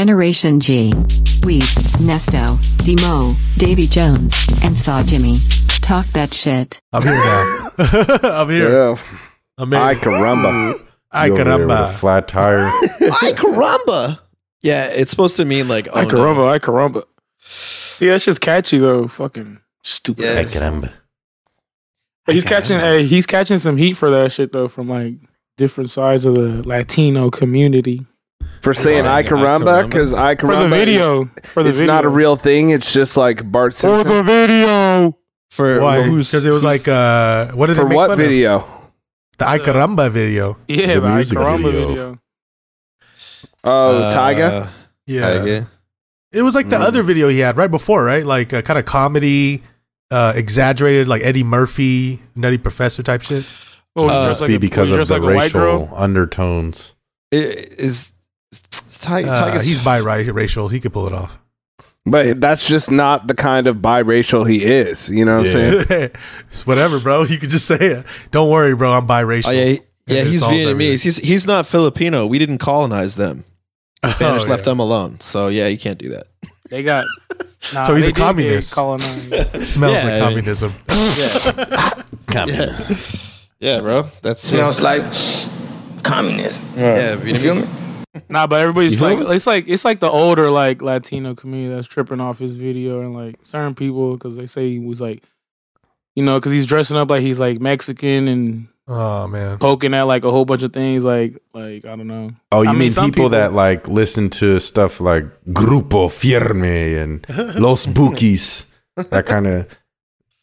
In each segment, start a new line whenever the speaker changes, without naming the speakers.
Generation G. Weez, Nesto, Demo, Davy Jones, and Saw Jimmy. Talk that shit.
I'm here now. I'm here.
Yeah.
I'm
Ay,
in.
caramba.
Ay,
You over there with
Uh.
a
caramba.
Flat tire.
Ay caramba. Yeah, it's supposed to mean like oh,
I
no.
caramba, I caramba. Yeah, it's just catchy though. Fucking stupid.
Yeah.
Ay,
ass.
caramba.
But he's
Ay,
catching.
caramba.
Hey, he's catching some heat for that shit though from like different sides of the Latino community
For saying
saying
I
Ay,
caramba,
caramba?
because I caramba.
for the
is-
video. For the
it's
video.
not a real thing. It's just like Bart
for
Simpson.
the video.
for
Why?
well, who's-
Because it was
who's-
like, uh, what did they
For
make
what
fun of?
video?
The Ay caramba video.
Yeah,
The
the, I
music
caramba
video.
video.
Oh,
uh,
Tyga.
Yeah.
Tyga.
It was like the
Hmm.
Mm.
other video he had right before, right? Like uh, kind of comedy, uh, exaggerated, like Eddie Murphy, Nutty Professor type shit.
Well,
Uh,
dressed
Be because
was
of
dressed
the
like a white girl?
racial undertones.
I- Is, is Ty-
Uh,
Tyga's- Oh,
he's bi right racial. He could pull it off.
But that's just not the kind of biracial he is. You know what
Yeah.
I'm saying?
it's whatever, bro. You could just say it. Don't worry, bro. I'm biracial.
Oh yeah, he- yeah,
It
he's
solves
Vietnamese.
everything.
He's he's not Filipino. We didn't colonize them. Spanish
Oh,
left
yeah.
them alone. So yeah, you can't do that.
They got. Nah,
So he's
they
a
did get
communist.
colonized.
Smells
Yeah, I
like
mean-
communism.
Yeah,
Communist.
yeah, bro. That's
Sounds like communist.
yeah.
You feel me?
Nah, but everybody's
You feel
like, it's like it's like the older like Latino community that's tripping off his video and like certain people because they say he was like, you know, because he's dressing up like he's like Mexican and
Oh man.
poking at like a whole bunch of things like like I don't know.
Oh, you
I mean,
mean, people,
some people-
that like listen to stuff like Grupo Firme and Los Bookies, that kind of,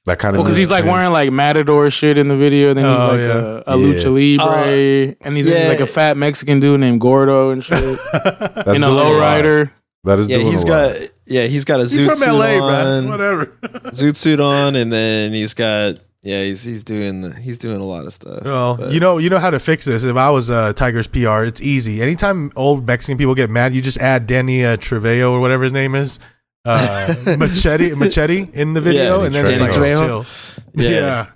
that kind of.
Well, because he's like wearing like matador shit in the video. And then he's
Oh,
like
yeah. Uh,
a, a lucha libre, and he's
yeah.
like a fat Mexican dude named Gordo and shit,
That's
and a
doing lot.
lowrider.
That is
Yeah,
doing
he's
a lot.
got yeah, he's got a
He's
zoot
from
suit
LA,
on,
man. Whatever.
zoot suit on, and then he's got yeah, he's he's doing the, he's doing a lot of stuff.
Well,
But-
you know, you know how to fix this. If I was uh, Tiger's PR, it's easy. Anytime old Mexican people get mad, you just add Danny uh, Trevejo or whatever his name is, uh, machete, machete in the video,
Yeah,
and then it's
Danny
like oh,
Trejo.
chill. Yeah, he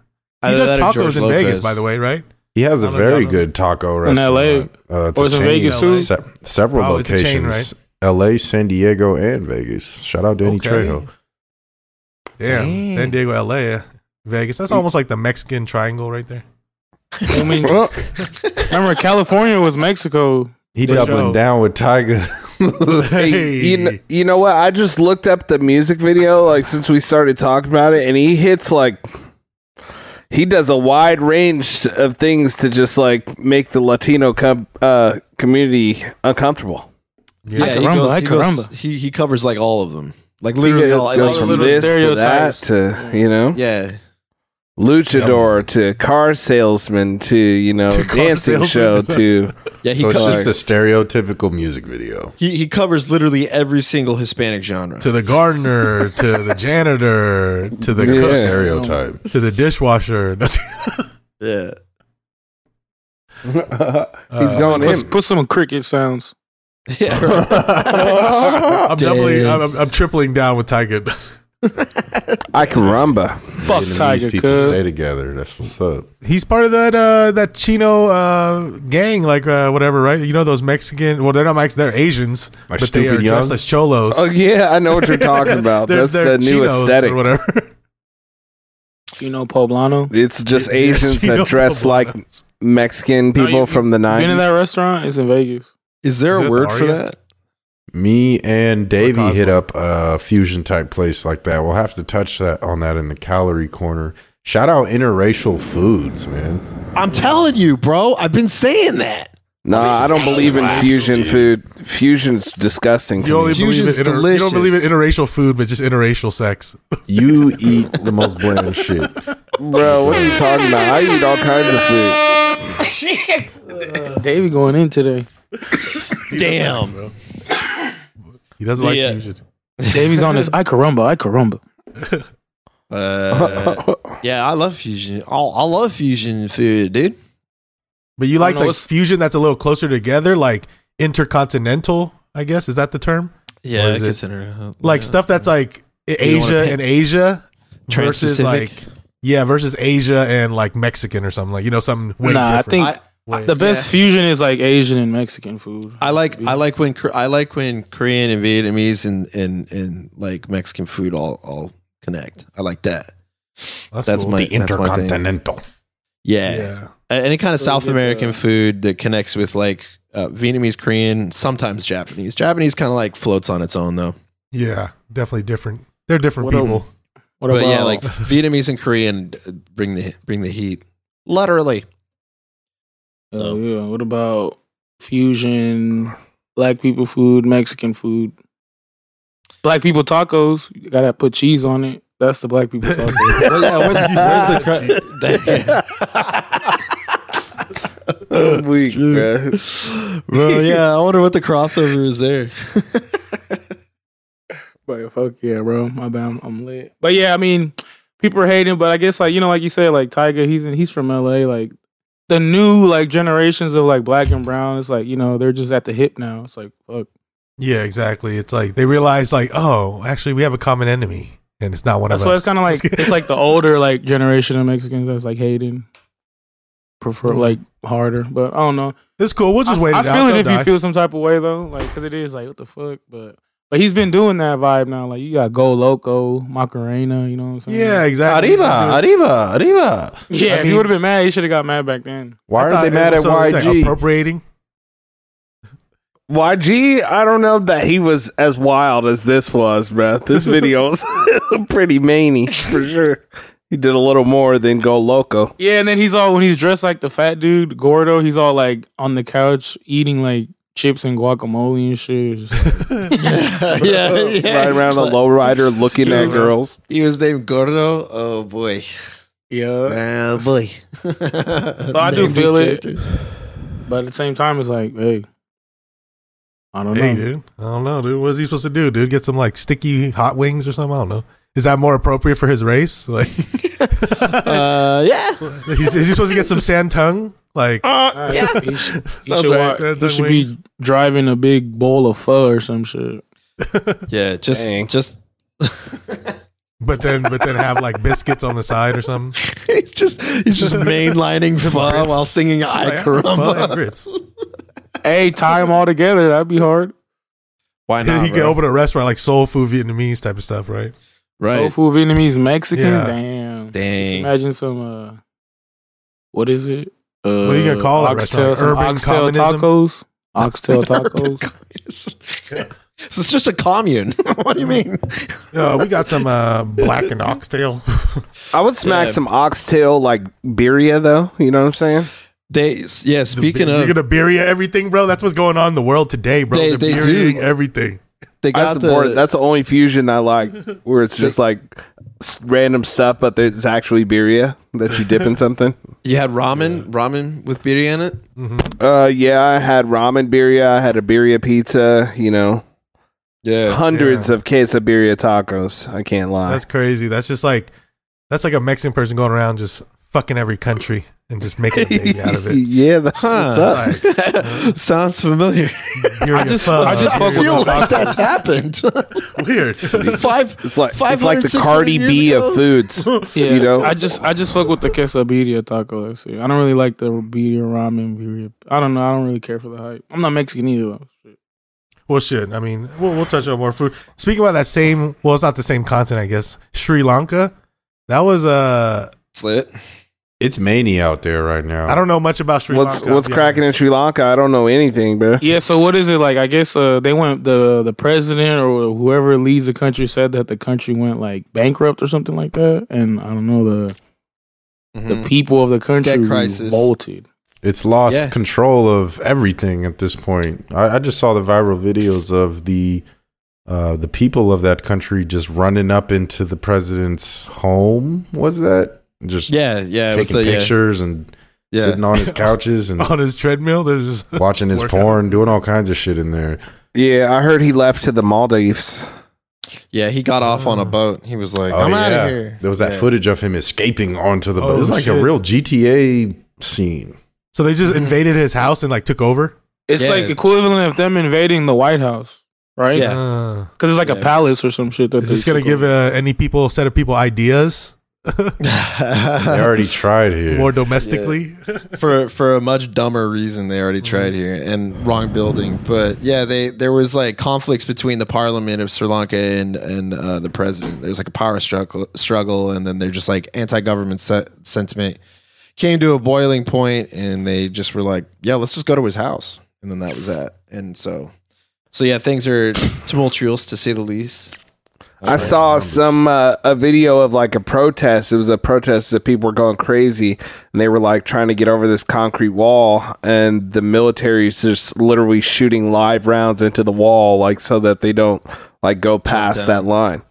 Either
does
that or
tacos
George
in Vegas,
Lopez.
by the way, right?
He has a
Down
very
Down.
good taco
In LA.
restaurant. Uh, it's
Or
a
it's
chain.
in Vegas,
too?
Se- several
Oh, it's a
locations.
chain,
LA, San Diego, and Vegas. Shout out Danny
Okay.
Trejo.
Yeah,
Damn.
San Diego, LA, yeah. Vegas. That's almost like the Mexican triangle right there.
I mean, remember California was Mexico.
He
For
doubling
sure.
down with Tiger.
Hey, you, kn- you know what? I just looked up the music video, like since we started talking about it, and he hits like he does a wide range of things to just like make the Latino com- uh, community uncomfortable.
yeah,
Ay,
he,
caramba,
goes,
ay,
he, goes,
caramba.
he he covers like all of them, like
He
literally all,
goes, goes
all
from
of
little
them.
this to that
stereotypes.
to you know
yeah,
luchador to car salesman to you know
To car
dancing show
salesman.
to
yeah. He
so it's
covers
just a stereotypical music video.
he, he covers literally every single Hispanic genre.
To the gardener, to the janitor, to the
Yeah.
cook,
Stereotype.
to the dishwasher. That's-
yeah,
he's going
Let's
in.
put some cricket sounds.
yeah. right.
I'm doubling.
Damn.
I'm, I'm, I'm tripling down with Tiger.
I can rumba.
Fuck
Vietnamese
Tiger,
people
cuz.
stay together. That's what's up.
He's part of that uh, that Chino uh, gang, like uh, whatever, right? You know those Mexican. Well, they're not Mexican. They're Asians,
Like
but they are
Stupid Young?
dressed as cholos.
Oh yeah, I know what you're talking about.
They're-
That's
they're
the new
Chinos
aesthetic.
or whatever.
You know, Poblano.
It's just
They're
Asians
Chino
that dress like
poblanos.
Mexican
No,
people
you-
from the
Been in that
nineties.
restaurant? It's in Vegas.
Is there
Is
a
that the
word for
Orient?
that?
Me and Davey
Cosmo.
hit up a fusion type place like that. We'll have to touch that on that in the calorie corner. Shout out interracial foods, man.
I'm telling you, bro. I've been saying that.
Nah, I don't believe in fusion food. Fusion's disgusting
You
to
only
me.
believe
Fusion's
in inter- you don't
delicious.
believe in interracial food, but just interracial sex.
You eat the most bland shit.
Bro, what are you talking about? I eat all kinds of food.
Davey going in today.
Damn.
He doesn't like
Yeah.
fusion.
Davey's on this. I caramba, I caramba.
Uh, yeah, I love fusion. I, I love fusion food, dude.
But you like
know
like
what's-
fusion that's a little closer together, like intercontinental. I guess is that the term?
Yeah,
Or is
I
it-
consider uh,
Like stuff that's like
wanna
Asia
pick-
and Asia versus
Trans-Pacific?
like yeah versus Asia and like Mexican or something like you know something way
Nah, I
different.
think
I-
Wait.
The best fusion is like Asian and Mexican food.
I like I like when Kor- I like when Korean and Vietnamese and and and like Mexican food all all connect. I like that.
cool.
That's my
the
that's my thing.
intercontinental.
Yeah. uh,
yeah.
A- any kind of
So we
South
get
American
the-
food that connects with like uh, Vietnamese, Korean, sometimes Japanese. Japanese kind of like floats on its own though.
Yeah, definitely different. They're different
What a-
people.
But
What about
yeah, like Vietnamese and Korean uh, bring the bring the heat literally.
Oh,
So
yeah. What about fusion, black people food, Mexican food, black people tacos? You gotta put cheese on it. That's the black people tacos.
Well, yeah, where's, where's the cr- That's
Weak,
true. Bro, yeah, I wonder what the crossover is there.
but fuck yeah, bro. My bad. I'm, I'm lit. But yeah, I mean, people are hating, but I guess like you know, like you said, like Tiger, he's in, he's from LA. Like the new like generations of like black and brown, it's like you know they're just at the hip now. It's like fuck.
Yeah, exactly. It's like they realize, like, oh, actually, we have a common enemy, and it's not one
That's
of
why
us.
it's kind of like it's like the older like generation of Mexicans that's like hating, prefer like harder. But I don't know.
it's cool. Mm-hmm. We'll just
I,
wait
I
it out.
feel it
They'll
if
die.
you feel some type of way though, like because it is like what the fuck. But but he's been doing that vibe now. Like you got Go Loco, Macarena. You know what I'm saying?
yeah, exactly.
arriba, arriba, arriba.
yeah.
I
if
mean-
you would have been mad, you should have got mad back then.
Why are they mad at YG?
appropriating.
YG, I don't know that he was as wild as this was, bruh. This video was pretty many for sure. He did a little more than go loco.
Yeah, and then he's all when he's dressed like the fat dude Gordo. He's all like on the couch eating like chips and guacamole and shit. It's just like-
yeah, yeah.
right around a lowrider looking at girls.
He was named Gordo. Oh boy.
yeah.
Oh boy. so
I do feel it. But at the same time, it's like, hey, I don't
Hey,
know.
dude. I don't know, dude. What is he supposed to do, dude? Get some like sticky hot wings or something? I don't know. Is that more appropriate for his race? Like,
Uh, yeah.
is, is he supposed to get some sand tongue? Like,
All right, he should, he
Sounds
should
right.
wa- he
That's
should
wings.
be driving a big bowl of pho or some shit.
Yeah, just
Dang.
just
but then, but then have like biscuits on the side or something.
he's just he's just mainlining pho while singing I
Like, pho and
Caramba.
grits.
Hey, tie them all together. That'd be hard.
Why
he can open a restaurant like soul food Vietnamese type of stuff, right?
Soul
Right.
food, Vietnamese, Mexican.
Yeah.
Damn. Just
Dang.
imagine some. uh What is it? Uh,
What are you gonna call it,
Oxtail,
restaurant?
some
Urban
oxtail
communism?
tacos. Oxtail tacos.
so it's just a commune. what do you mean?
Uh, we got some uh, black and oxtail.
I would smack
Yeah.
some oxtail like birria though. You know what I'm saying?
They yeah. Speaking
you're
of,
gonna birria everything, bro. That's what's going on in the world today, bro.
They-
They're
they
birria-ing
do.
everything.
they
I
got
support.
the
that's the only fusion I like, where it's just like s- random stuff, but it's actually birria that you dip in something.
you had ramen ramen with birria in it.
Mm-hmm.
Uh, yeah, I had ramen birria. I had a birria pizza. You know,
Yeah.
hundreds of quesabirria tacos. I can't lie.
That's crazy. That's just like that's like a Mexican person going around just fucking every country and just making a thing out of it.
yeah, that's what's
Huh.
up.
Like,
Sounds familiar.
birria
just-
pho,
I just fuck
I
with
birria-
feel
the
like that's happened.
weird.
Five.
It's like it's like the Cardi B of foods.
Yeah,
You know?
I just I just fuck with the quesadilla taco. That's it. I don't really like the birria ramen. Birria. I don't know. I don't really care for the hype. I'm not Mexican either. though.
well, shit. I mean, we'll, we'll touch on more food. Speaking about that same, well, it's not the same content, I guess. Sri Lanka. That was uh,
Slit.
It's mania out there right now.
I don't know much about Sri
What's
Lanka.
what's
Yeah.
cracking in Sri Lanka? I don't know anything, bro.
Yeah, so what is it like? I guess uh, they went the the president or whoever leads the country said that the country went like bankrupt or something like that, and I don't know the the people of the country
Hmm. Debt crisis.
revolted.
It's lost
Yeah.
control of everything at this point. I, I just saw the viral videos of the uh, the people of that country just running up into the president's home. Was that just
Yeah, yeah. It was
taking
the, yeah,
pictures and
yeah.
sitting on his couches and
on his treadmill? There's just
watching his
Workout.
porn, doing all kinds of shit in there.
Yeah, I heard he left to the Maldives.
Yeah, he got off on a boat. He was like,
Oh,
"I'm out
yeah.
of here."
There was that
Yeah.
footage of him escaping onto the
Oh,
boat. It was like
shit.
a real GTA scene.
So they
Mm.
just invaded his house and like took over.
It's
Yeah.
like equivalent of them invading the White House, right?
Yeah.
Uh,
because it's like a
Yeah.
palace or some shit. That
is
they
this gonna
took
give
over.
uh, any people set of people ideas?
They already tried here.
More domestically.
for for a much dumber reason they already tried here and wrong building but yeah they there was like conflicts between the parliament of sri lanka and and uh, the president there's like a power struggle struggle and then they're just like anti-government se- sentiment came to a boiling point and they just were like yeah let's just go to his house and then that was that and so so yeah things are tumultuous to say the least
I saw some uh, a video of like a protest. It was a protest that people were going crazy, and they were like trying to get over this concrete wall, and the military is just literally shooting live rounds into the wall, like so that they don't like go past that line.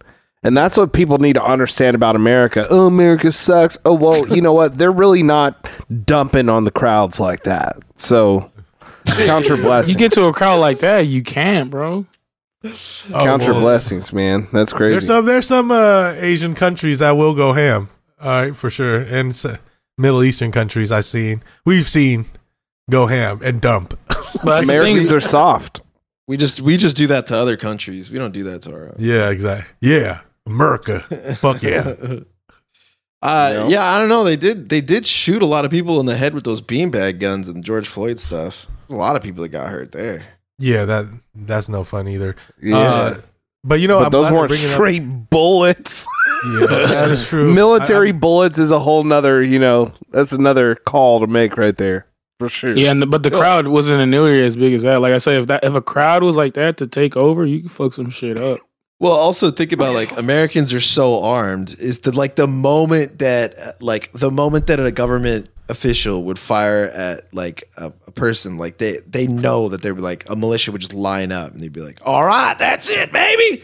And that's what people need to understand about America. Oh, America sucks. Oh well, you know what? They're really not dumping on the crowds like that. So, counter blessings.
You get to a crowd like that, you can't, bro.
counter
Oh, well,
blessings, man. That's crazy.
There's some there's some uh, Asian countries that will go ham. All right, for sure. And s Middle Eastern countries I've seen, we've seen go ham and dump.
But that's the thing.
Americans are soft.
we just we just do that to other countries we don't do that to our own
yeah, exactly. Yeah, America. Fuck yeah.
Uh, yeah, I don't know. They did. They did shoot a lot of people in the head with those beanbag guns and George Floyd stuff. A lot of people that got hurt there.
Yeah, that that's no fun either.
Yeah.
Uh, but you know,
but
I'm
those
glad they're
weren't
bringing up-
straight bullets.
Yeah, that is true.
Military bullets is a whole nother, you know, that's another call to make right there. For sure.
Yeah, and the, but the crowd wasn't nearly as big as that. Like I said, if that if a crowd was like that to take over, you could fuck some shit up.
Well, also think about like Americans are so armed. Is that like the moment that uh, like the moment that a government official would fire at like a, a person, like they they know that they're like a militia would just line up and they'd be like, "All right, that's it, baby."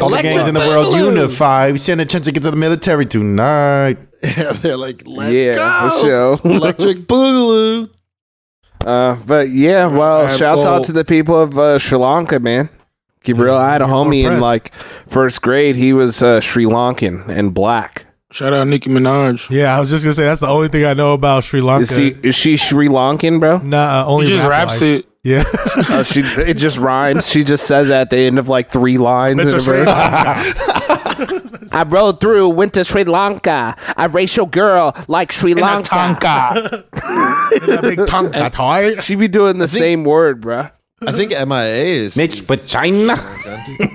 All the gangs in the world unify. We send a chance to get to the military tonight.
they're like, "Let's
Yeah,
go,
for sure.
electric boogaloo."
Uh, but yeah, well, shouts out to the people of uh, Sri Lanka, man. Gabriel, I had a homie in
Mm. press.
like first grade. He was uh, Sri Lankan and black.
Shout out Nicki Minaj.
Yeah, I was just gonna say that's the only thing I know about Sri Lanka.
Is she is she Sri Lankan, bro?
nah, uh, only
She just
rap
raps
life.
it.
Yeah,
Or she it just rhymes. She just says at the end of like three lines. in a verse. I rode through, went to Sri Lanka. I racial girl like Sri
Tonka.
That big tongue that high.
She be doing the same word, bruh.
I think MIA is
Mitch, but China.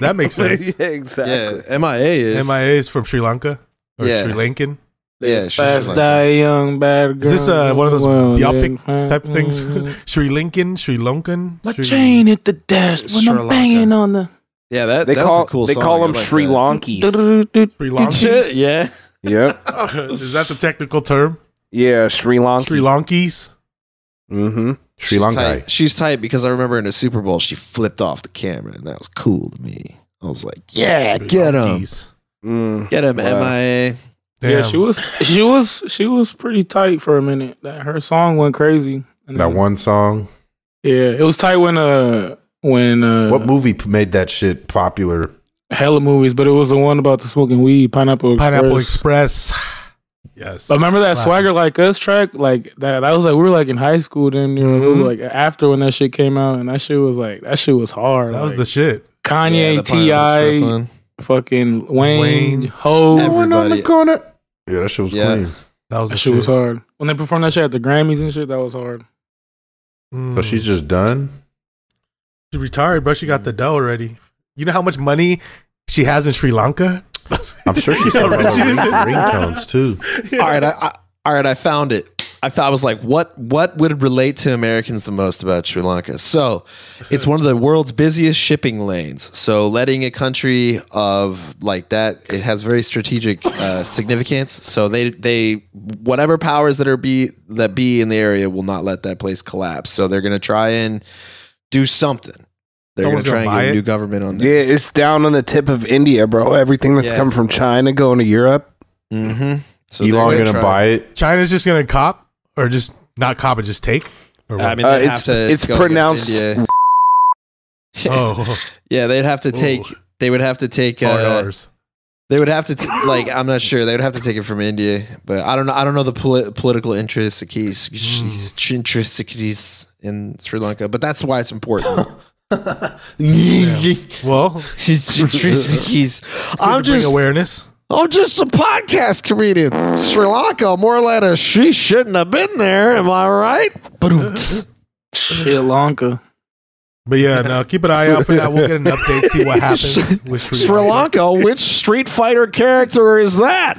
That makes sense.
exactly.
yeah, MIA is
MIA is from Sri Lanka or
Yeah.
Sri Lankan.
Yeah, she's just
Fast
like,
die young bad girl.
Is this uh, one of those
Well,
Yopic
yeah.
type things? Sri Lankan, Sri Lankan.
My
Sri-
chain hit the desk when
Sri
I'm
Lanka.
banging on the.
yeah, that
They
that
call
was a cool.
they
song.
call
I
them
like
Sri
that.
Lankies.
Sri Lankan.
Shit, yeah.
yep.
is that the technical term?
Yeah, Sri Lanka.
Sri Lankies.
Mm-hmm.
Sri
She's
Lanka.
tight. She's tight because I remember in the Super Bowl she flipped off the camera and that was cool to me. I was like, yeah,
Sri
get him,
Lankies.
Mm.
get him,
Wow.
MIA.
Damn.
Yeah, she was she was she was pretty tight for a minute. That her song went crazy. And
That
then-
one song.
Yeah, it was tight when uh when uh
What movie p- made that shit popular?
hella movies, but it was the one about the smoking weed, Pineapple Express.
Pineapple Express. yes.
But remember that
Classic.
Swagger Like Us track? Like that that was like we were like in high school then you know, we were, like
Mm-hmm.
after when that shit came out and that shit was like that shit was hard.
That was
like,
the shit.
Yeah,
Kanye,
the Pineapple Express
T.I.,
one.
fucking Wayne,
Wayne.
Ho.
Every-
Going on the
Everybody-
corner. Yeah, that shit was
Yeah.
clean.
That was the
That shit was hard. When they performed that shit at the Grammys and shit, that was hard.
Mm.
So she's just done.
She retired, bro. She got the dough already. You know how much money she has in Sri Lanka?
I'm sure she's selling
right, she
ring-
is.
ringtones too.
All right, I, I, all right, I found it. I, thought, I was like, what what would relate to Americans the most about Sri Lanka? So, it's one of the world's busiest shipping lanes. So, letting a country of like that, it has very strategic uh, significance. So they they whatever powers that are be that be in the area will not let that place collapse. So they're going to try and do something. They're going
Someone's
to try and
gonna buy
get a new
it?
government on
Yeah,
there.
it's down on the tip of India, bro. Everything that's
Yeah.
come from China going to Europe.
Mm-hmm. So
Elon
they're
gonna,
try-
buy it.
China's just gonna cop or just not cop and just take. Or
I
what?
mean,
Uh,
they
it's-
have to.
it's
go against
pronounced
India.
oh,
Yeah, they'd have to take.
Ooh.
They would have to take.
hard
Uh,
R's.
they would have to t- like. I'm not sure. They would have to take it from India, but I don't know. I don't know the poli- political interests, keys,
Hmm.
intricacies in Sri Lanka, but that's why it's important.
Well,
Intricacies. I'm
to bring
just.
awareness.
I'm just a podcast comedian. Sri Lanka, more like a she shouldn't have been there. Am I right? Boom.
Sri Lanka.
But yeah, no, keep an eye out for that. We'll get an update, see what happens with Sri,
Sri Lanka, which Street Fighter character is that?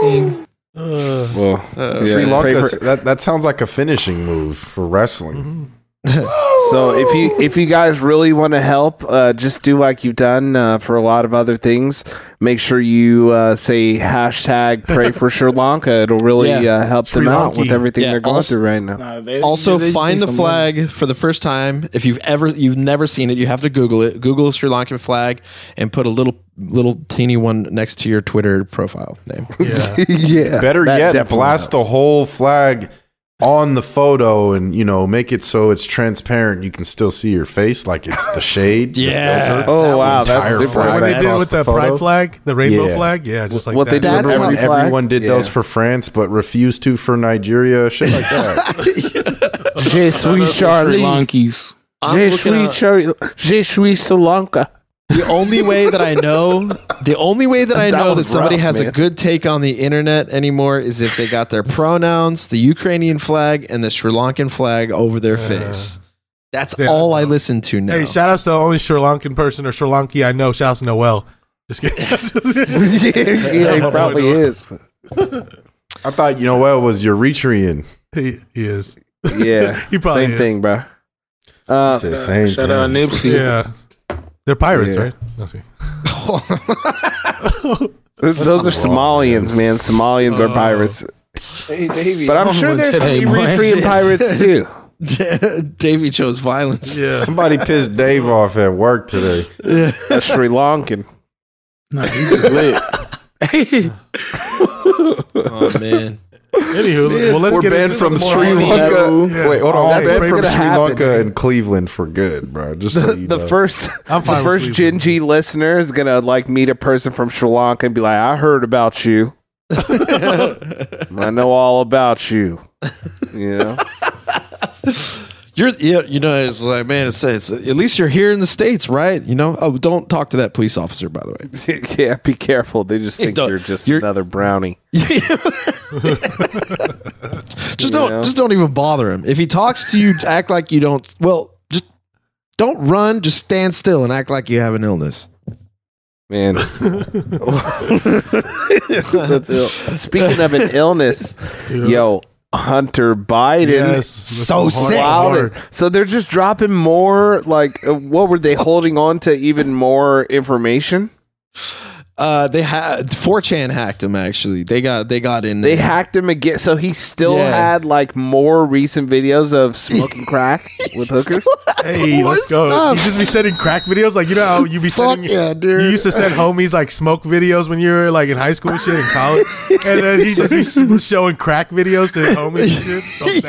Scene.
Well,
Uh,
Sri
yeah, pray
Lanka.
for-
That that sounds like a finishing move for wrestling.
Mm-hmm.
mm-hmm.
So if you if you guys really want to help, uh, just do like you've done uh, for a lot of other things. Make sure you uh, say hashtag pray for Sri Lanka. It'll really
Yeah.
uh, help
Sri
them out
Lanka.
with everything
Yeah,
they're going
also-
through right now.
Nah, they-
also
they just
find
need
the
some
flag for the first time if you've ever you've never seen it you have to google it google sri lankan flag and put a little little teeny one next to your twitter profile name
Yeah.
yeah.
Better
that
yet,
definitely
blast the
helps.
whole flag on the photo and you know make it so it's transparent. You can still see your face, like it's the shade. the
Yeah.
filter.
Oh,
That
wow,
one's
that's
higher
super
flag
What they did
across
with
the
the
photo.
pride flag, the rainbow
Yeah.
flag, yeah, just like
What they
that.
did with
That's
Everyone,
every flag.
everyone did those for France, but refused to for Nigeria, shit like that.
Je suis
Sri
Charlie.
Lankans.
I'm
Je
looking
suis
up-
Charlie. Je suis Sri Lanka.
the only way that i know the only way that i
That
know that
was
somebody
rough,
has a
man.
good take on the internet anymore is if they got their pronouns the ukrainian flag and the sri lankan flag over their face that's
yeah.
all i listen to now
Hey, shout outs to the only Sri Lankan person or Sri Lanki I know. Shout outs to Noel. Just kidding.
yeah, it probably is.
I thought you know what was Eritrean.
he, he is.
Yeah,
He probably
same
is.
thing, bro. Uh,
Say the same
Shout
thing.
out Nipsey.
Yeah. They're pirates,
Yeah.
right? Let's see.
Those, those are Somalians, man. Somalians are pirates. But I'm sure there's
today,
Eritrean
man.
pirates too.
davey chose violence
Yeah.
Somebody pissed Dave off at work today.
A Sri Lankan.
Nah, you just lit. Hey,
oh man
Anywho, well, let's
We're
get
banned
into
from
some
Sri
more-
Lanka. Wait, hold on.
Oh, that's
We're banned
what's
from Sri
gonna
Lanka
happen.
and Cleveland for good, bro. Just so you
The
know.
first,
I'm fine
the
with
first
Cleveland.
Genji listener is gonna like meet a person from Sri Lanka and be like, "I heard about you. I know all about you." You know,
You're, yeah, you know, it's like, man, it's, it's at least you're here in the states, right? You know, oh, don't talk to that police officer, by the way.
yeah. Be careful. They just think
don't-
you're just
you're-
another brownie.
Just don't,
Yeah.
just don't even bother him. If he talks to you, act like you don't. Well, just don't run. Just stand still and act like you have an illness.
Man. That's ill. Speaking of an illness, yo, Hunter Biden.
Yes.
So
Hard-
sick.
hard.
Wow. So they're just dropping more, like, uh, what were they holding on to even more information?
Uh, they had 4chan hacked him. Actually, they got, they got in.
They
there.
hacked him again. So he still
Yeah.
had, like, more recent videos of smoking crack with hookers?
Hey, let's go.
up?
You just be sending crack videos, like you know how you be
Fuck
sending.
yeah, dude.
You used to send homies like smoke videos when you were like in high school and shit in college, and then he just be s- showing crack videos to his homies. And shit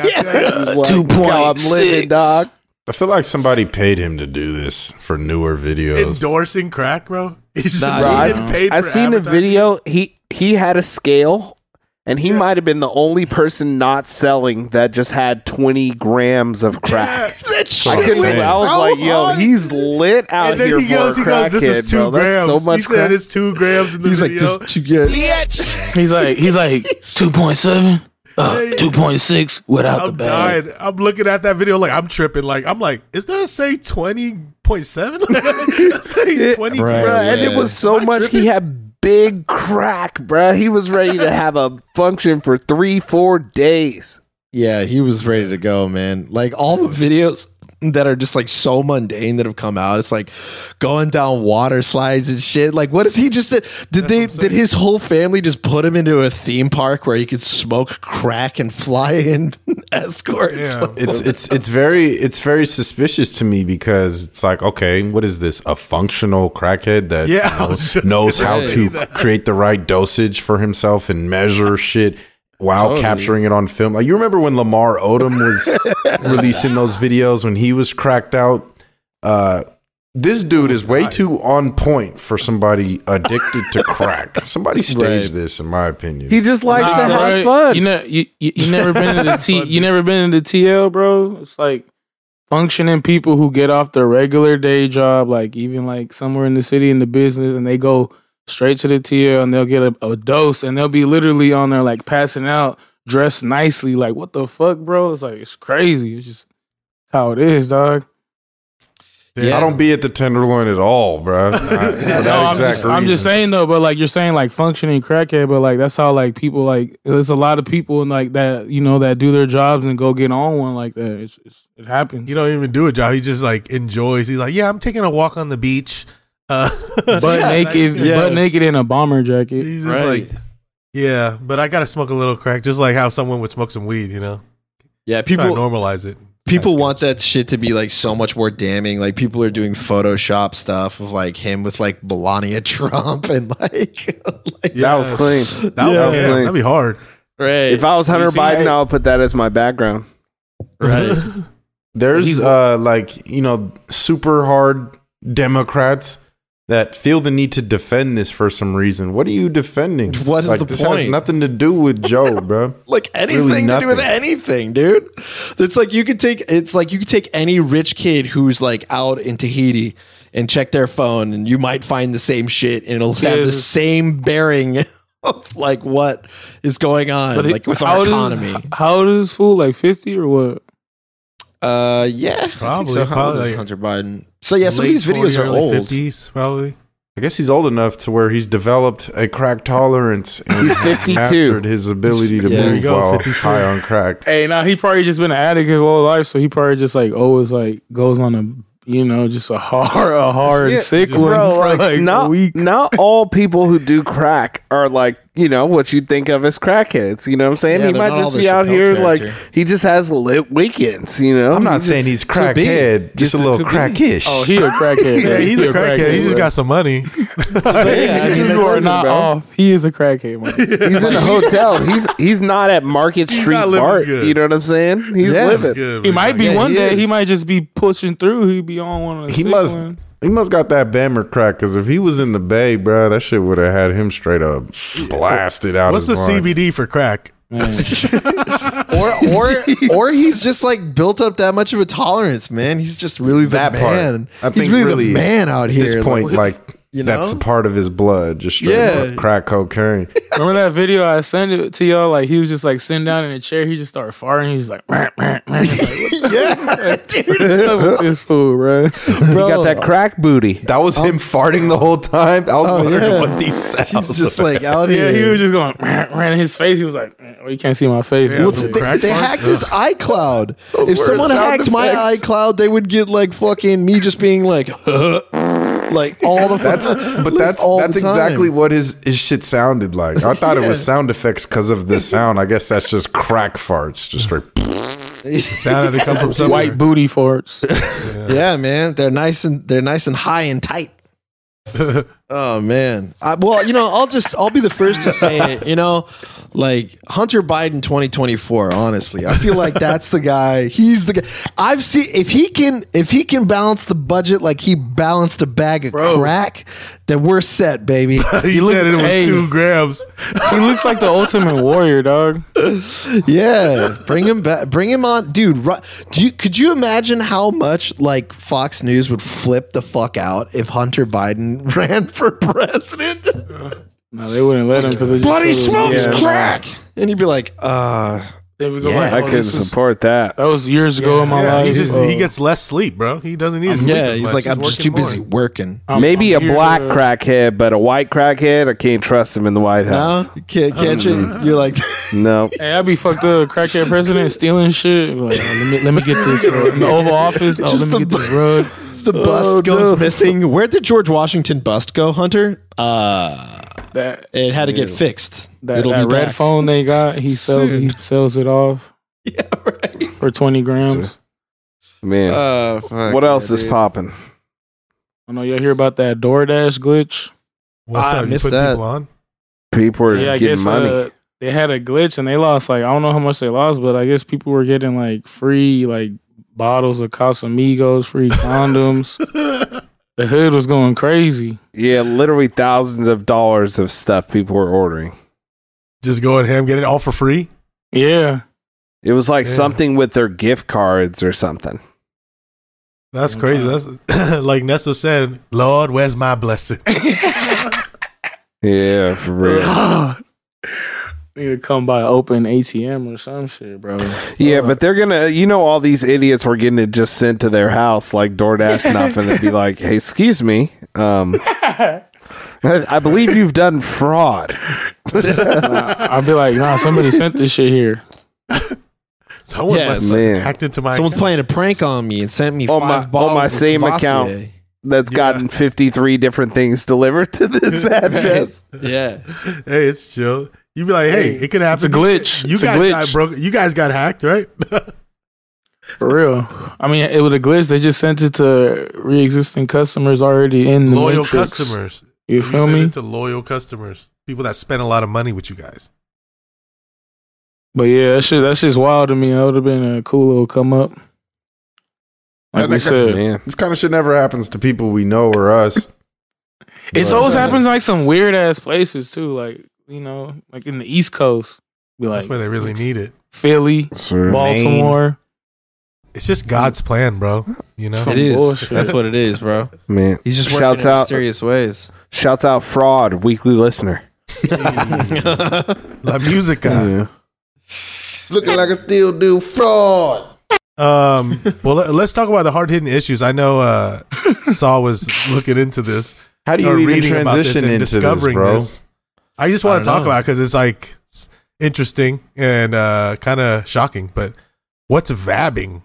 on Snapchat.
Like,
Two
yo, I'm
point
living,
six.
dog.
I feel like somebody paid him to do this for newer videos.
Endorsing crack, bro. He's just,
Nah,
he
bro,
I-
gets paid
I
for
seen a
advertising.
video. He he had a scale, and he might have been the only person not selling that just had twenty grams of crack.
That shit
I, couldn't,
was
man.
I was
so
like, yo,
hard.
he's lit out
And then
here
he
for
goes,
a
he goes, "This
crackhead,
is two
bro. That's
grams."
so much
he said
crack.
it's two grams in the
He's like
video.
this. Yeah.
he's like, he's like,
2.7? Uh, 2.6 without the
I'm
bag.
dying. I'm looking at that video like I'm tripping. Like I'm like, is that say twenty point seven? Say twenty
Right.
Bruh,
grams.
and it
yeah.
was so
I
much.
tripping?
He had big crack, bruh. He was ready to have a function for three, four days.
Yeah, he was ready to go, man. Like all the videos that are just like so mundane that have come out. It's like going down water slides and shit. Like what is he just did? Did they did his whole family just put him into a theme park where he could smoke crack and fly in escorts?
Yeah.
Like,
It's it's it's very it's very suspicious to me because it's like okay, what is this? A functional crackhead that
Yeah, I was
knows,
just
knows
gonna
how
say
to
that.
create the right dosage for himself and measure shit while capturing it on film. Like you remember when Lamar Odom was releasing those videos when he was cracked out. Uh, this dude is way too on point for somebody addicted to crack. Somebody staged
Right.
this, in my opinion.
He just likes to
Nah,
have
right?
fun.
You know, you, you, you never been to the T. You never been to the TL, bro. It's like functioning people who get off their regular day job, like even like somewhere in the city in the business, and they go straight to the TL and they'll get a, a dose and they'll be literally on there like passing out, dressed nicely. Like what the fuck, bro? It's like it's crazy. It's just how it is, dog.
Yeah.
I don't be at the tenderloin at all, bro. I- for that
No, I'm
exact
just, I'm just
reason.
saying though, but like you're saying like functioning crackhead, but like that's how like people like there's a lot of people and like that you know that do their jobs and go get on one like that. It's, it's it happens.
He don't even do a job. He just like enjoys. He's like, yeah, I'm taking a walk on the beach. Uh,
butt naked,
yeah.
butt naked in a bomber jacket.
he's just like, yeah, but I gotta smoke a little crack, just like how someone would smoke some weed. You know,
Yeah,
Try to
people
normalize it.
people want that shit to be like so much more damning. Like people are doing Photoshop stuff of like him with like Melania Trump and like, like
Yeah.
That was clean.
That would-
Yeah.
that would-
Yeah.
That'd be hard.
right.
If I was Hunter
You see-
Biden, I would put that as my background.
right.
There's uh, like you know super hard Democrats that feel the need to defend this for some reason. What are you defending?
What is
like,
the
this Has
point?
nothing to do with Joe, bro.
like anything to do with
nothing.
anything, dude. It's like you could take it's like you could take any rich kid who's like out in Tahiti and check their phone and you might find the same shit and it'll have the
Yes.
same bearing of like what is going on
But it-
like with
how
our
old is-
economy.
how old is this fool? Like fifty or what?
Uh, yeah,
Probably,
I think so. How old
probably.
is Hunter Biden? So yeah, some of these videos are old.
Fifties, probably.
I guess he's old enough to where he's developed a crack tolerance and
He's 52.
mastered his ability to
Yeah, there you
move
go,
while
52.
high on crack.
Hey, now he probably just been an addict his whole life, so he probably just like always like goes on a you know just a hard a hard
Yeah,
sick one
Bro,
for
like,
like, a
not,
week.
not all people who do crack are like, you know, what you think of as crackheads. You know what I'm saying?
Yeah,
he
they're
might
not
just
all
be
the
out
Chappelle
here like
character.
he just has lit weekends, you know?
I'm not
He
saying
just-
he's
could be.
crackhead, just a
Yes, it
little
could be.
crackish.
Oh, he a crackhead.
Yeah, he's
He
a crackhead. He just
bro.
got some money.
Yeah,
I
You
mean,
are
that's-
not
bro.
off. He is a crackhead, man.
He's in a hotel. He's he's not at Market Street
not living
Mart.
good.
You know what I'm saying? He's
Yeah.
living.
Good,
He
but
might be
Yeah,
one
he
day. He
is.
might just be pushing through. He'd be on one of the.
he
sick
must
ones.
he must got that Bammer crack because if he was in the Bay, bro, that shit would have had him straight up blasted out.
What's the
his mind.
CBD for crack?
Man.
or or or he's just like built up that much of a tolerance, man. He's just really the
That part.
man.
I
he's
think
really,
really
the man out
At
here.
this point, like,
you
that's a
know?
part of his blood, just straight
Yeah.
up crack cocaine.
Remember that video I sent it to y'all? Like he was just like sitting down in a chair. He just started farting. He's like, "Meh, meh, meh." Like, what the fuck with this fool, bro?
bro,
He got that crack booty.
That was him farting the whole time. I was
Oh,
wondering
yeah.
what these sounds.
He's just like out
Yeah,
here.
he was just going. "Meh, meh." His face. He was like, "Meh." "Well, you can't see my face."
Yeah,
What's
Those
it? They,
crack
they
farts?
hacked his iCloud. If
were
someone
sound
hacked my
effects.
iCloud, they would get like fucking me just being like, like all the
that's but that's
all
that's
the time.
exactly what his his shit sounded like. I thought it was
Yeah.
sound effects because of the sound. I guess that's just crack farts, just straight.
Sound had to come from somewhere.
White booty farts.
Yeah, man, they're nice and they're nice and high and tight. oh man, I, well, you know, I'll just I'll be the first to say it. You know, like Hunter Biden, twenty twenty four. Honestly, I feel like that's the guy. He's the guy. I've seen if he can if he can balance the budget like he balanced a bag of crack, then we're set, baby.
he
You look
said it was
at- hey.
two grams.
he looks like the ultimate warrior, dog.
Yeah, bring him back. Bring him on, dude. Ru- do you could you imagine how much like Fox News would flip the fuck out if Hunter Biden ran for president?
No, they wouldn't let him because
Bloody smokes crack, and you'd be like, uh,
Then we go
Yeah.
like,
I
oh,
I couldn't
this is-
support that.
That was years ago in my
Yeah,
life.
he just
Oh.
he gets less sleep, bro. He doesn't need. to sleep
yeah.
as
He's
much.
like, I'm just too
working
busy
more.
working.
I'm-
Maybe
I'm
a black
here.
crackhead, but a white crackhead, I can't trust him in the White
No,
House.
You can't catch it. You're like,
No.
Hey, I'd be fucked up, crackhead president stealing shit. Like, oh, let me let me get this uh, in the Oval Office. Oh,
Just
let me
the-
get this rug.
the bust goes missing. Where did George Washington bust go, Hunter? Uh,
That
it had to get fixed.
that,
It'll
that
be
red
back.
phone they got, he sells he sells it off
Yeah, right.
for twenty grams.
Man.
Uh,
what else is popping?
I know y'all hear about that DoorDash glitch.
What's
Ah, I
up? You
missed
put
that.
people on?
People are
yeah, I
getting
guess
money.
uh, they had a glitch and they lost like I don't know how much they lost, but I guess people were getting like free like bottles of Casamigos, free condoms. the hood was going crazy.
yeah, literally thousands of dollars of stuff people were ordering.
Just go and ham, get it all for free.
Yeah.
It was like
Yeah.
something with their gift cards or something.
That's crazy. That's like Nestor said, Lord, where's my blessing?
Yeah, for real.
Need to come by open ATM or some shit, bro.
Yeah, but they're gonna. You know, all these idiots were getting it just sent to their house, like DoorDash, not gonna be like, "Hey, excuse me, um, I, I believe you've done fraud."
I'll be like, nah, somebody sent this shit here.
Someone
Yes.
must
Man.
have hacked into my.
Someone's
account.
playing a prank on me and sent me
On
five
my- on
bottles
my
of
same
Cavassier.
account. That's gotten fifty three different things delivered to this address.
Yeah,
Hey, it's chill. You'd be like, hey, it could happen.
It's a glitch.
You
It's a
guys
glitch.
got broke. You guys got hacked, right?
For real. I mean, it was a glitch. They just sent it to re-existing customers already in the
loyal
Matrix.
customers.
You
You
feel
send
me?
it to loyal customers, people that spend a lot of money with you guys.
But yeah, that shit, that shit's wild to me. That would have been a cool little come up. Like
That-
we
that-
said,
Man.
This kind of shit never happens to people we know or us.
It's
But,
always
uh,
happens in, like some weird ass places too, like you know, like in the East Coast, be like
That's where they really need it.
Philly, Baltimore.
It's just God's plan, bro. You know,
it is.
bullshit.
That's what it is, bro.
Man,
He's just working
shouts
in
out,
mysterious ways.
shouts out, fraud weekly listener.
La Musica.
Yeah.
Looking like a steel dude fraud.
Um, well, let, us talk about the hard hitting issues. I know uh, Saul was looking into this,
How do you
or
even
reading about this
transition
and
into this,
discovering
bro?
this. I just want
I
to
don't
talk
know.
about because it's like s- interesting and uh, kind of shocking. But what's vabbing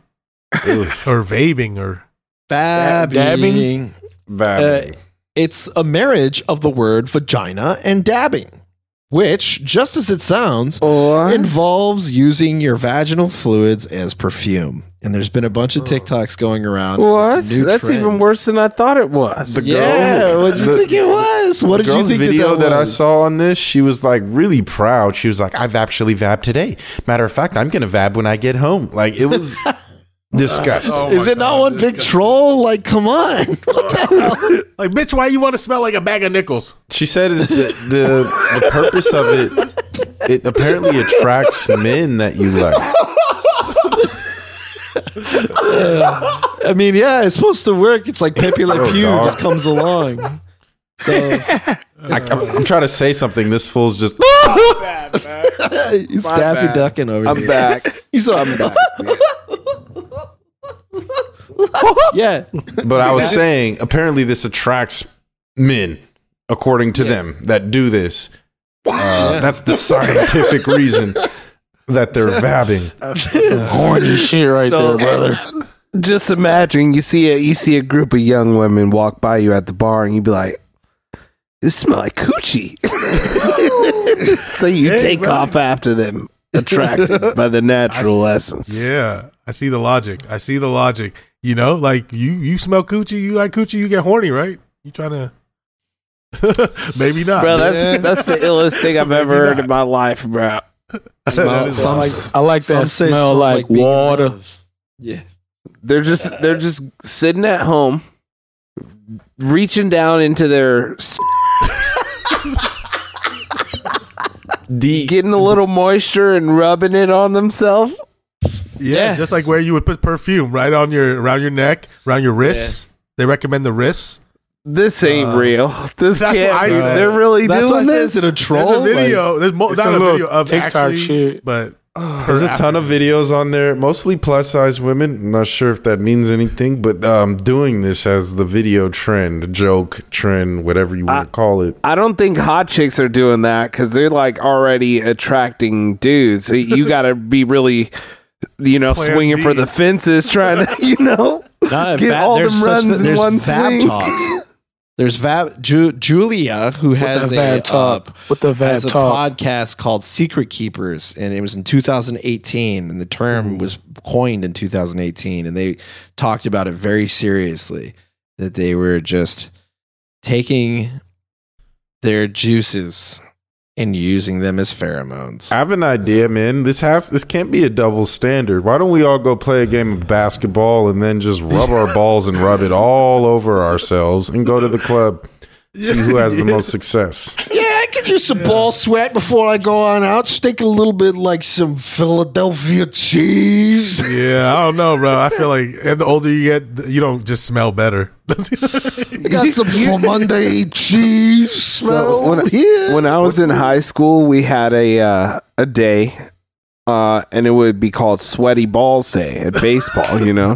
or vaping or
Dabbing. Uh,
Vapid.
It's a marriage of the word vagina and dabbing, which, just as it sounds,
Uh, Or
involves using your vaginal fluids as perfume. And there's been a bunch of TikToks going around.
what?
It's a new
That's
trend.
even worse than I thought it was.
The girl-
Yeah, what did you
the-
think it was? What
The
did you
girl's
think
video that, I
was?
saw on this? She was like really proud. She was like, "I've actually vabbed today. Matter of fact, I'm gonna vab when I get home." Like it was disgusting.
Oh
Is it not one big troll? Like, come on. What the hell?
like, bitch? Why you want to smell like a bag of nickels?
She said it's the, the the purpose of it. It apparently attracts men that you like.
I mean, yeah, it's supposed to work. It's like Pepe Le
Oh,
Pew
dog.
just comes along. So
I, am I'm trying to say something. This fool's just.
he's Daffy Ducking over
I'm
here.
back.
He's all,
I'm back.
yeah.
But I was saying, apparently this attracts men, according to them that do this. Uh, that's the scientific reason that they're vabbing.
Horny shit right
So-
there, brother.
Just imagine you see a you see a group of young women walk by you at the bar, and you be like, "This smell like coochie." so you take off after them, attracted by the natural essence.
Yeah, I see the logic. I see the logic. You know, like you you smell coochie, you like coochie, you get horny, right? You trying to maybe not,
Bro, that's that's the illest thing I've ever heard in my life, bro.
That is
Some-
like-
I like
some
that
say it
smell
smells
like,
being in
water.
love. Yeah.
They're just they're just sitting at home, reaching down into their s-
The
getting a little moisture and rubbing it on themselves.
yeah,
Yeah.
just like where you would put perfume right on your around your neck, around your wrists. They recommend the wrists.
This ain't real. This
Uh, that's what
can't.
I
Be,
said.
they're really
That's why I
doing
said, is
this.
it a troll?
there's a video. there's mo-
It's
not
a
a,
little
video of
TikTok
actually,
shit.
but
There's a ton of videos on there, mostly plus size women. I'm not sure if that means anything, but um, doing this as the video trend, joke trend, whatever you want to call it.
I don't think hot chicks are doing that because they're like already attracting dudes. So You got to be really, you know,
Plan
swinging for
B.
the fences, trying to, you know,
Nah,
get
va-
all them
there's such
runs
thi-
in
there's
one
vap
swing.
talk. There's Vab Ju- Julia who
With
has
the
a
vab top.
uh,
With the vab
has a
top.
podcast called Secret Keepers, and it was in 2018, and the term was coined in 2018, and they talked about it very seriously that they were just taking their juices and using them as pheromones.
I have an idea, man. This has this can't be a double standard. Why don't we all go play a game of basketball and then just rub our balls and rub it all over ourselves and go to the club, see who has the most success.
yeah, I
could use some ball sweat before I go on out. Stink a little bit like some Philadelphia cheese.
Yeah, I don't know, bro. I feel like and the older you get, you don't just smell better.
You got some Monday cheese smell
So when,
here.
when I was in high school, we had a uh, a day, uh, and it would be called Sweaty Balls Day at baseball. You know,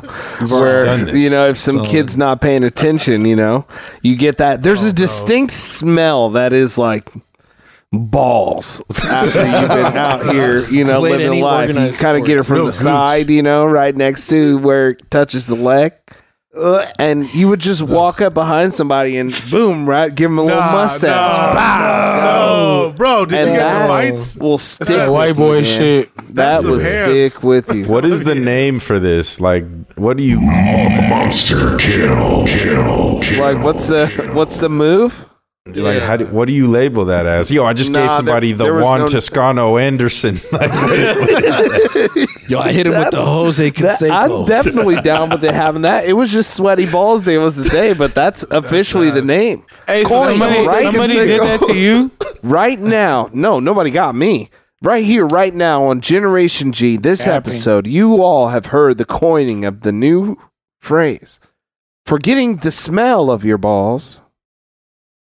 where you know if some kid's not paying attention, you know, you get that. There's
Oh,
a distinct smell that is like balls after you've been out here you know
Played
living
any
life you
organized
kind of get it
sports.
from
Real
the
gooch.
side you know right next to where it touches the leg Uh, and you would just walk up behind somebody and boom right give them a little
Nah,
mustache
nah,
Bah, go
No, bro, did
and
you get
that
the fights?
will stick.
That
with
white
you,
boy
man.
shit.
That
That's
would
some
stick with you.
What is the name for this? Like, what do you?
Like, what's the what's the move?
Like, how do, what do you label that as? Yo, I just gave
Nah,
somebody
there- there
the
was
Juan
no-
Toscano Anderson.
Yo, I hit him with the Jose
That- I'm
Canseco.
definitely down with it having that. It was just sweaty balls day was the day, but that's officially the name.
Hey, so
Corey,
somebody,
right?
somebody did that to you?
Right now, no, nobody got me. Right here, right now on Generation G, this
Happy.
episode, you all have heard the coining of the new phrase. Forgetting the smell of your balls,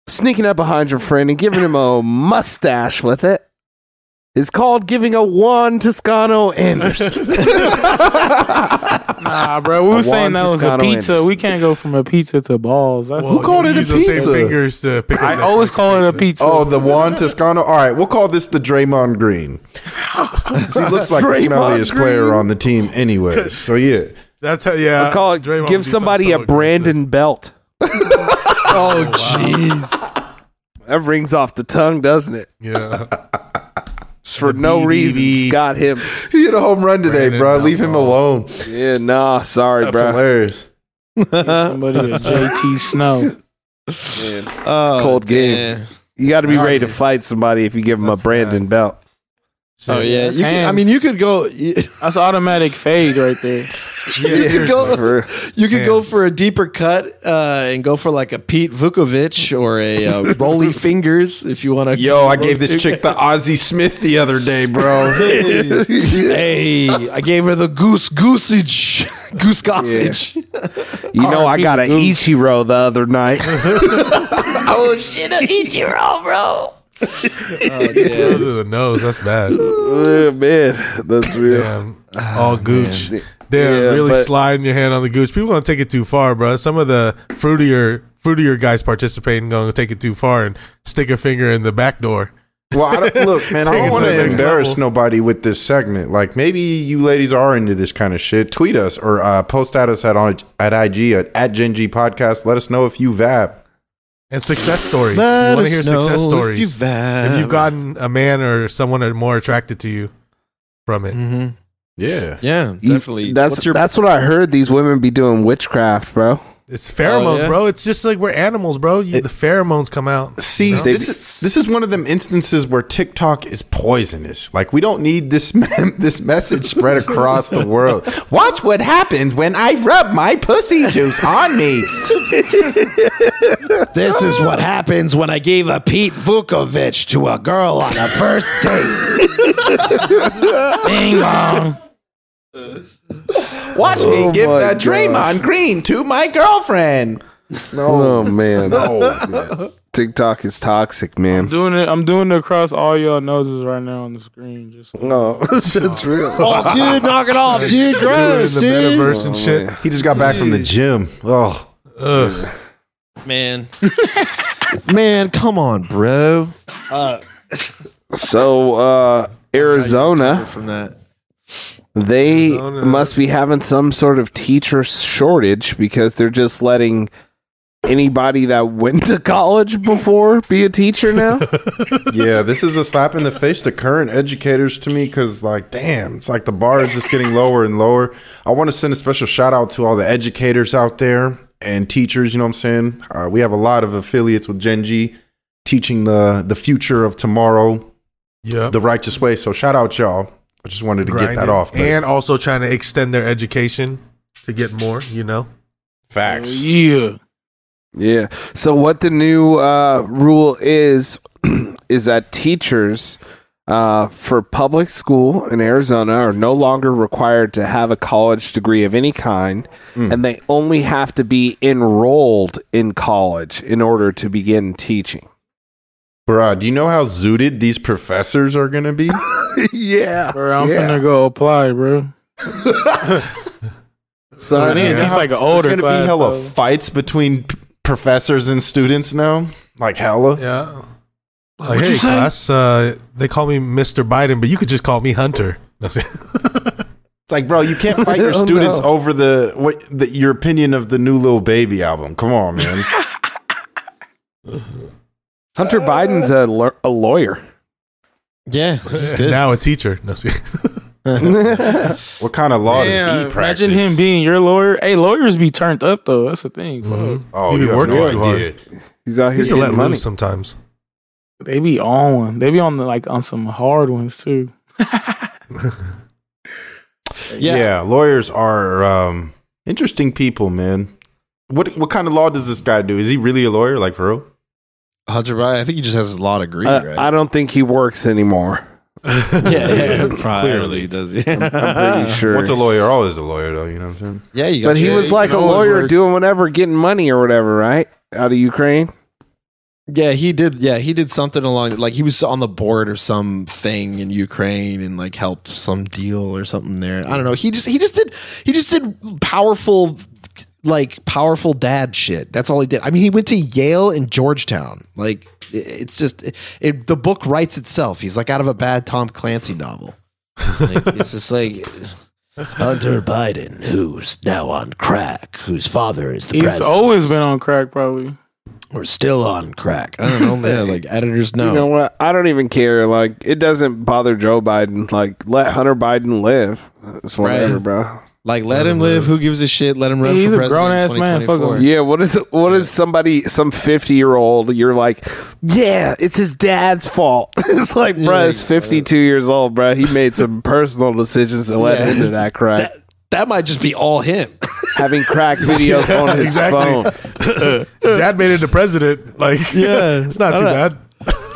sneaking up behind your friend and giving him a mustache with it is called giving a Juan Toscano Anderson.
Nah, bro. We were saying that was a
Toscano
pizza.
Anderson.
We can't go from a pizza to balls. That's
Well,
called
you
it a
use the
pizza?
Same fingers to pick up
I
that
always
stuff.
call it a pizza.
oh, the Juan Toscano. All right, we'll call this the Draymond Green. 'Cause he looks like the smelliest player on the team, anyways. So yeah,
That's how. Yeah,
I call it,
Draymond would do
give somebody a
something so
Brandon Belt.
oh, jeez.
That rings off the tongue, doesn't it?
aggressive.
Oh,
Yeah,
Just for no reason. Just got him.
he hit a home run today,
Brandon
bro. Leave him
Malcolm.
alone.
Yeah, nah, sorry,
That's
bro.
hilarious.
Somebody a JT Snow.
Oh,
cold game.
damn.
You got to be ready to fight somebody if you give them a Brandon Belt.
Oh yeah, you can, I
Hands.
mean, you could go. You,
That's automatic fade right there.
you could go.
For-
You could
Man.
go for a deeper cut uh, and go for like a Pete Vukovich or a uh, Rolly Fingers if you want to.
Yo, I gave this chick the Ozzy Smith the other day, bro.
hey, I gave her the goose goosage, goose gossage.
you know, I
RIP
got an
Goose.
Ichiro the other night.
Oh shit, a Ichiro, bro.
Go to the nose. That's bad.
oh, man, that's real.
Damn, all gooch. Damn,
Ah, Yeah,
really
but-
sliding your hand on the gooch. People don't take it too far, bro. Some of the fruitier, fruitier guys participating going to take it too far and stick a finger in the back door.
Well, I don't, look, man, I
Take it
don't
to
want
the
to
next
embarrass
level.
nobody with this segment. Like, maybe you ladies are into this kind of shit. Tweet us or uh, post at us at on- at IG at, at Gen G Podcast. Let us know if you vap.
And success stories. You
Let
want
us
to hear
know
success
if
stories.
you've had-
if you've gotten a man or someone are more attracted to you from it.
Mhm.
Yeah,
Yeah,
You-
definitely.
That's
What's your-
that's what I heard. These women be doing witchcraft, bro.
It's pheromones,
yeah?
bro. It's just like we're animals, bro. You, the pheromones come out.
See,
No.
this is this is one of them instances where TikTok is poisonous. Like we don't need this mem- this message spread across the world. Watch what happens when I rub my pussy juice on me.
This is what happens when I gave a Pete Vukovich to a girl on a first date.
Ding dong.
Watch me give
my
the Draymond Green to my girlfriend.
Oh, man, TikTok is toxic, man.
Doing it. I'm doing it across all y'all noses right now on the screen. Just
No, that's real.
Oh, dude, knock it off, dude. Gross,
in the
dude.
metaverse and shit.
He just got back from the gym. Oh,
Ugh.
man. man, come on, bro.
So, uh, Arizona,
From that.
they
Arizona.
must be having some sort of teacher shortage because they're just letting anybody that went to college before be a teacher now.
yeah, this is a slap in the face to current educators to me because, like, damn, it's like the bar is just getting lower and lower. I want to send a special shout out to all the educators out there and teachers. You know what I'm saying? Uh, we have a lot of affiliates with Gen G teaching the the future of tomorrow
Yep.
the righteous way. So shout out y'all. I just wanted to get that
Grinding.
off. man.
And also trying to extend their education to get more, you know? Oh,
facts.
yeah.
Yeah. So what the new uh, rule is is that teachers uh, for public school in Arizona are no longer required to have a college degree of any kind, and they only have to be enrolled in college in order to begin teaching.
Bruh, do you know how zooted these professors are going to be?
yeah.
Bro, I'm finna go apply, bro.
So
I need to teach, like, an older
There's going to
class,
be hella
though.
fights between p- professors and students now. Like hella.
Yeah. Like,
What'd
hey,
you say?
class, uh, they call me Mr. Biden, but you could just call me Hunter.
It's like, bro, you can't fight your
Oh,
students
no.
over the what the, your opinion of the new little baby album. Come on, man.
Hunter Biden's a, lo- a lawyer.
Yeah, he's good.
now a teacher. No, see.
what kind of law does
Yeah,
he practice?
imagine him being your lawyer. Hey, lawyers be turned up though. That's the thing. Fuck.
Mhm.
Oh,
He
you
be
have
working
no
too hard.
idea.
He's out
He
here
used to let
getting money.
loose sometimes.
They be on one. They be on the, like on some hard ones too.
Yeah.
Yeah.
lawyers are um, interesting people, man. What what kind of law does this guy do? Is he really a lawyer, like for real?
Hunter Biden. I think he just has his law degree,
Uh,
right?
I don't think he works anymore.
yeah,
clearly.
probably does. Yeah,
I'm pretty sure.
What's a lawyer? Always a lawyer, though. You know what I'm saying?
yeah you got
but he
your-
was
you
like a
can always
lawyer
work-
doing whatever, getting money or whatever, right? Out of Ukraine.
Yeah, he did. Yeah, he did something along like he was on the board of some thing in Ukraine and like helped some deal or something there. I don't know. He just he just did he just did powerful like powerful dad shit. That's all he did. I mean, he went to Yale and Georgetown. Like it- it's just it, the book writes itself. He's like out of a bad Tom Clancy novel. Like, it's just like Hunter Biden, who's now on crack, whose father is the
He's
president,
always been on crack, probably.
or still on crack. I don't know. Yeah, like editors know.
You know what? I don't even care. Like it doesn't bother Joe Biden. Like let Hunter Biden live. It's whatever,
Right.
bro.
Like, let, him live. Who gives a shit? Let him run
He's
for
a
president. in
grown-ass man. Fuck
2024.
him.
Yeah. What is what is somebody some fifty year old? You're like, yeah, it's his dad's fault. it's like, bro, he's fifty two years old, bro. He made some personal decisions that led
Yeah.
him to that crack.
That, that might just be all him.
Having crack videos on his phone.
Dad made it to president. Like,
Yeah.
it's not too bad.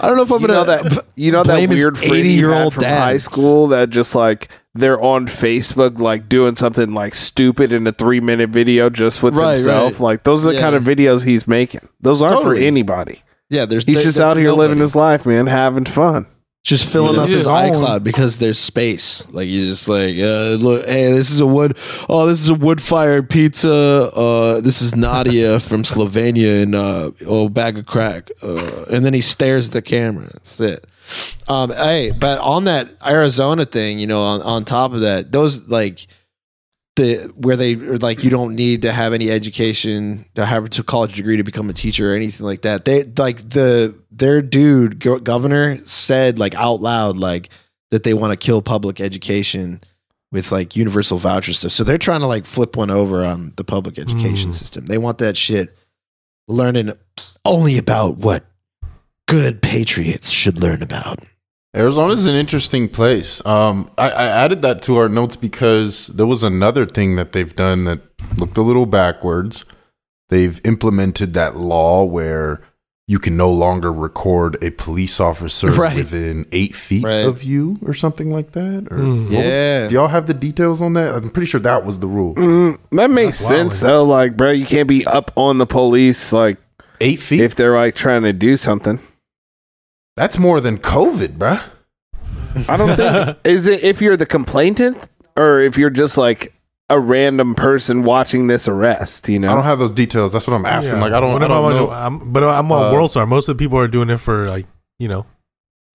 I don't know if I'm
you know
gonna.
that you know that
blame his
weird eighty year old
80-year-old
from
dad.
high school that just like they're on Facebook like doing something like stupid in a three minute video just with
Right,
himself.
right.
Like those are the
Yeah.
kind of videos he's making. Those aren't for
Totally.
anybody.
yeah, there's
He's
there-
just
there's
out here
nobody.
living his life, man, having fun.
just filling up
He's
his
just on.
iCloud because there's space. Like you just like, uh, look, hey, this is a wood. Oh, this is a wood fired pizza. Uh, this is Nadia from Slovenia and uh, oh, bag of crack. Uh, and then he stares at the camera. That's it. Um, hey, but on that Arizona thing, you know, on, on top of that, those like the where they or, like you don't need to have any education to have a college degree to become a teacher or anything like that. They like the their dude go- governor said like out loud like that they want to kill public education with like universal voucher stuff. So they're trying to like flip one over on the public education system. They want that shit learning only about what good patriots should learn about.
Arizona's an interesting place. Um, I, I added that to our notes because there was another thing that they've done that looked a little backwards. They've implemented that law where you can no longer record a police officer
Right.
within eight feet
Right.
of you or something like that. Or
Mm.
Hmm.
what was- do y'all have the details on that? I'm pretty sure that was the rule.
Mm, that makes
That's wild,
sense
man.
though. Like, bro, you can't be up on the police like
Eight feet.
if they're like trying to do something.
That's more than COVID, bruh.
I don't think is it if you're the complainant or if you're just like a random person watching this arrest, you know?
I don't have those details. That's what I'm asking.
Yeah.
Like I don't,
What
I
if
don't
wanna
know.
do- I'm, but I'm on
Uh,
World Star. Most of the people are doing it for like you know.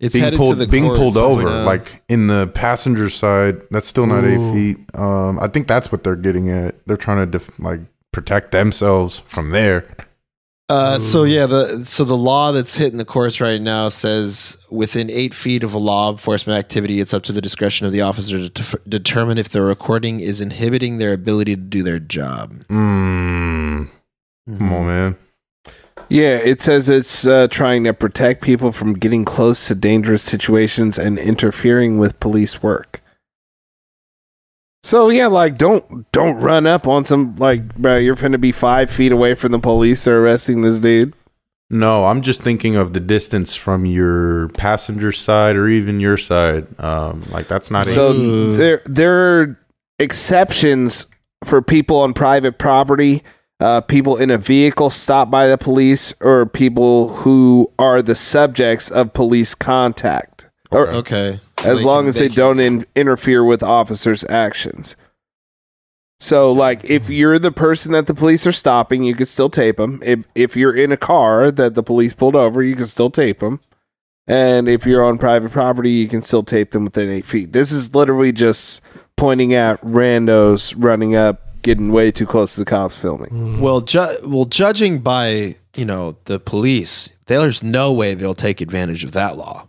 It's
being
headed
pulled,
to the
being
courts,
pulled
I
over,
know.
like in the passenger side. That's still not
Ooh.
eight feet. Um, I think that's what they're getting at. They're trying to def- like protect themselves from there.
Uh, so
Ooh.
yeah, the so the law that's hitting the courts right now says within eight feet of a law enforcement activity, it's up to the discretion of the officer to t- determine if the recording is inhibiting their ability to do their job.
Mm.
Mm-hmm.
Come
Mm-hmm.
on, man.
Yeah, it says it's uh, trying to protect people from getting close to dangerous situations and interfering with police work. So yeah, like don't don't run up on some like bro, you're finna be five feet away from the police. They're arresting this dude.
No, I'm just thinking of the distance from your passenger side or even your side. Um, like that's not
So
eight-
there there are exceptions for people on private property, uh, people in a vehicle stopped by the police, or people who are the subjects of police contact. Or,
Okay.
as long as they
don't.
don't in, interfere with officers' actions. So, like, if you're the person that the police are stopping, you can still tape them. If if you're in a car that the police pulled over, you can still tape them. And if you're on private property, you can still tape them within eight feet. This is literally just pointing at randos running up, getting way too close to the cops filming.
Well, ju- well, judging by you know the police, there's no way they'll take advantage of that law.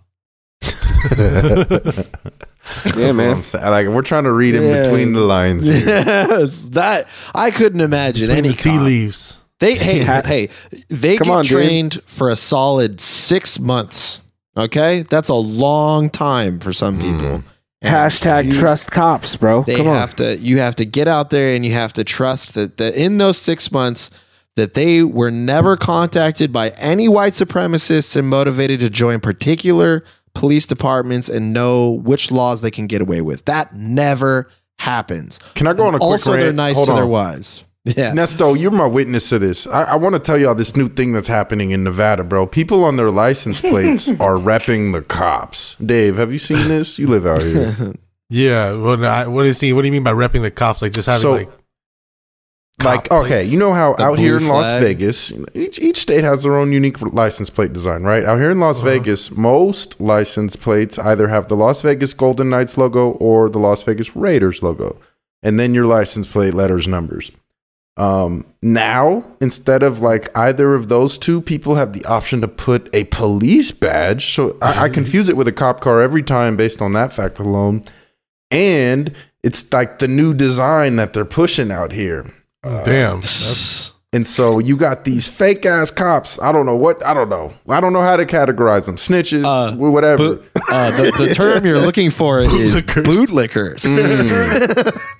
Yeah,
That's what
man.
I'm saying. Like we're trying to read in
Yeah.
between the lines. Here.
Yes, that I couldn't imagine
Between
any
the tea
cop.
leaves.
They hey hey they
Come
get
on, dude.
trained for a solid six months. Okay, that's a long time for
Hmm.
some people. And
Hashtag trust cops, bro.
They
Come on.
have to. You have to get out there and you have to trust that, that in those six months that they were never contacted by any white supremacists and motivated to join particular police departments and know which laws they can get away with. That never happens.
Can I go on a quick
also, they're
rant?
nice
Hold
to their
on.
wives. Yeah.
Nesto, you're my witness to this. I, I want to tell y'all this new thing that's happening in Nevada, bro. People on their license plates are repping the cops. Dave, have you seen this? You live out here.
Yeah. Well, I, what is he? What do you mean by repping the cops? Like just having
So-
like
like
Cop
okay
plates.
you know how
The
out here
blue
in las
flag.
vegas each, each state has their own unique license plate design right out here in las
Uh-huh.
vegas most license plates either have the las vegas golden knights logo or the las vegas raiders logo and then your license plate letters numbers um, now instead of like either of those two people have the option to put a police badge so I, I confuse it with a cop car every time based on that fact alone and it's like the new design that they're pushing out here uh,
damn. That's
and so you got these fake ass cops. I don't know what. I don't know. I don't know how to categorize them. Snitches,
Uh,
wh- whatever.
Bo- uh, the, the term you're looking for is bootlickers.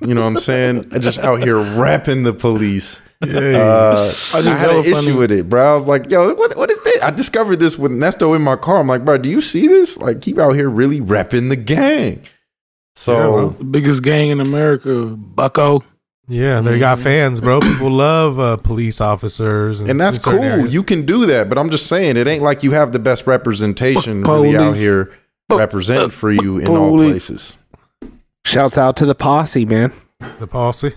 you know what I'm saying? I just out here repping the police. Uh, I, had
hella
an
funny.
issue with it, bro. I was like, yo, what, what is this? I discovered this with Nesto in my car. I'm like, bro, do you see this? Like, he out here really repping the gang. So
The biggest gang in America, Bucko.
Yeah, they got fans, bro. People love uh, police officers, and,
And that's
in certain
cool.
areas.
You can do that, but I'm just saying it ain't like you have the best representation really out
Police.
here representing for you in all
Police.
places.
Shouts out to the posse, man.
the policy.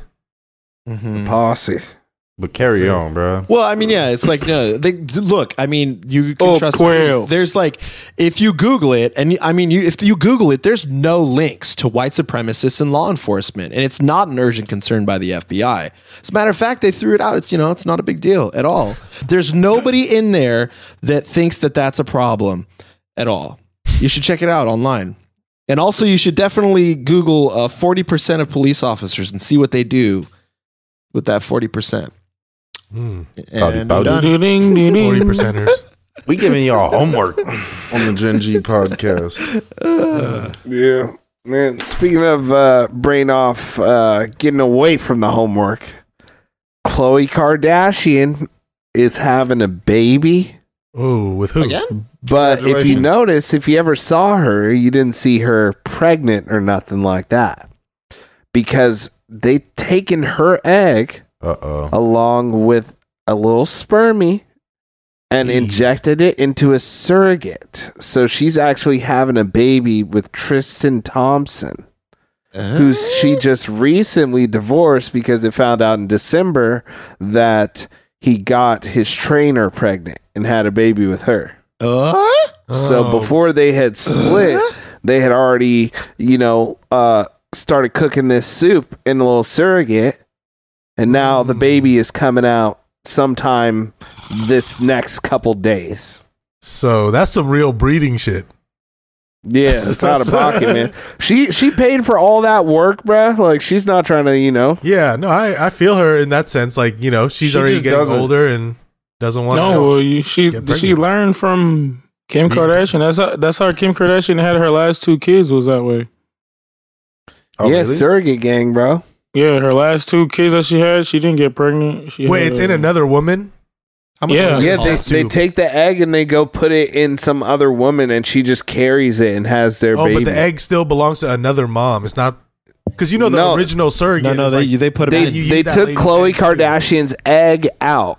Mhm.
Posse.
But carry on, bro.
Well, I mean, yeah, it's like no. They look. I mean, you can
Oh,
trust.
quail.
police. There's like, if you Google it, and you- I mean, you if you Google it, there's no links to white supremacists and law enforcement, and it's not an urgent concern by the FBI. As a matter of fact, they threw it out. It's you know, it's not a big deal at all. There's nobody in there that thinks that that's a problem at all. You should check it out online. And also, you should definitely Google uh, 40% of police officers and see what they do with that 40%.
Bobby,
And
Bobby.
we're Oh, done.
Forty
Forty
percenters.
We giving y'all homework on the Gen G podcast.
Yeah. Man, speaking of uh, brain off, uh, getting away from the homework, Khloe Kardashian is having a baby.
Oh, with who?
Again?
But if you
Congratulations.
notice, if you ever saw her, you didn't see her pregnant or nothing like that because they taken her egg
Uh oh.
along with a little spermie and injected it into a surrogate. So she's actually having a baby with Tristan Thompson,
Uh-huh.
Ah.
who's she just recently divorced because it found out in December that he got his trainer pregnant and had a baby with her.
Uh?
Uh-huh.
Oh.
Oh.
So before they had split, they had already, you know, uh, started cooking this soup in a little surrogate, and now
Mm.
the baby is coming out sometime this next couple days.
So that's some real breeding shit.
Yeah, it's out of pocket, man. She she paid for all that work, bruh. Like she's not trying to, you know.
Yeah, no, I, I feel her in that sense. Like you know, she's
She
already
just
getting
doesn't-
older and doesn't want
No,
to.
well, you, she
Get
she
pregnant.
learned from Kim
Be-
Kardashian. That's how that's how Kim Kardashian had her last two kids. Was that way?
oh
yeah,
really?
surrogate gang, bro.
Yeah, her last two kids that she had, she didn't get pregnant. She
Wait,
had,
it's in
uh,
another woman.
How much
Yeah.
does it
Yeah, they,
cost
they
to-
take the egg and they go put it in some other woman, and she just carries it and has their
Oh,
baby.
but the egg still belongs to another mom. It's not because you know the
No.
original surrogate.
No, no,
is
they
like-
they put
they
it.
you
in.
use
they
that
took
lady's
Khloe
egg too.
Kardashian's egg out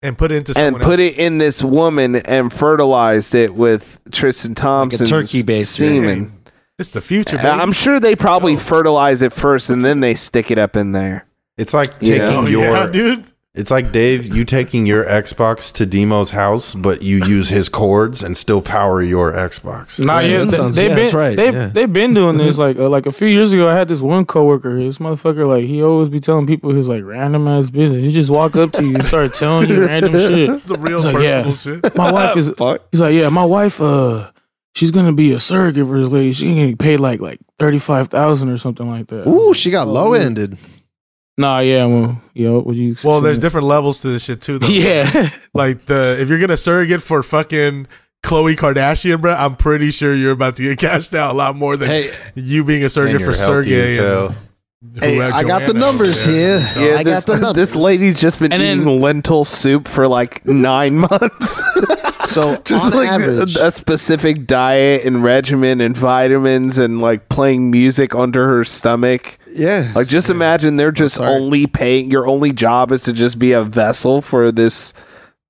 and put it into someone
and put
else.
it in this woman and fertilized it with Tristan Thompson's
turkey baster.
semen.
It's the future. Baby.
Now, Uh, I'm sure they probably fertilize it first and then they stick it up in there.
It's like
Yeah.
taking
oh,
your
yeah, dude.
It's like Dave, you taking your Xbox to Demo's house, but you use his cords and still power your Xbox.
Nah,
Yeah,
yeah,
that
they,
sounds-
they've
yeah,
been
that's right,
they've,
yeah.
they've been doing this like uh, like a few years ago. I had this one coworker. This motherfucker like he always be telling people his like random ass business. He just walk up to you and start telling you random shit.
It's a real
It's like, yeah.
personal shit.
My wife is. He's like, yeah, my wife. Uh, she's gonna be a surrogate for this lady. She ain't getting paid like like thirty five thousand or something like that.
Ooh, she
Oh.
got low ended.
Nah, yeah, well, yo, would you?
Well, there's different levels to this shit too. Though.
Yeah,
Like the if you're gonna surrogate for fucking Khloe Kardashian, bro, I'm pretty sure you're about to get cashed out a lot more than
Hey,
you being a
And
surrogate
you're
for
healthy as
Sergey.
hell.
and
Hey,
whoever
I got the
Joanna over
numbers
there.
here.
Yeah,
I
this,
got the numbers.
this lady's just been
And then-
eating lentil soup for like nine months.
So
just
on
like
average,
a, a specific diet and regimen and vitamins and like playing music under her stomach.
yeah.
Like just imagine they're just
Sorry.
only paying your only job is to just be a vessel for this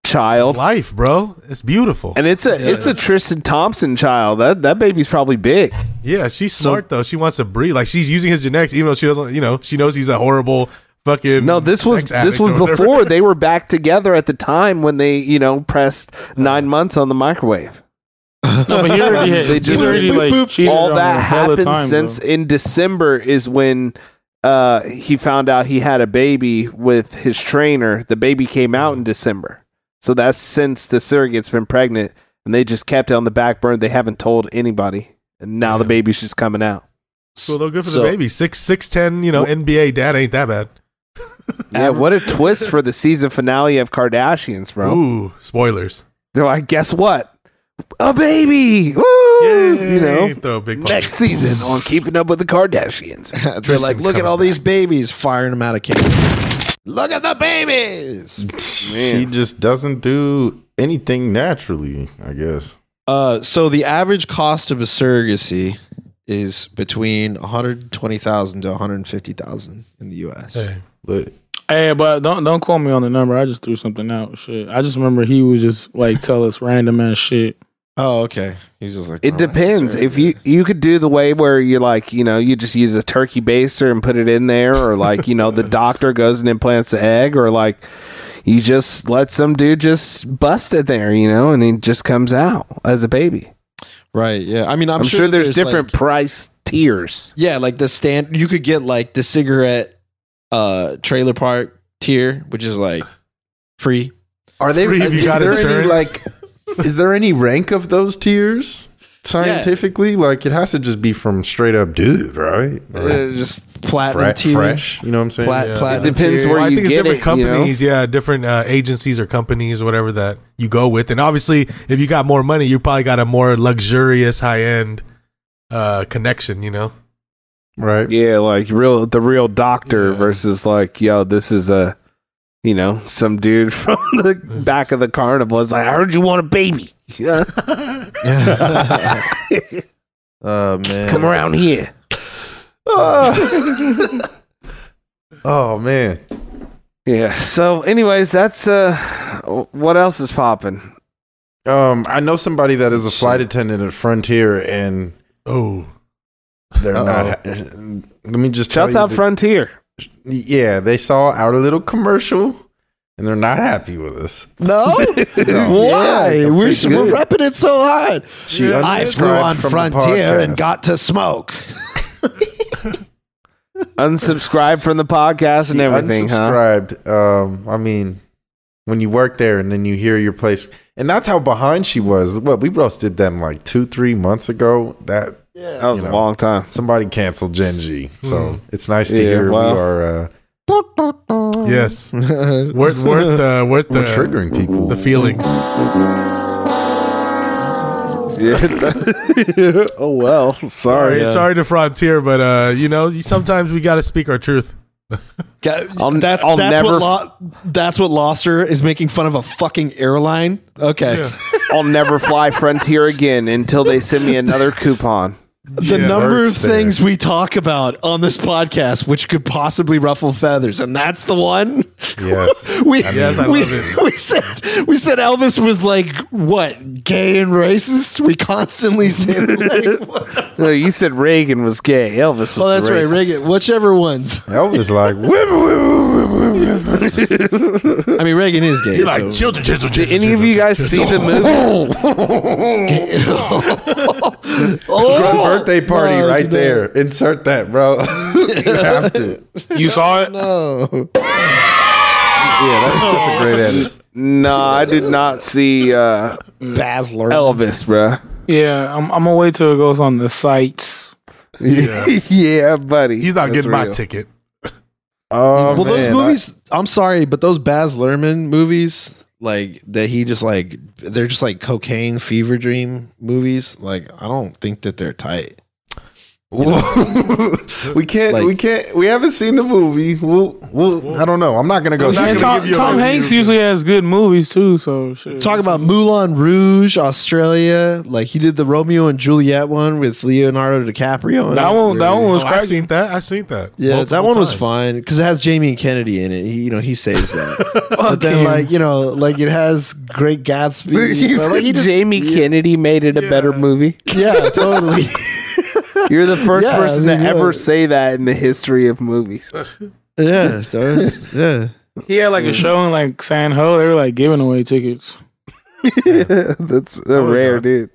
child.
Life, bro. It's beautiful.
And it's a it's a Tristan Thompson child. That that baby's probably big.
Yeah, she's smart though. She wants to breed. Like she's using his genetics, even though she doesn't. You know, she knows he's a horrible fucking.
No, this was
sex addict
this was
or whatever.
before they were back together at the time when they, you know, pressed nine months on the microwave.
no, but he already had,
They
they
just-
just already
boop,
like
boop.
cheated
all
on her
that
hella
happened
time,
since
though.
in December is when uh, he found out he had a baby with his trainer. The baby came out in December, so that's since the surrogate's been pregnant, and they just kept it on the back burner. They haven't told anybody, and now the baby's just coming out.
Well, though, good for
So-
the baby. Six, six, ten. You know, NBA dad ain't that bad.
Yeah, what a twist for the season finale of Kardashians, bro.
Ooh, spoilers.
They're like, guess what? A baby. Woo! You know.
Yay, throw a big party.
Next season on Keeping Up with the Kardashians.
Tristan
They're like, look at
coming
all these babies firing them out of cannon. Look at the babies.
She just doesn't do anything naturally, I guess.
Uh, so the average cost of a surrogacy is between one hundred twenty thousand to one hundred fifty thousand in the U.S.
Hey.
But
Hey, but don't don't call me on the number. I just threw something out. Shit, I just remember he was just like tell us random ass shit.
Oh, okay. He's just like
It
"All right,
depends. If
surrogate."
you you could do the way where you like, you know, you just use a turkey baster and put it in there, or like, you know, the doctor goes and implants the egg, or like you just let some dude just bust it there, you know, and he just comes out as a baby.
right? Yeah. I mean, I'm,
I'm, sure,
that
there's,
like-
different price tiers.
Yeah, like the stand you could get like the cigarette uh trailer park tier, which is like free.
are they?
Free if you
is
got
there
insurance.
any like? is there any rank of those tiers scientifically? Like it has to just be from straight up dude, right?
Uh, just platinum
Fre-
tier.
fresh, you know what I'm saying?
Plat-
Yeah.
platinum
It depends
tier.
where
Well, I
you
think
get
it's different
it, you know?
companies, yeah, different uh, agencies or companies or whatever that you go with. And obviously, if you got more money, you probably got a more luxurious, high end uh, connection. You know,
right?
Yeah, like real the real doctor
Yeah.
versus like, yo, this is a you know, some dude from the back of the carnival is like, I heard you want a baby. Yeah,
Oh man.
come around here.
Oh man,
Yeah. So, anyways, that's uh, what else is popping?
um, I know somebody that is a flight attendant at Frontier, and
oh,
they're not. Let me just tell
Shouts
you
out
that-
Frontier.
Yeah, they saw our little commercial, and they're not happy with us.
No?
Oh,
Why?
Yeah,
we're, we're
pretty good.
repping it so hard.
She
I flew
unsubscribed
on
from the
Frontier and
podcast.
got to smoke.
Unsubscribe from the podcast and everything, huh?
unsubscribed. Um, I mean, when you work there and then you hear your place, and that's how behind she was. What we roasted them like two, three months ago. That
That was
You
a
know.
long time.
somebody canceled Gen G, so it's nice to
Yeah,
hear
well.
we are. Uh,
Oh.
yes, worth worth uh, worth the
we're triggering people.
the feelings.
oh well, sorry. Oh,
Sorry, sorry to Frontier, but uh, you know, you- sometimes we got to speak our truth.
Ga-
I'll-
that's
I'll
that's
never-
what Lo- that's what Loster is making fun of a fucking airline. Okay,
I'll never fly Frontier again until they send me another coupon.
the
Yeah,
number of
works there.
things we talk about on this podcast which could possibly ruffle feathers, and that's the one.
Yes.
We,
Yes, I
we,
love it.
we said we said Elvis was like what gay and racist. We constantly say that, like, what the-
No, you said Reagan was gay. Elvis was.
well, that's right,
racist.
Reagan, whichever ones.
Elvis like "Whip, whip, whip, whip, whip, whip."
I mean, Reagan is gay.
Like
so-
children, children,
Did any of you guys see the movie?
Good
Oh,
birthday party
my
right
God.
there. Insert that, bro. you have to.
You saw it?
Yeah, that's, that's a great edit.
No, I did not see uh,
Baz Luhrmann.
Elvis, bruh.
Yeah, I'm, I'm gonna wait till it goes on the sites.
Yeah, buddy.
He's not
That's
getting my
real.
ticket.
Oh,
well, those
man, I-
movies. I, am sorry, but those Baz Luhrmann movies, like that, he just like they're just like cocaine fever dream movies. Like I don't think that they're tight.
we can't.
Like-
we can't. We haven't seen the movie. We'll. We'll. I don't know. I'm not gonna go.
I'm not
see
And
it.
gonna
Tom,
give you a
Tom
review,
Hanks
but-
usually has good movies too, so shit.
Talk about Moulin Rouge, Australia. Like he did the Romeo and Juliet one with Leonardo DiCaprio. in
that
it,
one. That
where-
one was
Oh, I
crazy.
seen that. I seen that.
Yeah,
multiple
that one was
times.
fun because it has Jamie and Kennedy in it. He, you know, he saves that. but then,
him.
like you know, like it has Great Gatsby. but, like, he just-
Jamie Kennedy made it a better movie.
yeah, totally.
You're the first
Yeah, I
person
mean,
to ever
look.
say that in the history of movies.
yeah, totally. yeah.
He had like a show in like San Ho. They were like giving away tickets.
That's a rare dude.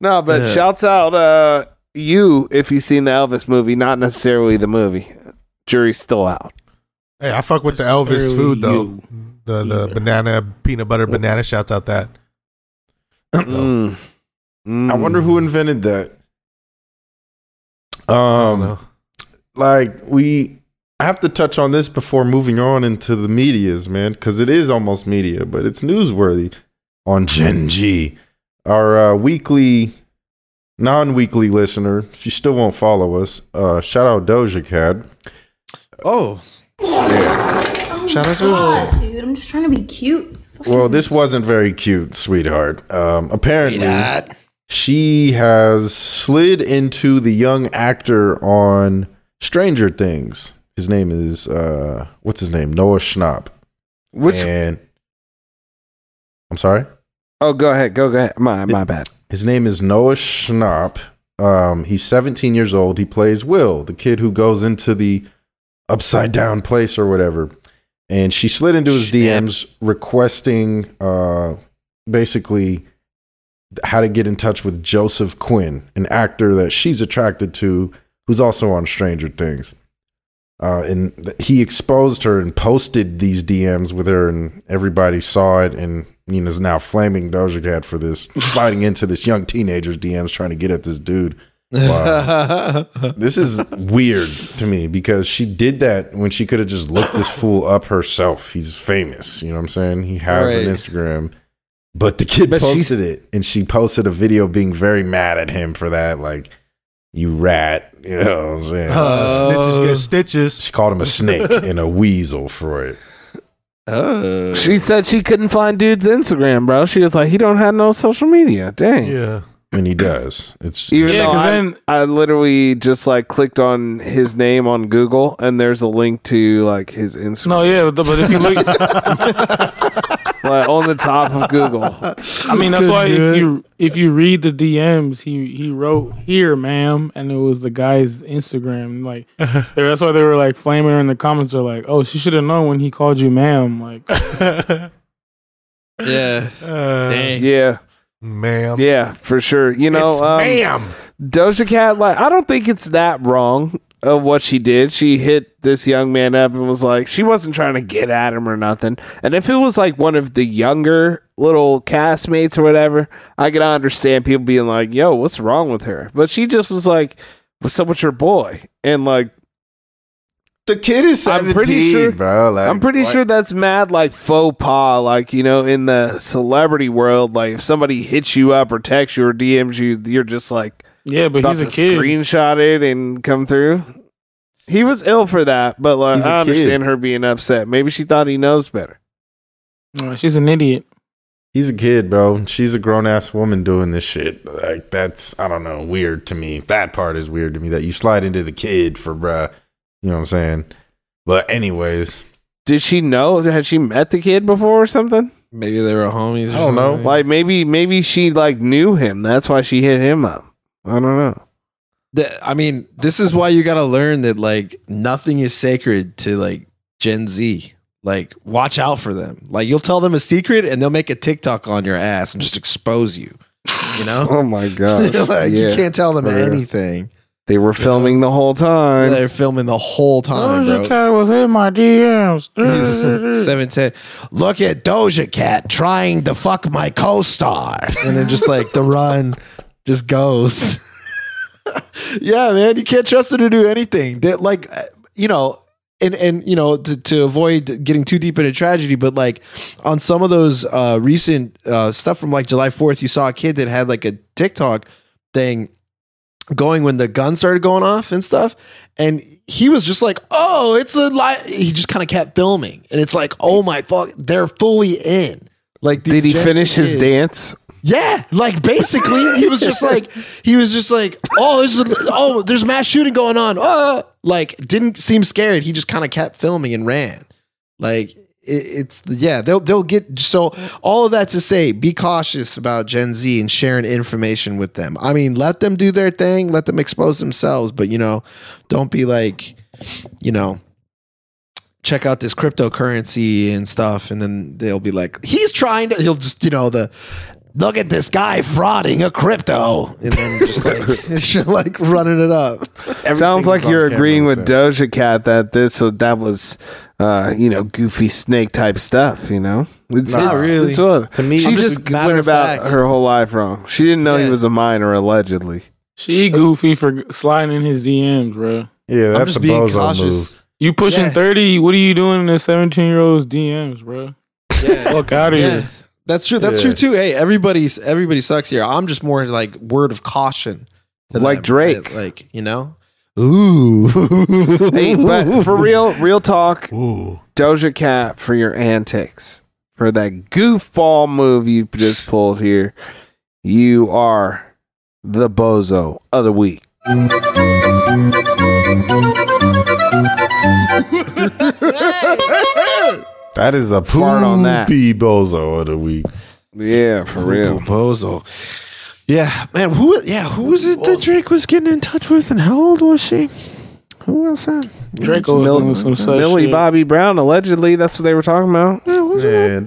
No, but
Yeah.
shouts out uh, you if you've seen the Elvis movie, not necessarily the movie. Jury's still out.
Hey, I fuck with the Elvis food though. The the banana peanut butter banana. Shouts out that.
Oh.
Mm. Mm.
I wonder who invented that. Um, like we I have to touch on this before moving on into the medias, man, because it is almost media, but it's newsworthy. On Gen G, our uh, weekly, non-weekly listener, if you still won't follow us, uh, shout out Doja Cat.
Oh,
Oh
Shout
my
out to those
God, dude. I'm just trying to be cute.
Well, this wasn't very cute, sweetheart. Um, apparently, she has slid into the young actor on Stranger Things. His name is uh what's his name? Noah Schnapp.
Which?
and I'm sorry?
Oh, go ahead. Go, go ahead. My, my bad.
His name is Noah Schnapp. Um, he's 17 years old. He plays Will, the kid who goes into the upside down place or whatever. And she slid into his DMs requesting uh, basically how to get in touch with Joseph Quinn, an actor that she's attracted to, who's also on Stranger Things. Uh, and th- he exposed her and posted these DMs with her, and everybody saw it. And you know, is now flaming Doja Cat for this, sliding into this young teenager's DMs trying to get at this dude. Wow. This is weird to me because she did that when she could have just looked this fool up herself. He's famous, you know what I'm saying? He has
Right.
an Instagram. But the kid
But she's-
posted it and she posted a video being very mad at him for that, like, you rat. You know what I'm saying?
Uh,
Uh,
Snitches get stitches.
she called him a snake and a weasel for it.
oh.
She said she couldn't find dude's Instagram, bro. She was like, he don't have no social media. Dang.
Yeah.
And he does. It's
Even
Yeah,
though
because
I,
then
I literally just like clicked on his name on Google and there's a link to like his Instagram.
no, yeah, but but if you look,
Like on the top of Google.
I mean, that's
Couldn't
why
do
if
it.
you if you read the DMs, he he wrote here, ma'am, and it was the guy's Instagram. Like they- that's why they were like flaming her in the comments. They're like, oh, she should have known when he called you ma'am. Like
yeah,
Uh,
Yeah.
ma'am.
Yeah, for sure. You know,
It's
um,
ma'am.
Doja Cat, like, I don't think it's that wrong of what she did. She hit this young man up and was like, she wasn't trying to get at him or nothing. And if it was like one of the younger little castmates or whatever, I could understand people being like, yo, what's wrong with her? But she just was like, what's up with your boy? And like,
the kid is
I'm pretty sure-
bro. Like,
I'm pretty
what?
sure that's mad like faux pas, like you know, in the celebrity world, like if somebody hits you up or texts you or DMs you, you're just like
yeah, but
about
he's
to
a kid.
screenshot it and come through. He was ill for that, but like
He's a
I
kid.
understand her being upset. Maybe she thought he knows better.
Oh, she's an idiot.
He's a kid, bro. She's a grown ass woman doing this shit. Like that's I don't know, weird to me. That part is weird to me that you slide into the kid for bruh. You know what I'm saying? But anyways,
Did she know? Had she met the kid before or something?
Maybe they were homies. Or
I don't know.
something.
Like maybe maybe she like knew him. That's why she hit him up. I don't know.
The- I mean, this is why you got to learn that like nothing is sacred to like Gen Z. Like, watch out for them. Like, you'll tell them a secret and they'll make a TikTok on your ass and just expose you. You know,
Oh my gosh.
like
yeah.
you can't tell them
for real.
anything.
They were filming the whole time.
They're filming the whole time,
Doja
bro.
Cat was in my DMs.
He's seven ten. Look at Doja Cat trying to fuck my co-star, and then just like the run just goes. yeah, man, you can't trust her to do anything. That like, uh, you know, and and you know to, to avoid getting too deep into tragedy, but like on some of those uh, recent uh, stuff from like July Fourth, you saw a kid that had like a TikTok thing going when the gun started going off and stuff and he was just like oh it's a lie he just kind of kept filming and it's like oh my fuck they're fully in like these
Did he
Gen
finish
Z
his
kids-
dance?
yeah, like basically, he was just like he was just like, oh, there's oh, there's mass shooting going on. Uh, like didn't seem scared. He just kind of kept filming and ran. Like it, it's yeah, they'll they'll get so all of that to say, be cautious about Gen Z and sharing information with them. I mean, let them do their thing, let them expose themselves, but you know, don't be like, you know, check out this cryptocurrency and stuff and then they'll be like he's trying to he'll just you know the look at this guy frauding a crypto and then just like like running it up
Sounds like
on
you're
camera
agreeing
with
with Doja Cat that this so that was, uh, you know, goofy snake type stuff. You know, it's,
Not really.
It's what,
To me-
she
I'm
just-
just
matter
went
of
about
fact.
her whole life wrong. She didn't know
Yeah.
he was a minor, allegedly.
She goofy for sliding in his DMs, bro.
yeah,
i'm
that's
just
a
being
bozo
cautious
move.
You pushing
Yeah.
30, what are you doing in a 17 year old's DMs, bro? Fuck out of
yeah
here.
that's true that's
Yeah.
true too hey everybody's everybody sucks here i'm just more like word of caution to
Like
them,
Drake.
right? like you know ooh
Hey, but for real, real talk,
Ooh.
Doja Cat for your antics, for that goofball move you just pulled here, you are the bozo of the week.
That is a
Fart on that.
poopy bozo of the week.
Yeah, for real.
Bozo. Yeah, man. Who? Yeah, who was it that Drake was getting in touch with, and how old was she? Who was that?
Draco was
Mil-
doing some such
Millie
shit.
Bobby Brown, allegedly, that's what they were talking about.
Yeah,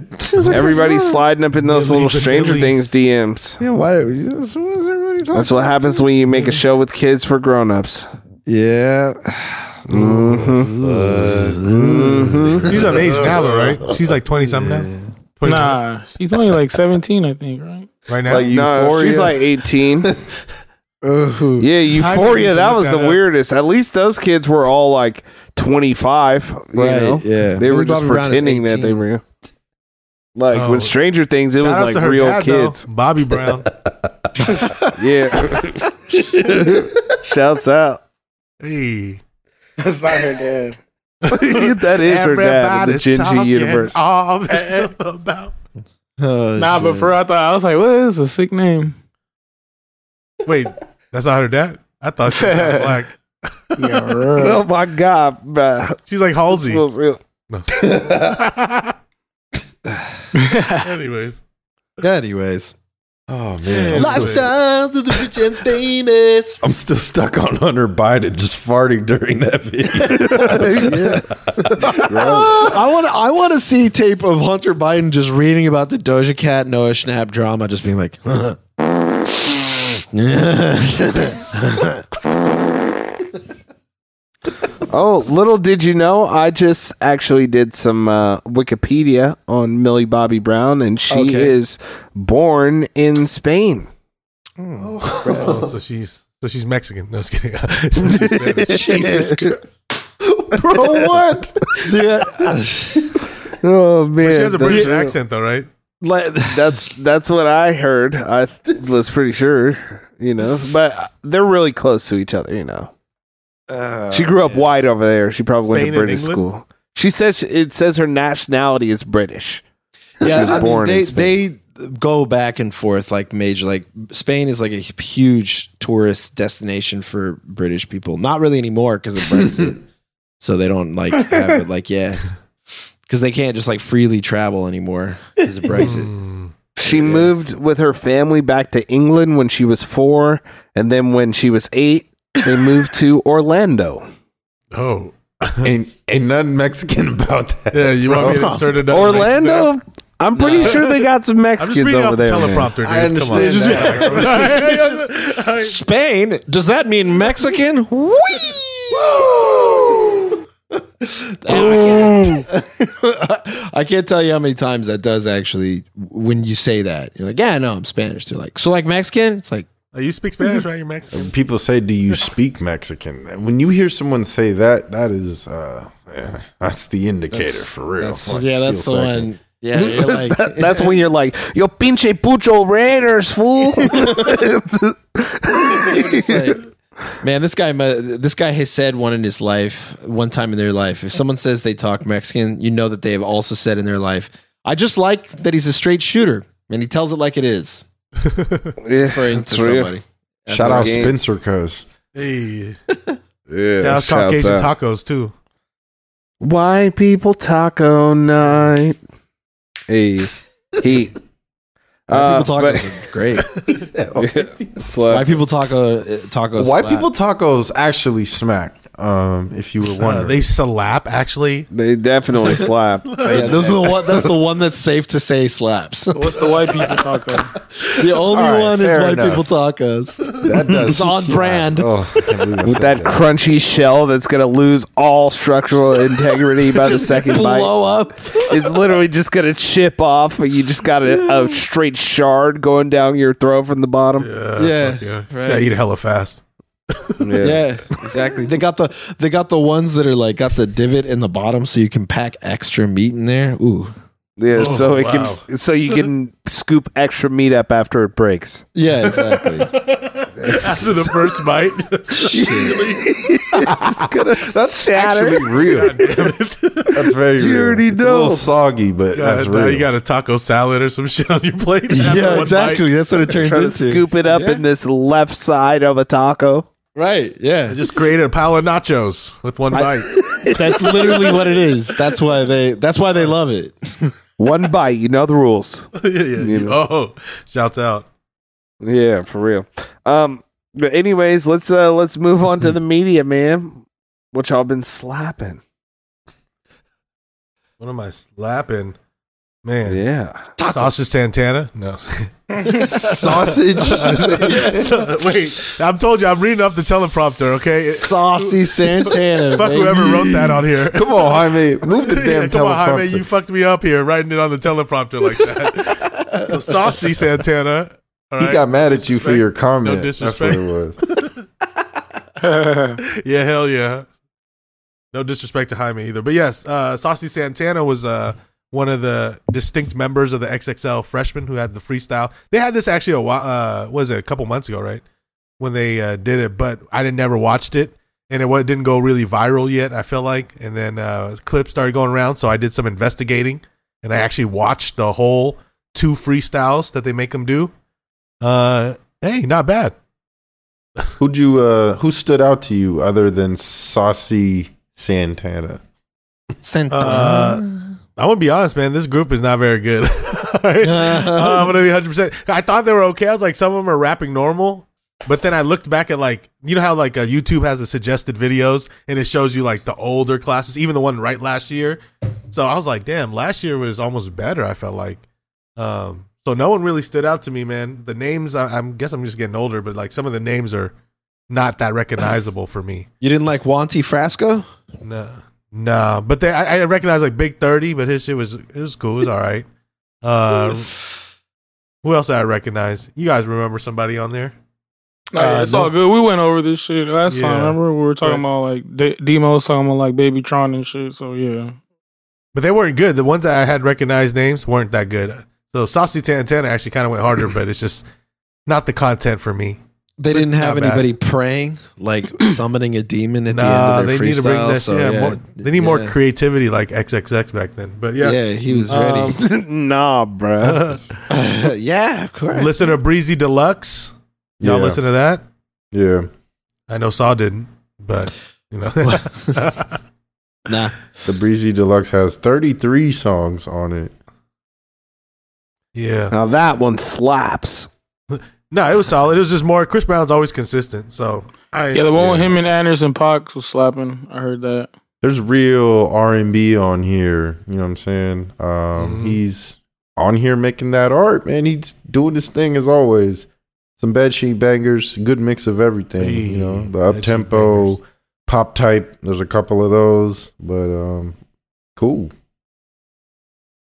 Everybody's sliding up in those
Millie
little Stranger
Vanilli.
Things DMs.
Yeah, why? That's what was everybody talking?
That's what happens when you make a show with kids for grown-ups. Mm-hmm.
Yeah,
She's of age now, though, right? She's like twenty something now. 22?
Nah, she's only like 17, I think, right?
right now.
Like,
No, she's
Euphoria.
like 18.
Ooh.
Yeah,
I
Euphoria.
didn't
That
look
was
that
the
up.
weirdest. At least those kids were all like 25. You
Right,
know?
yeah.
They were
Millie
just
Bobby Brown is
pretending that they
18.
were. Like
Oh.
when Stranger Things, it
Shout outs
was
to
like
her
real
dad, though,
kids.
Bobby Brown.
Yeah. Shouts out.
hey,
That's not her dad.
that is her dad in the
Everybody's
Gingy
talking
universe.
All this stuff about.
Oh,
Nah, but
shit.
for real, I thought, I was like, what is a sick name?
Wait, that's not her dad. I thought she was not black.
Yeah,
Oh
real.
my God, bro.
She's like Halsey.
This was real.
Anyways,
anyways,
Oh man, I'm still,
lifestyles of the rich and famous.
I'm still stuck on Hunter Biden just farting during that video.
yeah. I want I want to see tape of Hunter Biden just reading about the Doja Cat Noah Schnapp drama, just being like,
Oh, little did you know, I just actually did some uh, Wikipedia on Millie Bobby Brown, and she
Okay.
is born in Spain.
oh, so she's so she's Mexican. No, just kidding. She's Spanish.
Jesus Christ. Bro, what?
Oh man,
she has a
that's-
British accent, though, right?
Like,
That's that's what I heard. I was pretty sure, you know. But they're really close to each other, you know.
Uh,
She grew up white over there. She probably went
Oh, Spain
to
and
British
England?
school. She says it says her nationality is British.
yeah,
was
I mean,
born in
they
Spain.
they go back and forth like major. Like Spain is like a huge tourist destination for British people. Not really anymore because of Brexit, so they don't like have it. Like yeah, because they can't just like freely travel anymore because of Brexit.
She moved with her family back to England when she was four, and then when she was eight, they moved to Orlando.
Oh.
Ain't ain't nothing Mexican about that.
Yeah, you want me to
bro.
insert it?
Orlando. I'm pretty sure they got some
I'm just
Mexicans
reading
over
off the
there.
teleprompter. Dude.
I understand
Come on.
Spain? Does that mean Mexican? Whee! I, can't, I can't tell you how many times that does actually when you say that. You're like, yeah, no, I'm Spanish. They're like, so like Mexican? It's like,
Oh, you speak Spanish, right? You're Mexican.
People say, "Do you speak Mexican?" When you hear someone say that, that is uh, yeah, that's the indicator for real. Like,
yeah,
still
that's the
second.
one. Yeah, you're like,
That's when you're like, yo, pinche pucho Raiders, fool.
man, this guy, mu- this guy has said one in his life, one time in their life. If someone says they talk Mexican, you know that they have also said in their life, I just like that he's a straight shooter, and he tells it like it is.
yeah,
Referring to
it's real.
somebody.
Shout out
Games.
Spencer, cuz
Hey,
yeah,
yeah,
shouts
Caucasian
out.
tacos too.
Why people taco night? Hey, he.
Why
Uh,
people talk
but-
is great.
It's like-
Why people talk uh, tacos?
White
slap.
"Oh, people tacos actually smack. Um, if you were
Uh,
wondering,
they slap actually.
They definitely slap.
Yeah, those are the one. That's the one that's safe to say slaps. The
What's the white people talking? about?
only
All right,
one is
fair
white
enough.
people tacos.
that does
It's on
slap.
brand.
Oh, I can't believe I
With
said
that crunchy shell that's gonna lose all structural integrity by the second bite.
Blow up.
It's literally just gonna chip off, and you just got a, a straight shard going down your throat from the bottom.
Yeah,
Yeah,
right.
yeah, eat hella fast.
Yeah, exactly. They got the they got the ones that are like got the divot in the bottom, so you can pack extra meat in there. Ooh,
Yeah, so it
wow.
can so you can scoop extra meat up after it breaks.
yeah, exactly.
After the first bite,
Just gonna
That's actually real. That's very
You
real.
already
It's a little
know.
soggy, but that's
God, now
real.
you got a taco salad or some shit on your plate. after one
yeah,
bite.
exactly. That's what it turns
try
into.
to scoop it up in this left side of a taco.
Right. Yeah.
Just created a pile of nachos with one bite.
That's literally what it is. That's why they. That's why they love it.
One bite, you know the rules.
yeah, yeah, yeah. Oh, shouts out.
Yeah, for real. Um, but anyways, let's uh let's move on to the media, man. What y'all been slapping?
What am I slapping? Man,
Yeah,
Sasha Santana? No.
Sausage.
Wait, I'm told you, I'm reading off the teleprompter, okay?
Saucy Santana.
Fuck whoever wrote that on here.
Come on, Jaime, move the damn
Yeah, come on, Jaime, you
teleprompter.
fucked me up here writing it on the teleprompter like that. So saucy Santana. All
He
right?
got mad at you for
Disrespect.
your comment.
disrespect.
That's what it was.
Yeah, hell yeah. No disrespect to Jaime either. But yes, uh, Saucy Santana was uh, one of the distinct members of the XXL freshmen who had the freestyle. They had this actually a while, uh, what was it, a couple months ago, right? When they uh, did it, but I didn't never watched it. And it wa- didn't go really viral yet, I feel like. And then uh, clips started going around, so I did some investigating. And I actually watched the whole two freestyles that they make them do. Uh, hey, not bad.
Who'd you? Uh, who stood out to you other than Saucy Santana?
Santana.
Uh, I'm gonna be honest, man. This group is not very good. All right? Uh, I'm gonna be 100. percent I thought they were okay. I was like, some of them are rapping normal, but then I looked back at like, you know how like uh, YouTube has the suggested videos and it shows you like the older classes, even the one right last year. So I was like, damn, last year was almost better. I felt like, um, so no one really stood out to me, man. The names, I, I guess I'm just getting older, but like some of the names are not that recognizable for me.
you didn't like Wanty Frasco?
No, no. But they, I, I recognize like Big Thirty, but his shit was it was cool. It was all right. Uh, who else did I recognize? You guys remember somebody on there?
Like, it's all good. We went over this shit last
Yeah.
time. Remember, we were talking
But-
about like D- demos, talking about like Baby Tron and shit. So yeah,
But they weren't good. The ones that I had recognized names weren't that good. So Saucy Tantana actually kind of went harder, but it's just not the content for me.
They didn't have
Not bad.
anybody praying, like summoning a demon at
Nah,
the end of their
they
freestyle.
need to bring this.
so,
yeah,
yeah,
more, they need more
yeah.
creativity, like XXX back then. But yeah,
Yeah, he was
Um,
ready.
nah, bruh.
yeah, of course.
listen to Breezy Deluxe. Y'all
Yeah.
listen to that.
Yeah.
I know Saw didn't, but you know,
Nah.
The Breezy Deluxe has 33 songs on it.
yeah.
Now that one slaps.
No, it was solid. It was just more. Chris Brown's always consistent, so I,
Yeah, the one with him and Anderson Pox was slapping. I heard that.
There's real R&B on here, you know what I'm saying? Um
Mhm.
he's on here making that art, man. He's doing his thing as always. Some bad sheet bangers, good mix of everything, you know.
Hey,
The
bad
up
sheet
tempo,
bangers.
pop type, there's a couple of those, but um cool.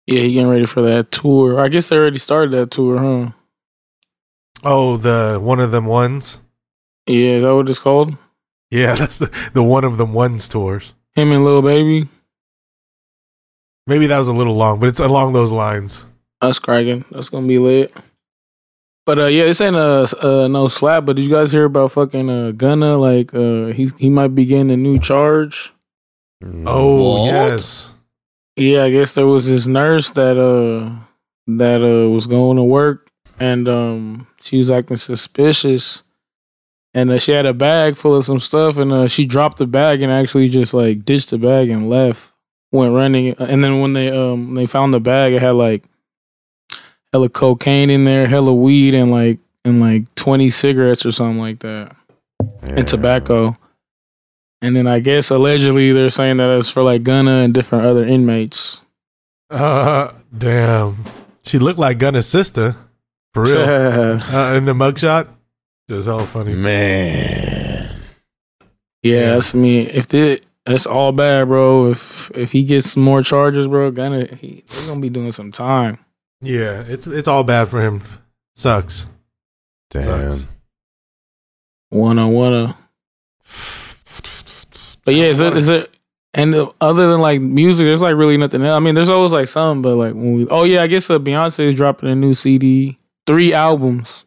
Yeah, he getting ready for that tour. I guess they already started that tour, huh?
Oh, the one of them ones.
Yeah, is that what it's called?
Yeah, that's the, the one of them ones tours.
Him and Lil Baby.
Maybe that was a little long, but it's along those lines.
That's cracking. That's gonna be lit. But uh, yeah, this ain't a uh, no slap. But did you guys hear about fucking uh, Gunna? Like uh, he's he might be getting a new charge.
Oh
Mm,
What?
yes,
Yeah, I guess there was this nurse that uh that uh was going to work and um she was acting suspicious and uh, she had a bag full of some stuff and uh she dropped the bag and actually just like ditched the bag and left went running uh, and then when they um they found the bag it had like hella cocaine in there hella weed and like and like 20 cigarettes or something like that and tobacco and then i guess allegedly they're saying that it's for like gunna and different other inmates
uh, damn. She looked like Gunna's sister for real uh, in the mugshot. Just hella funny.
Yeah, that's me. If they, that's all bad, bro. If if he gets some more charges, bro, gonna he they're gonna be doing some time.
Yeah, it's it's all bad for him. Sucks.
Damn.
Sucks.
One on one. But yeah, is it is it? And uh, other than like music, there's like really nothing else. I mean, there's always like some, but like when we oh yeah, I guess uh, Beyonce is dropping a new CD, three albums,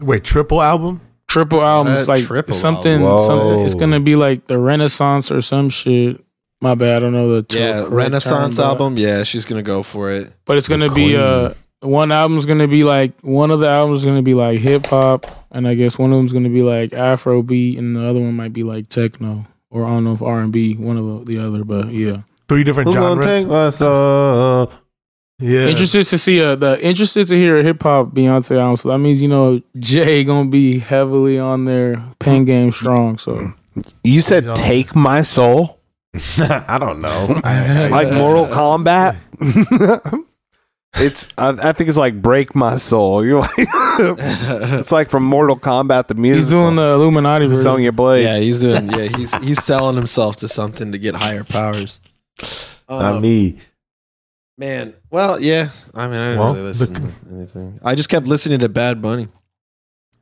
Wait, triple album?
triple albums,
What?
like
Triple
something
album.
something.
Whoa.
It's gonna be like the Renaissance or some shit. My bad, I don't know the
Yeah,
correct
Renaissance
term, but-
album. Yeah, she's gonna go for it.
But it's
The
gonna be uh one album's gonna be like one of the albums is gonna be like hip hop, and I guess one of them's gonna be like Afro beat, and the other one might be like techno or I don't know if R and B, one of the other. But yeah,
Three different
Who gonna
genres.
take
uh,
us up?
yeah.
interested to see uh the interested to hear a hip hop Beyonce album. So that means you know Jay gonna be heavily on there, pen game strong. So
You said
Y'all-
take my soul
I don't know. I, I-
like Mortal Kombat. it's I, I think it's like break my soul. You like, it's like from Mortal Kombat the music.
he's doing the Illuminati version.
Sonya Blade.
yeah, he's doing. Yeah, he's he's selling himself to something to get higher powers.
not
Um,
me.
man. Well, yeah. I mean, I didn't
Well,
really listen to anything. I just kept listening to Bad Bunny.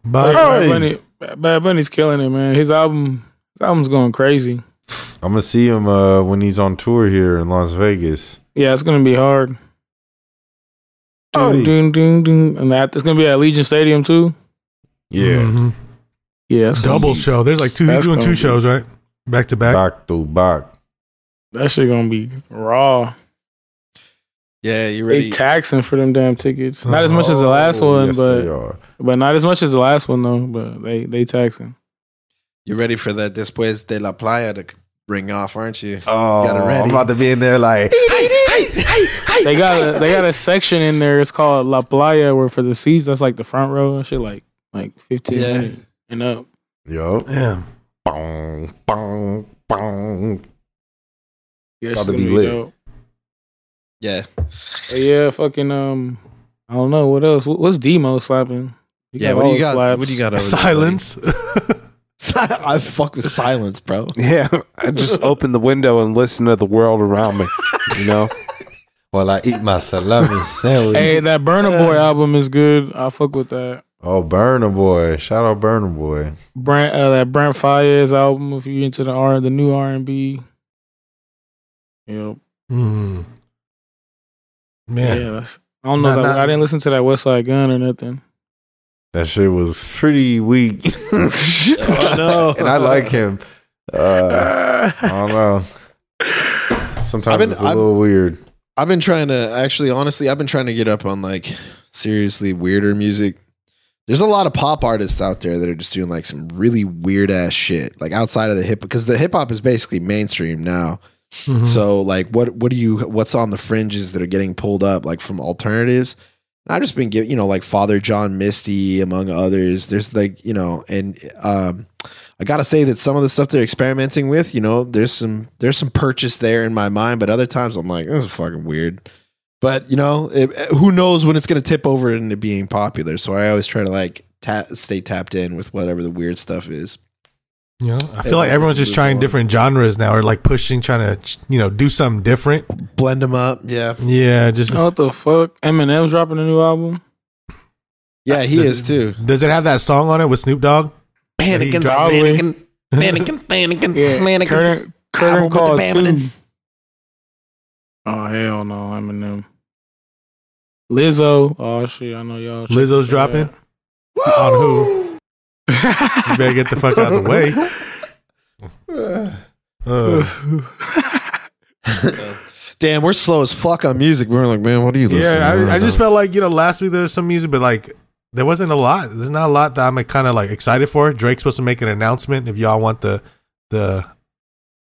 Bye.
Bad, Bunny, Bad Bunny's killing it, man. His album, his album's going crazy.
I'm gonna see him uh, when he's on tour here in Las Vegas.
Yeah, it's gonna be hard. Dun,
Howdy.
dun, dun, dun. And that it's gonna be at Legion Stadium too.
Mm-hmm.
Mhm.
Yeah, that's-
Double show. There's like two. He's
That's
doing two
gonna be-
shows, right? Back to back.
back to back.
that shit gonna be raw.
Yeah, you
They
ready?
taxing for them damn tickets. Not as much as the last
Oh,
one,
yes, they
but
are.
but not as much as the last one though. But they they taxing.
you ready for that Después de la Playa to ring off, aren't you?
oh,
Got it ready.
I'm about to be in there like
They got a they got a section in there. It's called La Playa, where for the seats that's like the front row and shit, like like fifteen
Yeah.
minutes and up.
yo.
Yeah.
Bong, bong, bong.
Yeah,
About
shit's
to
gonna
be
be
lit.
dope.
Yeah.
But yeah, fucking um, I don't know what else. What- What's Demo slapping? He
Yeah.
got
What
all
do you
the
got?
slaps.
What do you got? Over there, buddy?
Silence.
Si- I fuck with silence, bro.
Yeah, I just open the window and listen to the world around me. You know,
While I eat my salami sandwich.
Hey, that Burner Boy
Uh,
album is good. I fuck with that.
Oh, Burner Boy! Shout out Burner Boy.
Brent, uh, that Brent Fayez album. If you're into the R, the new R and B. Yep.
Hmm.
Yeah.
Man,
that's, I don't know.
Nah,
that,
nah.
I didn't listen to that Westside Gun or nothing.
That shit was pretty weak.
no.
and I like him. Uh, I don't know. Sometimes
I've been-
it's a
I've-
little weird.
I've been trying to actually, honestly, I've been trying to get up on like seriously weirder music. There's a lot of pop artists out there that are just doing like some really weird ass shit, like outside of the hip, because the hip hop is basically mainstream now. So like, what what do you what's on the fringes that are getting pulled up like from alternatives? And I've just been giving, you know, like Father John Misty among others. There's like, you know, and um, I gotta say that some of the stuff they're experimenting with, you know, there's some there's some purchase there in my mind, but other times I'm like, this is fucking weird. But you know, it, eh, who knows when it's gonna tip over into being popular? So I always try to like ta- stay tapped in with whatever the weird stuff is.
You know, I feel like everyone's just trying different genres now, or like pushing, trying to you know do something different.
Blend them up, yeah,
Yeah, just
Oh, what the fuck? Eminem's dropping a new album.
yeah. He
Does
is too.
does it have that song on it with Snoop Dogg?
Mannequin,
Probably.
mannequin, mannequin,
Yeah, current, current
Album
call
with the Bamanin.
too. Oh hell no, Eminem. Lizzo. Oh shit, I know y'all. checking
Lizzo's
for
dropping
that.
on who? You better get the fuck out of the way. uh, Ugh.
Damn, we're slow as fuck on music. We're like, man, what are you listening?
yeah,
don't
I, I just
know.
felt like you know last week there was some music, but like there wasn't a lot. There's not a lot that I'm like, kind of like excited for. Drake's supposed to make an announcement if y'all want the the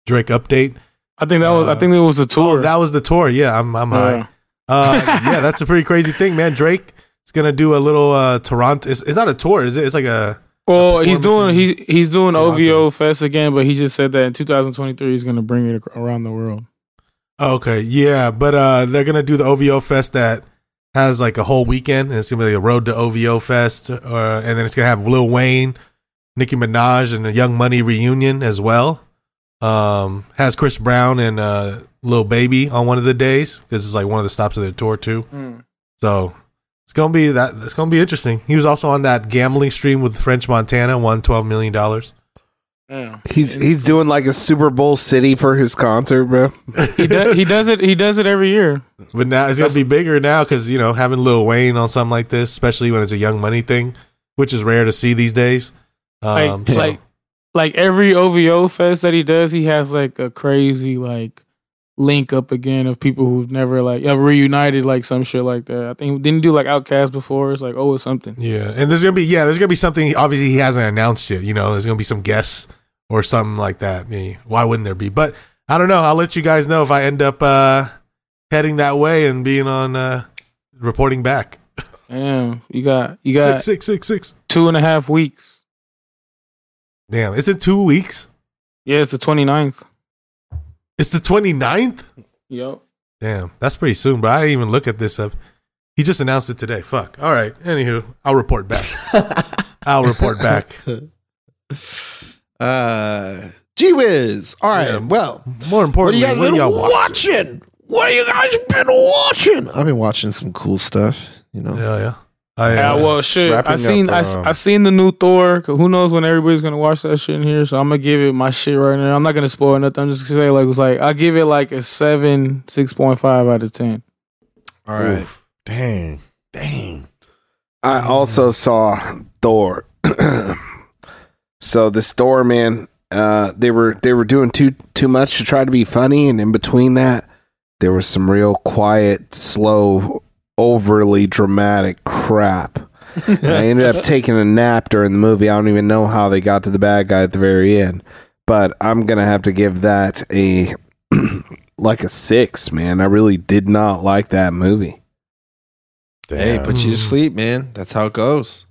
Drake update.
I think that was. I think it was a tour.
Oh, that was the tour. Yeah, I'm I'm high.
Yeah.
Uh, yeah, that's a pretty crazy thing, man. Drake is gonna do a little uh, Toronto. It's, it's not a tour, is it? It's like a
Well, he's doing
performance
he's he's doing
Toronto.
OVO Fest again, but he just said that in 2023 he's gonna bring it ac- around the world.
okay, yeah, but uh, they're gonna do the OVO Fest that has like a whole weekend, and it's gonna be like a road to OVO Fest, uh, and then it's gonna have Lil Wayne, Nicki Minaj, and a Young Money reunion as well. Um, has Chris Brown and uh, Lil Baby on one of the days because it's like one of the stops of their tour too.
Mm,
So it's gonna be that. It's gonna be interesting. He was also on that gambling stream with French Montana, won twelve million dollars.
Yeah.
He's he's doing like a Super Bowl city for his concert, bro.
He does he does it he does it every year.
But now it's gonna be bigger now because you know having Lil Wayne on something like this, especially when it's a Young Money thing, which is rare to see these days.
Like
Um, so-
like like every OVO Fest that he does, he has like a crazy like link up again of people who've never like ever reunited like some shit like that. I think didn't he do like Outcast before. It's like oh it's something.
yeah, and there's gonna be yeah, there's gonna be something. Obviously, he hasn't announced yet. You know, there's gonna be some guests or something like that. I mean, why wouldn't there be? But I don't know. I'll let you guys know if I end up uh, heading that way and being on uh, reporting back.
Damn, you got you got
Six six six six.
two and a half weeks.
Damn, it's in two weeks.
Yeah, it's the 29th.
It's the 29th?
Yep.
Damn, that's pretty soon, but I didn't even look at this up. He just announced it today. Fuck. All right. Anywho, I'll report back. I'll report back.
Uh, gee whiz. All right.
Yeah.
Well,
More
what do
importantly,
you guys
what
been
do y'all watch?
watching? What have you guys been watching? I've been watching some cool stuff. You know,
Yeah, yeah. I, uh,
Yeah, well, shit.
Wrapping
I seen
up,
I s I
um,
I, seen the new Thor. 'cause Who knows when everybody's gonna watch that shit in here? So I'm gonna give it my shit right now. I'm not gonna spoil nothing. I'm just gonna say like it was like I give it like a seven, six point five out of ten.
all right.
Oof. Dang. Dang.
I also saw Thor. so this Thor man, uh, they were they were doing too too much to try to be funny, and in between that, there was some real quiet, slow, overly dramatic crap. And I ended up taking a nap during the movie. I don't even know how they got to the bad guy at the very end, but I'm gonna have to give that a like a six, man. I really did not like that movie.
Hey,
Damn.
put you to
Mm.
sleep, man. That's how it goes.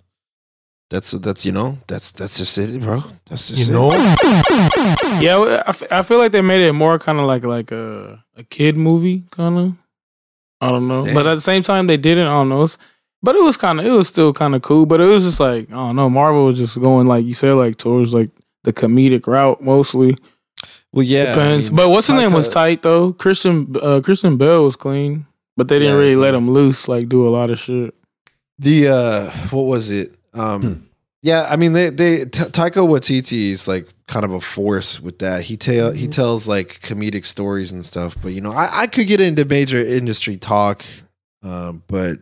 That's that's you know that's that's just it, bro. That's just
you
it.
know,
Yeah, well, I, f- I feel like they made it more kind of like like a a kid movie kind of. I don't know, but
Damn.
at the same time they didn't. I don't know. It's- but it was kind of it was still kind of cool. But it was just like I don't know. Marvel was just going like you said like towards like the comedic route mostly.
Well, yeah, I
Depends.
mean, uh,
but what's his name was
Taika-
tight though. Christian uh, Christian Bell was clean, but they didn't
Yeah,
really
it's
let
like-
him loose. Like do a lot of shit.
the uh what was it um yeah i mean they they Ta- taika waititi is like kind of a force with that he tell he tells like comedic stories and stuff but you know i i could get into major industry talk um but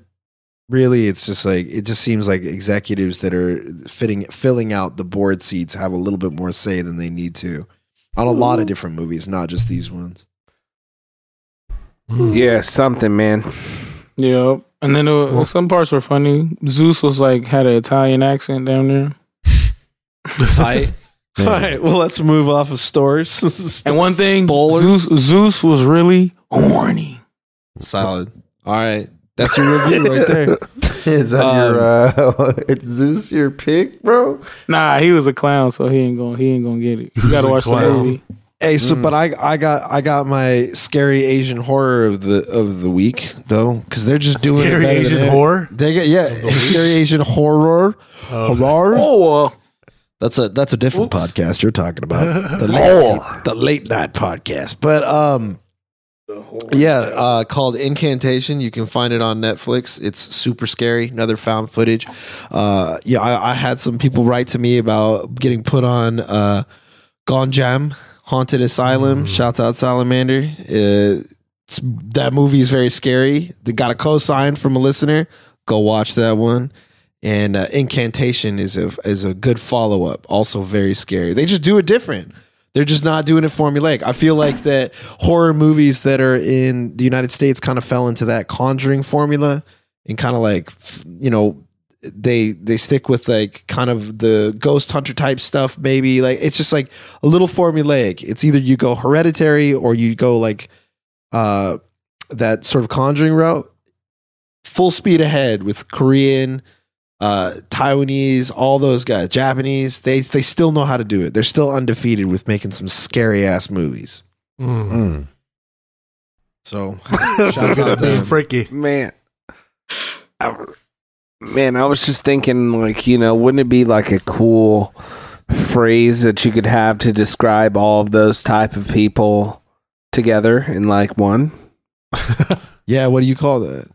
really it's just like it just seems like executives that are fitting filling out the board seats have a little bit more say than they need to on a lot of different movies, not just these ones.
Yeah, something, man.
Yeah. And then uh, some parts were funny. Zeus was like had an Italian accent down there.
Tight. All right. Well, let's move off of stores.
And one thing,
Bowlers.
Zeus, Zeus was really horny.
solid. All right. That's your review right there. Um,
Is that your uh, it's Zeus your pick, bro?
Nah, he was a clown, so he ain't gonna he ain't gonna get it. You gotta watch
clown.
the movie.
Hey, so but I I got I got my scary Asian horror of the of the week though because they're just doing
Scary
it better
Asian
than ever.
horror?
They get yeah, scary Asian horror horror.
Oh, uh,
That's a that's a different podcast you're talking about. The late, night, the late night podcast. But um yeah, uh, called Incantation. You can find it on Netflix. It's super scary. Another found footage. Uh, yeah, I, I had some people write to me about getting put on uh, Gonjam Haunted Asylum. Shouts out Salamander. Uh, it's, that movie is very scary. They got a co-sign from a listener. Go watch that one. And uh, Incantation is a is a good follow up. Also very scary. They just do it different. They're just not doing it formulaic. I feel like that horror movies that are in the United States kind of fell into that Conjuring formula and kind of like f- you know they they stick with like kind of the ghost hunter type stuff maybe like it's just like a little formulaic it's either you go hereditary or you go like uh that sort of conjuring route full speed ahead with korean uh taiwanese all those guys japanese they they still know how to do it they're still undefeated with making some scary ass movies
Mm.
Mm.
so
Shout
shouts out
out
to
being
them.
freaky.
Man. I- man, I was just thinking, like, you know, wouldn't it be like a cool phrase that you could have to describe all of those type of people together in like one?
yeah what do you call that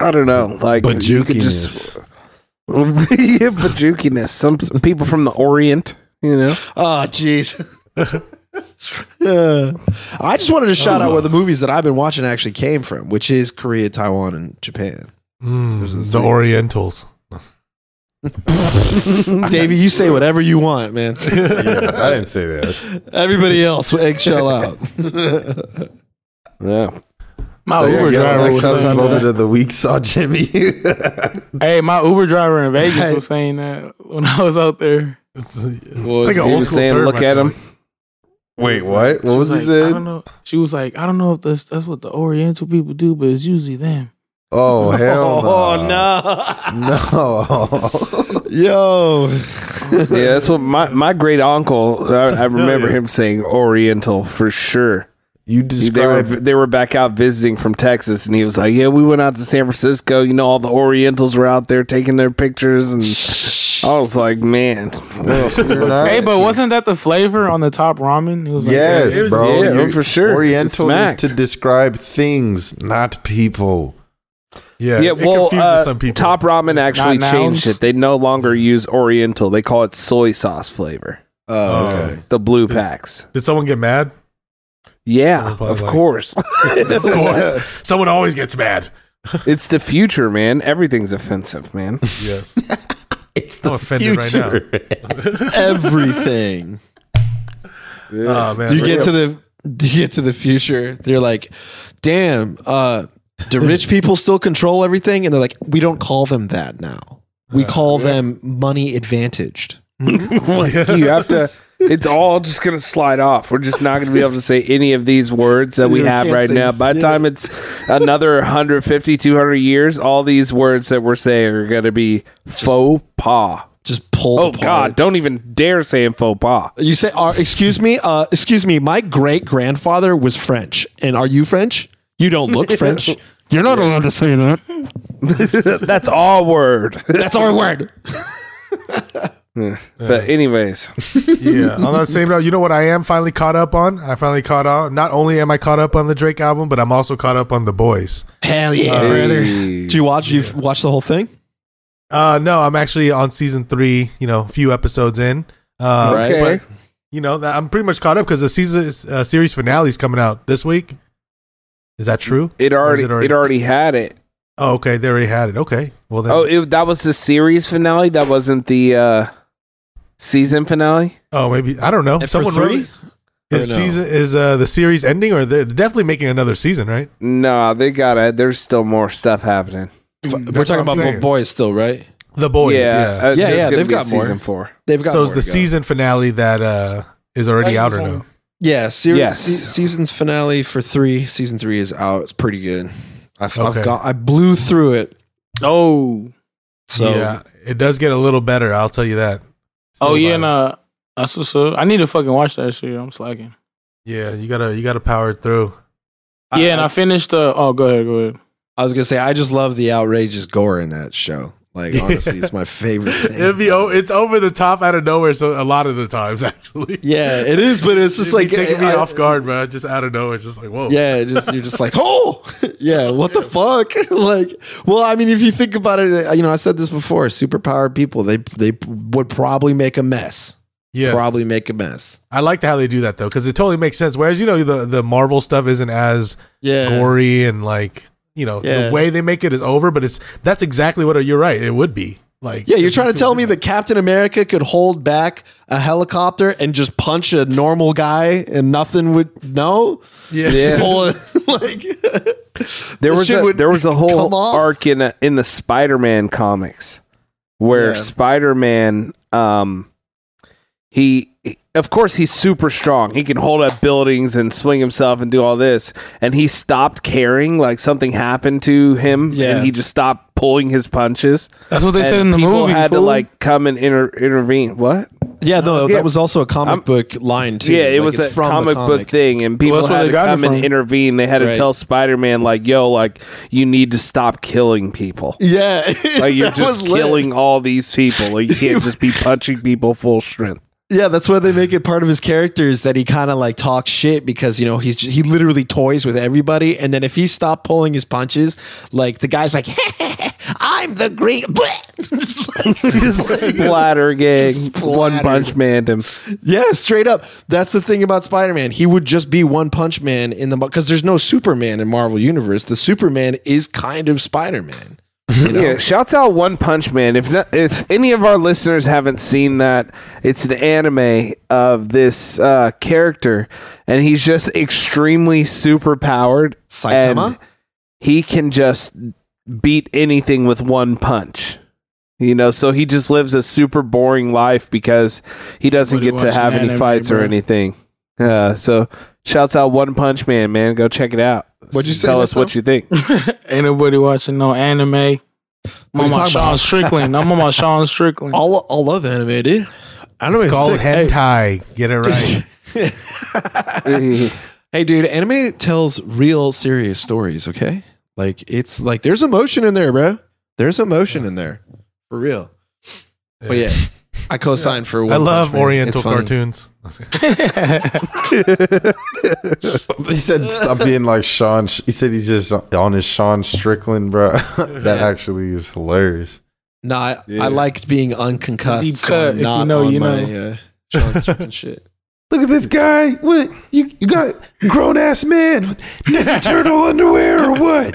I don't know. Like, you could just. yeah, bajukiness. Some some people from the Orient, you know.
Oh, jeez. yeah. I just wanted to shout out where the movies that I've been watching actually came from, which is Korea, Taiwan, and Japan.
Mm. The Orientals.
Davey, you say whatever you want, man.
Yeah, I didn't say that.
Everybody else, eggshell out.
Yeah.
my
There
Uber
you go.
driver was
Alexa's
saying
moment
that.
of the week saw Jimmy.
Hey, my Uber driver in Vegas
Hey.
was saying that when I was out there.
It's, uh, it's
Well,
like an
He
old
was
school
saying,
term,
"Look
I
at
feel
him."
like.
Wait, what? What
She
was he
like, I don't
saying?
know. She was like, I don't know if that's that's what the Oriental people do, but it's usually them.
Oh hell no!
no.
no.
Yo.
Yeah, that's what my, my great uncle. I,
Oh,
I remember him saying Oriental for sure. They
you
were
describe
they were back out visiting from Texas, and he was like, "Yeah, we went out to San Francisco. You know, all the Orientals were out there taking their pictures." And I was like, "Man,
You're not-
Hey, but wasn't that the flavor on the top ramen? It was like,
yes,
it was-
bro.
yeah,
You're-
for sure. It
Oriental is
smacked.
to describe things, not people.
Yeah,
yeah."
it
Well,
confuses
uh,
some people.
Top Ramen actually
not
changed
nouns?
it. They no longer use Oriental. They call it soy sauce flavor.
Oh, okay.
The blue packs.
Did someone get mad?
Yeah,
Probably
of
like-
course.
Of course. someone always gets mad.
it's the future, man. Everything's offensive, man.
Yes. it's the I'm offended right
Everything.
now. Oh, man.
Do you get to the do you get to the future? They're like, damn, uh, do rich people still control everything? And they're like, we don't call them that now. We call them money advantaged.
you have to it's all just gonna slide off we're just not gonna be able to say any of these words that we
You
have
can't
right
say
now by the
shit.
time it's another 150 200 years all these words that we're saying are gonna be faux pas
Just pulled
oh
apart.
god don't even dare say faux pas
You say, uh, excuse me, uh, excuse me, my great grandfather was French. And are you French? You don't look French. You're not allowed to say that.
that's our word
That's our word.
but anyways
yeah. On that same note, you know what I am finally caught up on? I finally caught on. Not only am I caught up on the Drake album, but I'm also caught up on The Boys.
Hell yeah, brother. Did you watch? You've watched the whole thing?
Uh, no, I'm actually on season three, you know, a few episodes in. Uh,
Right.
okay
You know, that- I'm pretty much caught up because the season uh, series finale is coming out this week. Is that true?
it
Or
already
is
it already had it
Oh, okay. They already had it. Okay. Well, then.
Oh,
Oh,
it, that was the series finale. That wasn't the uh, season finale.
oh, maybe I don't know.
And for
Someone
three?
really is
Or no?
season is uh, the series ending, or they're definitely making another season, right?
No, they got it. There's still more stuff happening.
We're
That's
talking
what I'm
about
saying.
boys still, right?
The boys. Yeah.
uh,
Yeah,
there's
yeah,
gonna
they've
be
got more.
season four.
They've got.
so it's
more
the
to go.
season finale that uh, is already out or no?
Yeah, series
Yes.
se- season's finale for three. Season three is out. It's pretty good. I've,
Okay.
I've got. I blew through it.
Oh,
So
yeah, it does get a little better. I'll tell you that.
oh
Still
yeah,
fine.
nah. That's what's up. I need to fucking watch that shit. I'm slacking.
Yeah, you gotta you gotta power through.
I-
yeah, and I,
I-
finished. Uh, oh, go ahead, go ahead.
I was gonna say I just love the outrageous gore in that show. Like honestly, it's my favorite thing.
It'd be o- it's over the top out of nowhere. So a lot of the times, actually,
yeah, it is, but it's just
It'd be
like
taking me
I-
off guard, bro. Just out of nowhere, just like whoa.
Yeah, it just you're just like, oh, yeah, what the fuck? like, well, I mean, if you think about it, uh, you know, I said this before. Superpowered people, they they would probably make a mess.
yeah.
Probably make a mess.
I liked how they do that though, because it totally makes sense. Whereas you know the the Marvel stuff isn't as
Yeah,
gory and like you know
Yeah.
the way they make it is over, but it's that's exactly what you're right. It would be like
Yeah, you're trying to tell me that Captain America could hold back a helicopter and just punch a normal guy and nothing would no?
yeah.
Just
Yeah.
pull it, like
There
That
was
shit
a,
would
there was a
come
whole
off.
arc in a, in the Spider-Man comics where
Yeah.
Spider-Man um he he- of course he's super strong. He can hold up buildings and swing himself and do all this and he stopped caring like something happened to him
Yeah.
and he just stopped pulling his punches.
That's what they
and
said in the
people
movie.
had
fool.
to like come and inter- intervene. What?
Yeah, no,
Yeah.
that was also a comic
I'm-
book line too.
Yeah, it
Like,
was
it's
a comic, book thing, and people
that's where
had
they
to
got it
come and
from.
intervene. They had to
Right.
tell Spider Man, like, yo, like, you need to stop killing people.
Yeah.
Like, you're
That
just
was lit.
killing all these people. Like, you can't just be punching people full strength.
Yeah, that's why they make it part of his character is that he kind of like talks shit because you know he's just, he literally toys with everybody, and then if he stopped pulling his punches, like the guy's like, "I'm the great," Just like-
Splatter gang.
Splatter.
One punch man him.
yeah, straight up. That's the thing about Spider Man. He would just be One Punch Man in the because there's no Superman in Marvel Universe. The Superman is kind of Spider Man.
Yeah, shouts out One Punch Man. If not, if any of our listeners haven't seen that, it's an anime of this uh, character, and he's just extremely super powered.
Saitama?
and he can just beat anything with one punch. You know, so he just lives a super boring life because he doesn't
Nobody
get to
watched
have any
anime,
fights or
bro.
anything. Uh, so, shouts out One Punch Man, man. Go check it out.
What'd you say,
Tell us
Nesto?
what you think.
Ain't nobody watching no anime. I'm
you
on my
talking
Sean
about?
Strickland. I'm on my Sean Strickland.
All all love anime, dude. I don't know.
It's called hentai. Get it right.
Hey, dude, anime tells real serious stories, okay? Like, it's like there's emotion in there, bro. There's emotion in there for real. But yeah, I co signed for one.
I
Punch
love
Man.
Oriental
It's funny.
cartoons.
He said, "Stop being like Sean." He said he's just on his Sean Strickland, bro. that actually is hilarious.
No, I, I liked being unconcussed.
Deep
so
cut,
I'm
if you
not
know,
on
you
my, uh, Sean Strickland shit.
Look at this guy. What you you got grown ass man with Ninja Turtle underwear or what?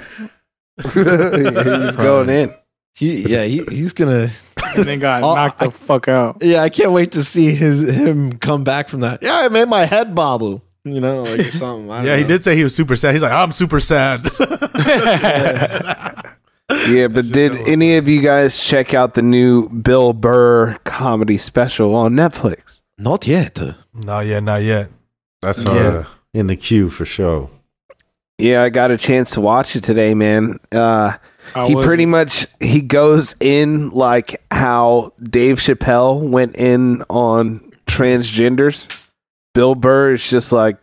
he's going in.
He, yeah, he, he's gonna.
and then got
Oh,
knocked the fuck out.
Yeah, I can't wait to see his him come back from that. Yeah, I made my head bobble. You know, like or something. I don't
yeah, he
know.
did say he was super sad. He's like, I'm super sad.
Yeah, but did any of you guys check out the new Bill Burr comedy special on Netflix?
Not yet.
not yet, not yet.
That's
Yeah.
uh, in the queue for sure.
Yeah, I got a chance to watch it today, man. Uh,
I
he
was-
pretty much he goes in like how Dave Chappelle went in on transgenders. Bill Burr is just like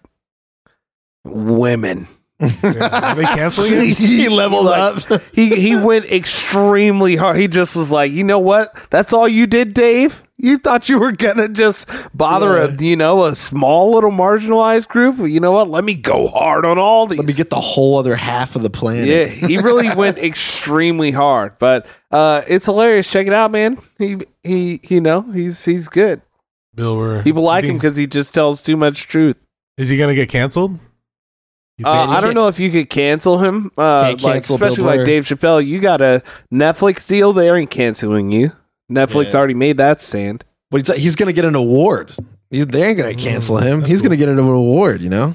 women.
Are they canceling it?
he leveled up.
He he went extremely hard. He just was like, you know what? That's all you did, Dave. You thought you were gonna just bother a you know a small little marginalized group. You know what? Let me go hard on all these.
Let me get the whole other half of the planet.
yeah, he really went extremely hard, but uh, it's hilarious. Check it out, man. He he you know he's he's good.
Bill Burr.
People like him
Think-
because he just tells too much truth.
Is he gonna get canceled? You
Uh,
think-
I don't know if you could cancel him. Uh,
Can't
like
cancel Bill
especially like
Burr.
Dave Chappelle, you got a Netflix deal. They aren't canceling you. Netflix
Yeah.
already made that stand.
But he's, he's going to get an award. He's, they ain't going to
Mm,
cancel him. He's going to get an award, you know?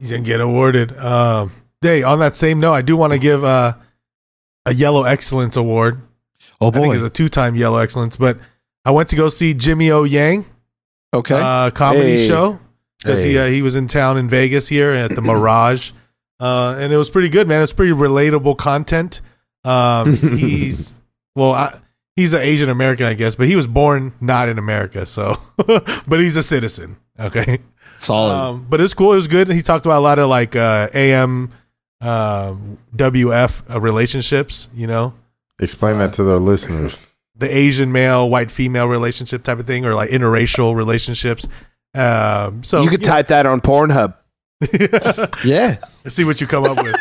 He's gonna get awarded. Um, hey, on that same note, I do want to give uh, a Yellow Excellence Award.
Oh,
I think
boy.
it's a two-time Yellow Excellence. But I went to go see Jimmy O Yang
okay.
uh, comedy
Hey.
show because he uh,
Hey.
he was in town in Vegas here at the Mirage, uh, and it was pretty good, man. It's pretty relatable content. Um, he's well, I, he's an Asian American, I guess, but he was born not in America, so but he's a citizen. Okay.
Solid.
Um, but it's cool. It was good. He talked about a lot of like uh, AM, uh, WF uh, relationships. You know,
Explain
Uh,
that to their listeners.
the Asian male, white female relationship type of thing, or like interracial relationships. Um, so
you could type that on Pornhub.
yeah.
see what you come up with.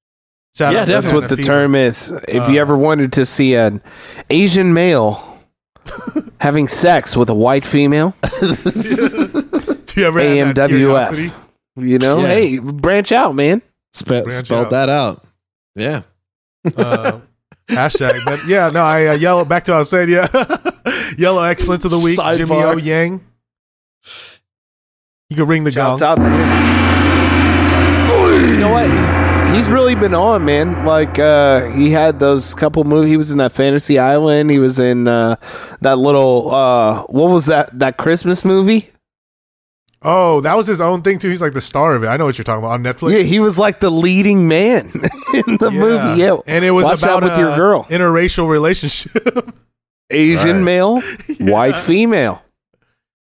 Shout out
Yeah,
to
That's
Anna
what the
Phoebe.
term is. If
Uh.
you ever wanted to see an Asian male having sex with a white female,
Do you ever have that
AMWF.
curiosity?
you know,
Yeah.
hey, branch out, man.
Spe-
Branch
spelled
out.
that out. Yeah.
Uh, hashtag. But yeah, no, I uh, yellow. Back to what I was saying. Yeah, yellow excellence of the week. Jimmy
Sidebar.
O Yang. You could ring the
Shouts
gong.
out to him. You know what? He's really been on, man. Like uh, he had those couple movies. He was in that Fantasy Island. He was in uh, that little uh, what was that? That Christmas movie?
Oh, that was his own thing too. He's like the star of it. I know what you're talking about on Netflix.
yeah, he was like the leading man in the movie. Yeah,
and it was
Watch
about
out with
a
your girl,
interracial relationship.
Asian
Right.
male, white female.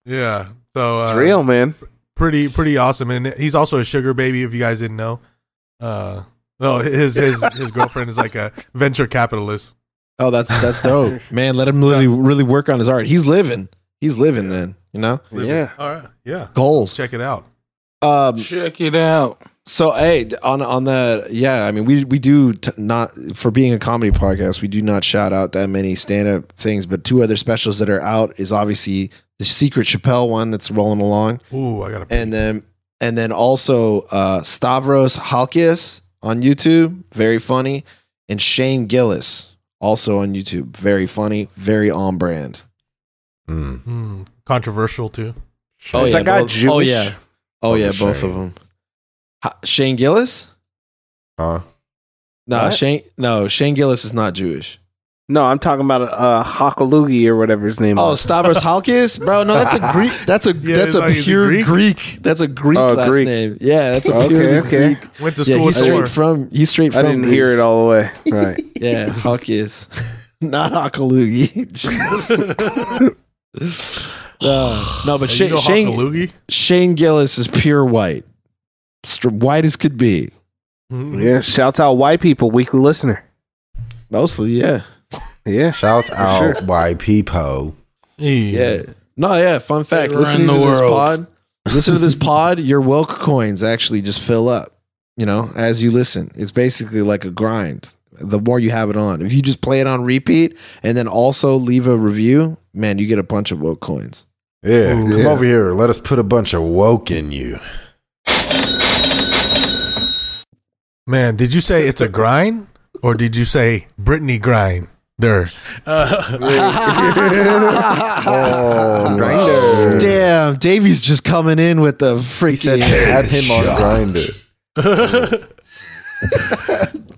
yeah, so uh,
It's real, man.
pretty pretty awesome. And he's also a sugar baby. If you guys didn't know, uh, no, his his his girlfriend is like a venture capitalist.
Oh, that's that's dope, man. Let him really really work on his art. He's living. He's living. Then you know
Yeah.
All right, yeah,
goals.
check it out.
Um.
Check it out.
So hey, on on the yeah. I mean, we we do t- not for being a comedy podcast. We do not shout out that many stand up things, but two other specials that are out is obviously the Secret Chappelle one that's rolling along,
Ooh, I gotta.
and then and then also uh, Stavros Halkias on YouTube, very funny, and Shane Gillis also on YouTube, very funny, very on brand.
Mm.
Hmm, controversial too.
Oh,
Is
yeah,
that guy
both-
Jewish?
Oh yeah, oh yeah,
Shane.
both of them. Ha- Shane Gillis?
Huh?
No,
What?
Shane. No, Shane Gillis is not Jewish.
No, I'm talking about uh, Hakalugi or whatever his name.
Oh,
is.
Stavros Halkis, bro. No, that's a Greek. That's a
Yeah,
that's
it's
a
like, is he
pure
Greek?
Greek? That's a Greek
Oh,
last
Greek.
name. Yeah, that's a
Okay,
pure
okay.
Greek.
Went to
Yeah,
school
he's
yeah,
straight from. He's straight
I
from.
didn't hear
Greece.
it all the way. Right.
Yeah, Halkis, not Hakalugi. Uh, no,
you
but Shane,
know
Shane,
Hockaloogie?
Shane Gillis is pure white, Str- white as could be.
Mhm.
Yeah. Shouts out white people, weekly listener.
Mostly, yeah.
Yeah.
Shouts out by Peepo.
Yeah. No, yeah. Fun fact.
Run
Listen to
the
this
world.
pod. Listen to this pod. Your woke coins actually just fill up, you know, as you listen. It's basically like a grind. The more you have it on, if you just play it on repeat and then also leave a review, man, you get a bunch of woke coins.
Yeah, come
Yeah.
over here. Let us put a bunch of woke in you.
Man, did you say it's a grind or did you say Brittany grind? There.
Oh, Grinder.
Damn, Davey's just coming in with the freaking
Add him on Grinder.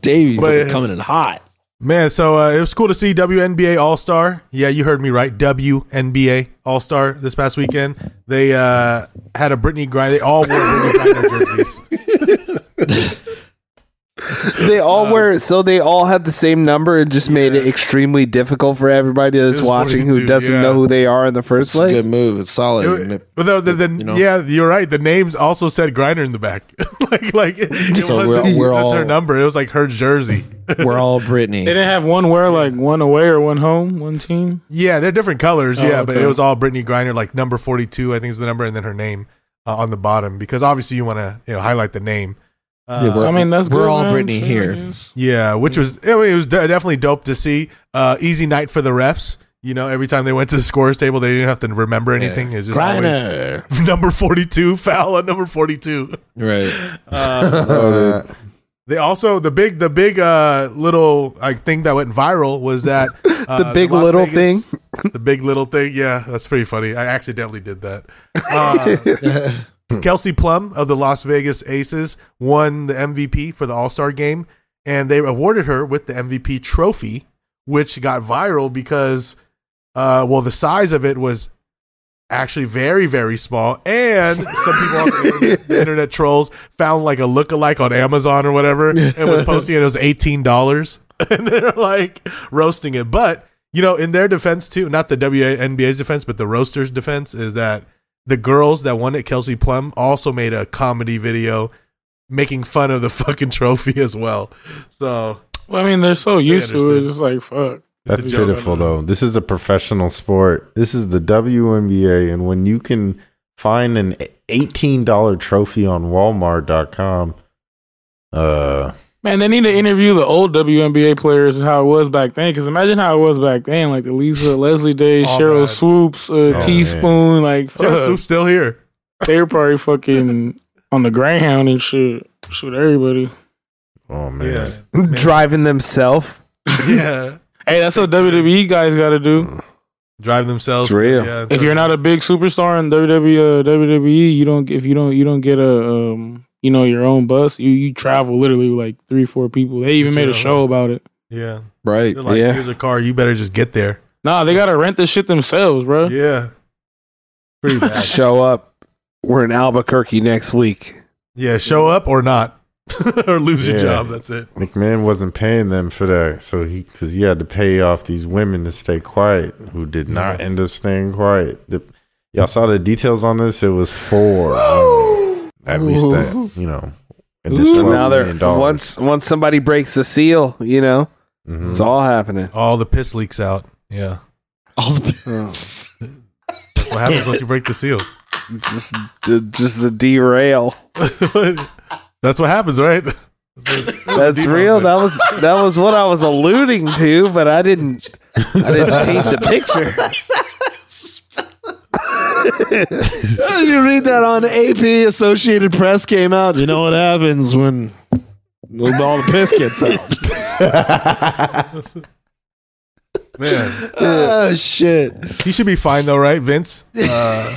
Davey's
But-
coming in hot.
Man, so uh, it was cool to see WNBA All Star. Yeah, you heard me right. WNBA All Star this past weekend. They uh, had a Brittany grind. They all wore Brittany grinder jerseys.
They
Um,
all were so they all had the same number and just made it extremely difficult for everybody that's
It's
watching who
42,
doesn't
yeah.
know who they are in the first
It's a
place.
good move. It's solid.
It- But the, the, the,
You know?
yeah, you're right. The names also said grinder in the back. like like it, it
So we're-
wasn't
we're
just her
all-
number. It was like her jersey.
We're all
They
Brittany.
didn't have one where like one away or one home, one team.
Yeah, they're different colors.
Oh,
yeah, but
okay.
it was all Brittany Griner, like number forty-two, I think is the number, and then her name uh, on the bottom because obviously you want to you know highlight the name. Uh,
Yeah,
I mean, that's
We're
good,
all
man.
Brittany
Sure,
here.
I guess.
yeah, which was it, was de- definitely dope to see. Uh, easy night for the refs. You know, every time they went to the scores table, they didn't have to remember anything. It's just always
Griner.
number forty-two foul on number forty-two.
Right.
Oh,
They also the big the big uh little like thing that went viral was that uh,
The big little
thing. The big little thing, yeah, that's pretty funny. I accidentally did that. Uh, Kelsey Plum of the Las Vegas Aces won the MVP for the All Star game, and they awarded her with the MVP trophy, which got viral because, uh, well, the size of it was actually very very small and some people on the internet, the internet trolls found like a look-alike on amazon or whatever and was posting it, it was $18 and they're like roasting it but you know in their defense too not the WNBA's defense but the roasters defense is that the girls that won it kelsey plum also made a comedy video making fun of the fucking trophy as well so
Well, I mean, they're so used to it.
understand.
It's like fuck.
That's
It's just-
pitiful, though. This is a professional sport. This is the WNBA, and when you can find an eighteen dollar trophy on Walmart.com, uh,
Man, they need to interview the old WNBA players and how it was back then. Because imagine how it was back then, like the Lisa Leslie Day,
Oh,
Cheryl
man.
Swoops, uh,
man.
Teaspoon. Like
Joe
fuck.
Swoop's still here
they were probably fucking on the Greyhound and shit. Shoot everybody.
oh man,
Driving themselves.
yeah
Hey, that's what WWE guys got to do.
drive themselves
It's real.
yeah,
If you're not a big superstar in WWE, uh, WWE, you don't. If you don't, you don't get a, um, you know, your own bus. You you travel literally with like three, four people. They even made a show about it.
yeah
Right.
they're like
Yeah.
here's a car you better just get there
Nah, they gotta rent this shit themselves, bro.
Yeah. Pretty bad.
Show up. We're in Albuquerque next week.
yeah, show up or not. or lose your
Yeah.
job. That's it.
McMahon wasn't paying them for that, so he because he had to pay off these women to stay quiet, who did not end up staying quiet. The, y'all saw the details on this; it was four. women. At least that you know. And this
And
$12
now they're
million dollars.
once once somebody breaks the seal, you know,
Mhm.
it's all happening.
All the piss leaks out. Yeah.
All the
What happens once you break the seal?
Just just a derail.
That's what happens, right?
That's real. That was that was what I was alluding to, but I didn't I didn't paint the picture.
you read that on AP Associated Press came out. You know what happens when when all the piss gets out.
Man,
oh shit.
he should be fine though, right, Vince? Uh,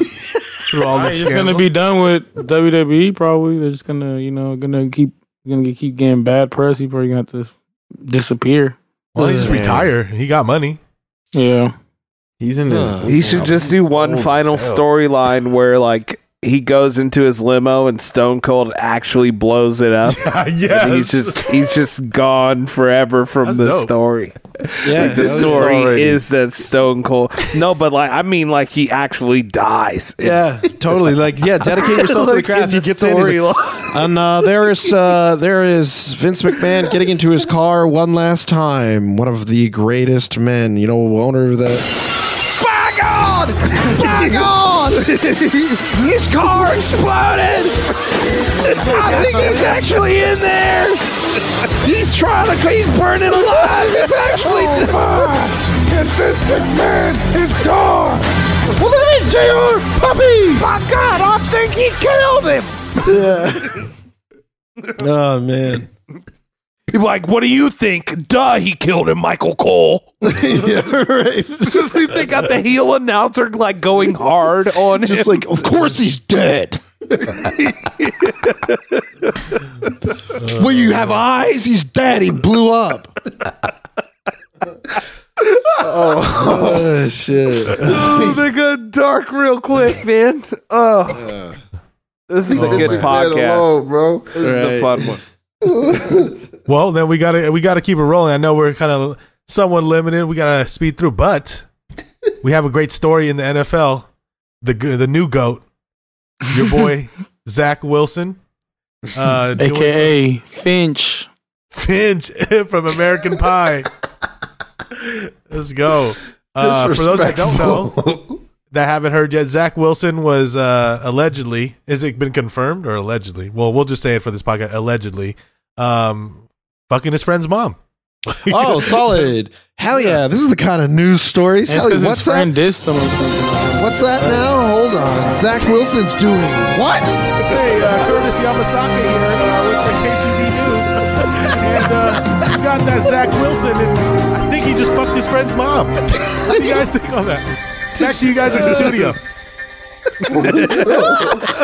through all
They're
this
just gonna
scandal.
be done with WWE. Probably they're just gonna, you know, gonna keep gonna get- keep getting bad press. He probably gonna have to disappear.
well, he just retire. He got money.
Yeah.
He's in his.
He should just do one
Old as
final
hell.
storyline where like he goes into his limo and Stone Cold actually blows it up.
yeah.
And he's just he's just gone forever from
That's
the
dope.
story.
Yeah.
Like, the story is that Stone Cold. No, but like I mean, like he actually dies.
Yeah, totally. Like, yeah, dedicate yourself to the
Like,
craft.
in
You
the
get there and he's like- and uh, there is uh, there is Vince McMahon getting into his car one last time. One of the greatest men, you know, owner of the.
By God! By God! His car exploded! I think he's actually in there! He's trying to, he's burning alive! He's actually. Oh, and Vince McMahon is gone! Well, look at this, JR! Puppy! By God, I think he killed him!
Oh man.
People are like, what do you think? Duh, he killed him, Michael Cole. Just like they got the heel announcer like going hard on Just like, of course he's dead. well, you have eyes. He's dead. He blew up.
Oh shit.
Oh, they got dark real quick, man. Oh, this is a good podcast, bro. This is a
Right.
fun one.
Well, then we gotta we gotta keep it rolling. I know we're kind of somewhat limited. We gotta speed through, but we have a great story in the NFL. The g- the new goat, your boy Zach Wilson, uh, doing
AKA Finch.
some- Finch from American Pie. Let's go. Uh, for those that don't know, that haven't heard yet, Zach Wilson was uh, allegedly, is it been confirmed or allegedly? Well, we'll just say it for this podcast allegedly, um, fucking his friend's mom.
Oh, solid. Hell yeah. This is the kind of news stories.
It's
Hell,
'cause his
what's that?
friend dissed him or something.
What's that now? Hold on. Zach Wilson's doing what?
Hey, uh, Curtis Yamasaka here uh, with the KTV News. and uh, you got that Zach Wilson, and I think he just fucked his friend's mom. What do you guys think on that? Back to you guys in the studio.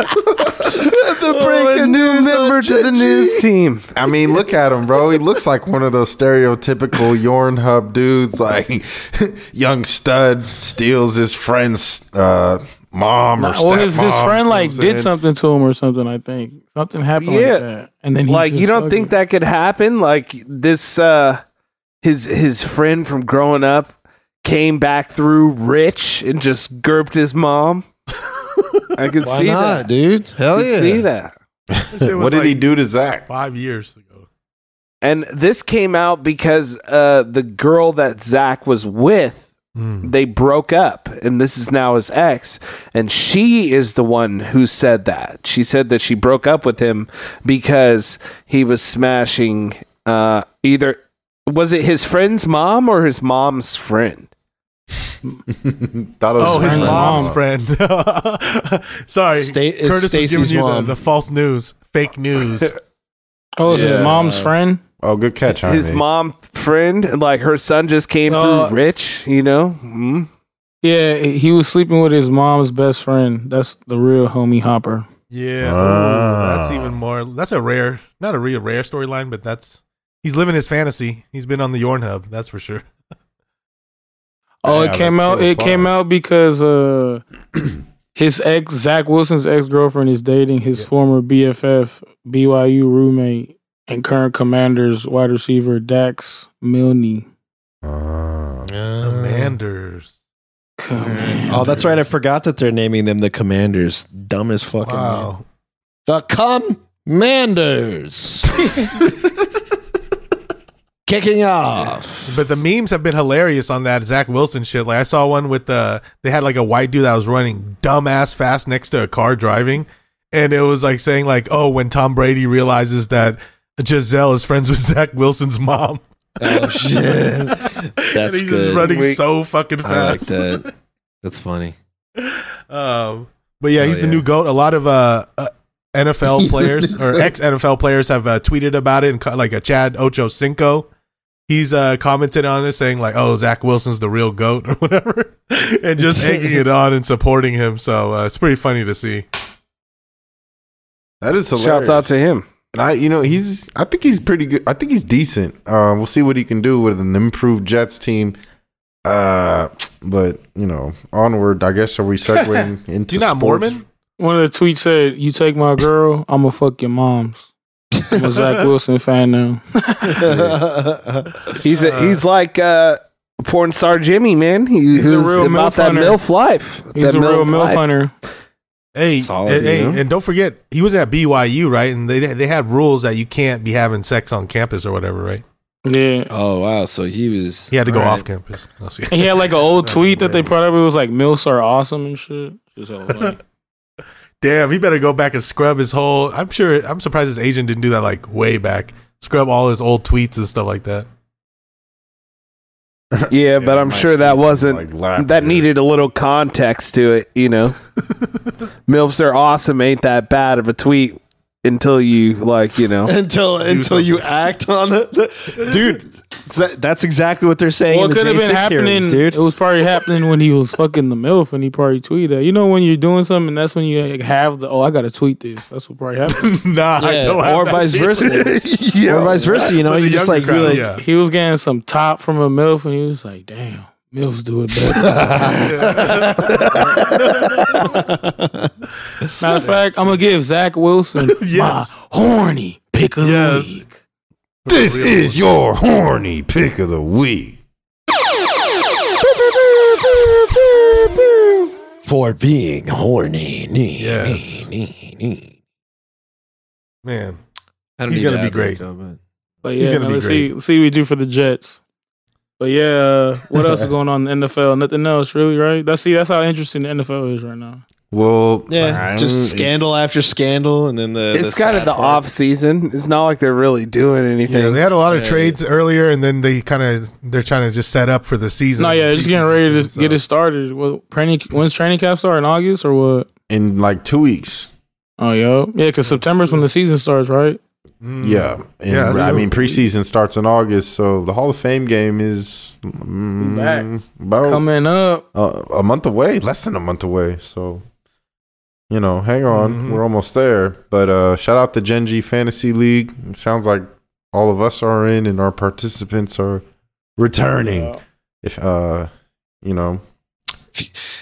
The
Oh,
breaking news
Over
number
to the news team. I mean, look at him, bro. He looks like one of those stereotypical Yorn Hub dudes. Like, young stud steals his friend's uh, mom or
Nah, well, his, his
stepmom, you know
friend
what I'm
like
saying?
did something to him or something. I think something happened
Yeah.
like that, and then he
like
just
you don't
fucked
think
it.
that could happen like this uh his his friend from growing up came back through rich and just gurped his mom i could
Why
see
not,
that
dude?
i
Hell
could
yeah.
see that
What did he do to Zach?
Five years ago.
and this came out because uh the girl that zach was with they broke up and this is now his ex and she is the one who said that she said that she broke up with him because he was smashing uh either was it his friend's mom or his mom's friend
Thought it was
Oh, his
friend's
mom's
mom.
friend. Sorry,
Sta- it's
Curtis was
Stacy's
giving
mom.
you the, the false news, fake news.
Oh, it's
Yeah.
his mom's friend.
Oh, good catch, Jaime.
his mom friend and like her son just came
Uh,
through rich you know mm?
Yeah, he was sleeping with his mom's best friend. That's the real homie Hopper.
Yeah, ooh,
Ah.
that's even more. That's a rare, not a real rare storyline, but that's he's living his fantasy. He's been on the Yorn Hub, that's for sure.
Oh,
Yeah,
it came
that's
out.
so
It came
far.
out because uh, his ex, Zach Wilson's ex girlfriend, is dating his former BFF, BYU roommate, and current Commanders wide receiver Dax Milne.
Ah.
Uh,
Commanders.
Oh, that's right. I forgot that they're naming them the Commanders. Dumb as fucking. name.
Wow.
The Commanders. Kicking off.
But the memes have been hilarious on that Zach Wilson shit. Like I saw one with uh they had like a white dude that was running dumbass fast next to a car driving, and it was like saying like, oh, when Tom Brady realizes that Giselle is friends with Zach Wilson's mom,
Oh shit.
and
That's
he's
good.
just running
We-
so fucking fast.
I like that. That's funny.
Um, but yeah,
Oh,
he's the
yeah.
new goat. A lot of uh, uh NFL players or ex NFL players have uh, tweeted about it, and co- like a Chad Ocho Cinco. He's uh, commented on it saying like, "Oh, Zach Wilson's the real goat" or whatever, and just egging it on and supporting him. So uh, it's pretty funny to see.
That is hilarious.
shouts out to him
And I, you know, he's. I think he's pretty good. I think he's decent. Uh, we'll see what he can do with an improved Jets team. Uh, but you know, onward. I guess are we segueing into
Do you not
sports?
Mormon?
One of the tweets said, "You take my girl, I'ma fuck your mom's." I'm a Zach Wilson fan now.
he's a, he's like uh porn star jimmy man he,
a
who's
real
about
MILF
that
hunter.
milf life
He's
that
a real milf
life.
hunter.
Hey,
Solid,
and, hey,
you know?
and don't forget, he was at BYU, right? And they they had rules that you can't be having sex on campus or whatever, right?
Yeah.
Oh wow. So he was.
He had to go
All right.
off campus. No, see.
And he had like an old tweet that they probably was like milfs are awesome and shit. Just hella funny.
Damn, he better go back and scrub his whole. I'm sure. I'm surprised his agent didn't do that like way back. Scrub all his old tweets and stuff like that.
yeah but i'm
my
sure that
season,
wasn't
like, last
that
year.
needed a little context to it, you know. MILFs are awesome, ain't that bad of a tweet until you like, you know.
Until until you act on the, the dude. That, that's exactly what they're saying in
Well, it
the
could have been
J6
happening.
hearings,
It
dude.
was probably happening when he was fucking the milf, and he probably tweeted. that. You know, when you're doing something, and that's when you like, have the oh, I gotta tweet this. That's what probably happened.
nah, I
Yeah,
don't have
or
that
vice
shit.
versa.
Yeah.
or vice versa. You know,
For the
you just
younger
like,
crowd,
you're like
yeah.
he was getting some top from a milf, and he was like, "Damn, milfs do it better." Matter of fact, I'm gonna give Zach Wilson
Yes.
my horny pick of
Yes.
the week.
This is your horny pick of the week.
for being horny. Nee,
Yes.
nee, nee, nee.
Man,
I
He's
need
gonna
to
be
add
great.
that, but-
But
He's
yeah,
gonna
man,
be
let's
great.
see see what we do for the Jets. But yeah, uh, what else is going on in the NFL? Nothing else, really, right? That's see, that's how interesting the NFL is right now.
Well,
Yeah,
I'm-
just scandal after scandal, and then the
it's kind of the off season. It's not like they're really doing
Yeah,
anything.
they had a lot of trades earlier, and then they kind of they're trying to just set up for the season.
No, yeah, just getting ready to
So-
get it started. What training? When's training cap start in August or what?
in like two weeks.
Oh, yo, yeah, because September's when the season starts, right?
Mm.
Yeah, and
Yeah,
I
so-
mean preseason starts in August, so the Hall of Fame game is mm,
Back.
about
Coming up.
uh, a month away, less than a month away. So, you know, hang on,
Mhm.
we're almost there. But uh, shout out to Gen G Fantasy League. It sounds like all of us are in, and our participants are returning. If uh, you know,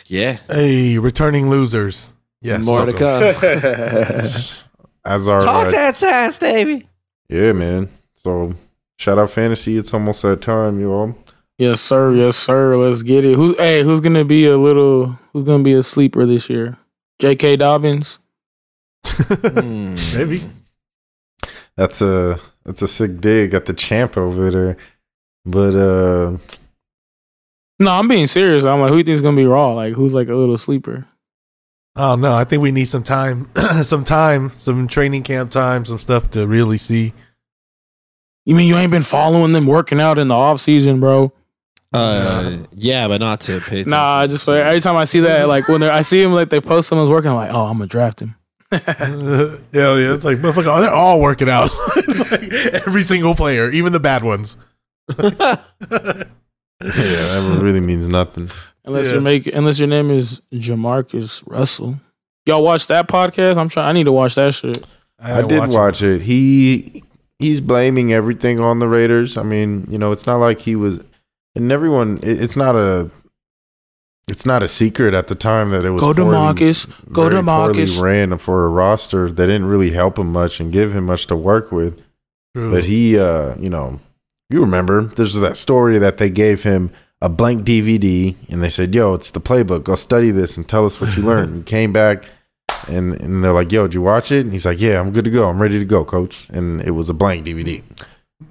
yeah.
Hey, returning losers. Yes,
more to
welcome.
come.
as our
Talk
uh,
that sass, baby.
yeah, man. So shout out fantasy. It's almost that time, you all.
Yes, sir. Yes, sir. Let's get it. Who? Hey, who's gonna be a little? Who's gonna be a sleeper this year? J.K. Dobbins.
Maybe.
That's a that's a sick dig at the champ over there. But uh,
No, I'm being serious. I'm like, who do you think's gonna be raw? Like, who's like a little sleeper?
Oh no, I think we need some time, some time, some training camp time, some stuff to really see.
You mean you ain't been following them working out in the off season, bro?
Uh, yeah, but not to pay.
Nah, I just like every time I see that, like when they're, I see him, like they post someone's working, I'm like, oh, I'm gonna draft him.
yeah, yeah, it's like motherfucker, they're all working out. Like, every single player, even the bad ones.
yeah, that one really means nothing.
Unless
Yeah.
you're make, unless your name is Jamarcus Russell. Y'all watch that podcast? I'm trying. I need to watch that shit.
I, did watch, it. He he's blaming everything on the Raiders. I mean, you know, it's not like he was, and everyone. It, it's not a. It's not a secret at the time that it was
Go to
poorly-
Marcus. Go
very
to Marcus.
Poorly ran for a roster that didn't really help him much and give him much to work with. But he, uh, you know, you remember there's that story that they gave him a blank DVD and they said, "Yo, it's the playbook. Go study this and tell us what you learned." he came back and and they're like, "Yo, did you watch it?" And he's like, "Yeah, I'm good to go. I'm ready to go, coach." And it was a blank DVD.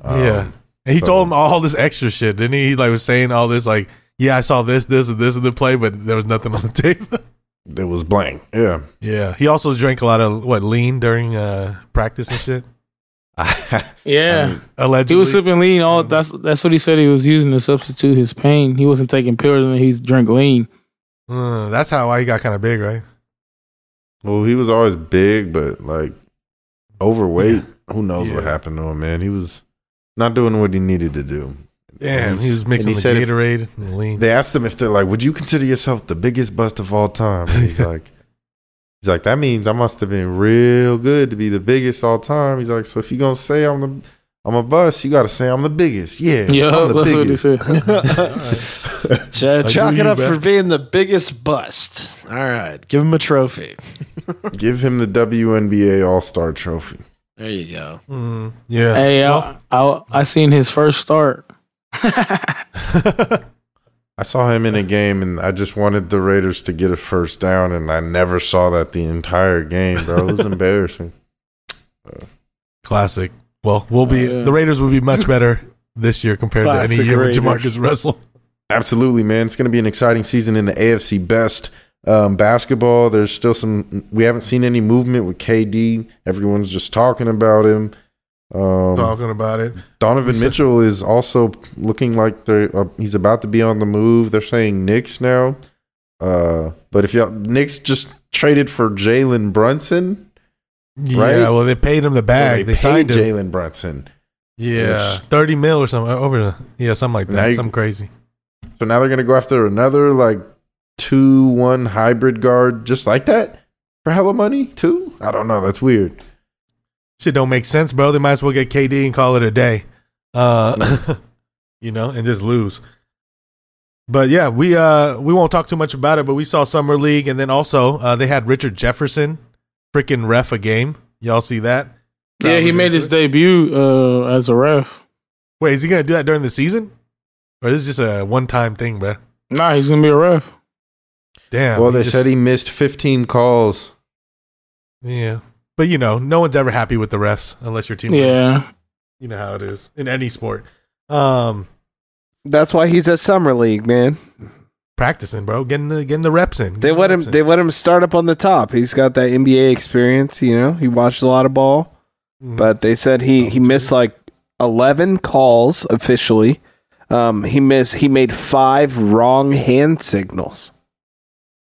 Um,
yeah, and he
so-
told him all this extra shit, didn't he? He, Like was saying all this, like, yeah, I saw this, this, and this in the play, but there was nothing on the tape.
it was blank. Yeah,
yeah, he also drank a lot of what lean during uh, practice and shit.
Yeah,
Allegedly,
he was sipping lean. All that's that's what he said he was using to substitute his pain. He wasn't taking pills and he's drink lean.
Uh, that's how why he got kind of big, right?
well, he was always big, but like overweight. Who knows what
Yeah.
happened to him, man? He was not doing what he needed to do.
Damn,
And
he was mixing
and he
the
said if-
Gatorade and the lean.
They asked him if they're like, "Would you consider yourself the biggest bust of all time?" And he's like, "He's like that means I must have been real good to be the biggest all time." He's like, "So if you gonna say I'm the I'm a bust, you gotta say I'm the biggest." Yeah,
Yeah,
I'm the
that's what he
biggest.
said.
chalk
you,
it up
man.
for being the biggest bust. All right, give him a trophy.
Give him the WNBA All Star Trophy.
There you go.
Mm, yeah.
Hey, I, I I seen his first start.
I saw him in a game, and I just wanted the Raiders to get a first down, and I never saw that the entire game, bro. It was embarrassing.
Classic. Well, we'll be
Oh, yeah.
the Raiders will be much better this year compared to
Classic
any year with
Raiders.
Jamarcus Russell.
Absolutely, man. It's going to be an exciting season in the AFC Best um, basketball. There's still some we haven't seen any movement with KD. Everyone's just talking about him. Um,
Talking about it.
Donovan Mitchell is also looking like they're, uh, he's about to be on the move. They're saying Knicks now. Uh, but if y'all Knicks just traded for Jalen Brunson, Right?
Yeah. Well, they paid him the bag. they
they, paid
signed him.
Jalen Brunson.
Yeah,
Which-
thirty mil or something over. Yeah, something like
Now
that.
you-
Something crazy.
So now they're going to go after another like two one hybrid guard just like that for hella money too. I don't know. That's weird.
Shit don't make sense, bro. They might as well get KD and call it a day. Uh, you know, and just lose. But yeah, we uh we won't talk too much about it. But we saw summer league, and then also uh, they had Richard Jefferson, freaking ref a game. Y'all see that?
Yeah, he
was
made
into
his
it.
debut uh, as a ref.
Wait, is he gonna do that during the season, or this is just a one-time thing, bro?
Nah, he's gonna be a ref.
Damn.
well, they
just-
said he missed 15 calls.
Yeah, but you know, no one's ever happy with the refs unless your team. wins.
Yeah,
you know how it is in any sport. Um,
That's why he's at summer league, man.
practicing, bro. Getting the getting the reps in.
They
Getting
let
the
him.
reps in.
They let him start up on the top. He's got that NBA experience. You know, he watched a lot of ball,
Mm-hmm.
but they said he he missed like eleven calls officially. Um, he missed. He made five wrong hand signals.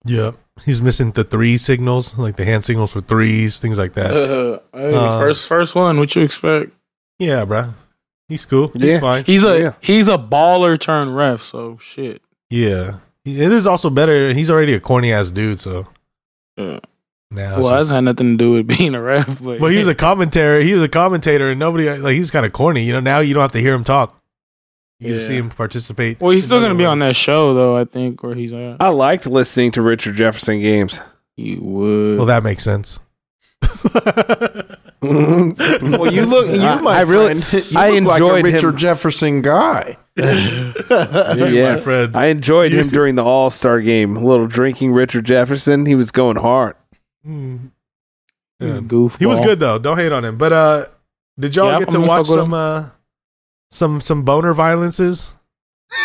yeah, he's missing the three signals, like the hand signals for threes, things like that.
Uh, hey,
Uh,
first, first one. What you expect?
yeah, bro. He's cool. He's
Yeah.
fine.
He's a
yeah.
he's a baller turned ref. So shit.
Yeah, it is also better. He's already a corny ass dude, so
Yeah.
now. it's
Well, that's
just-
had nothing to do with being a ref. But,
but he was a commentator. He was a commentator, and nobody like he's kind of corny. You know, now you don't have to hear him talk. You just
Yeah.
see him participate.
well, he's still
in other
gonna be on
ways.
that show though. I think where he's at.
I liked listening to Richard Jefferson games.
He would.
Well, that makes sense.
well,
Well, you look. You,
I-
my
I really-
friend, you
I
look
enjoyed
Richard
him.
Jefferson guy.
yeah.
my friend.
I enjoyed him during the All Star game. A little drinking Richard Jefferson. He was going hard.
Mm.
He's a
Yeah.
goofball.
He was good though. Don't hate on him. But uh did y'all
Yeah,
get
I
to
mean,
watch
fuck with
some
him.
uh some some boner violences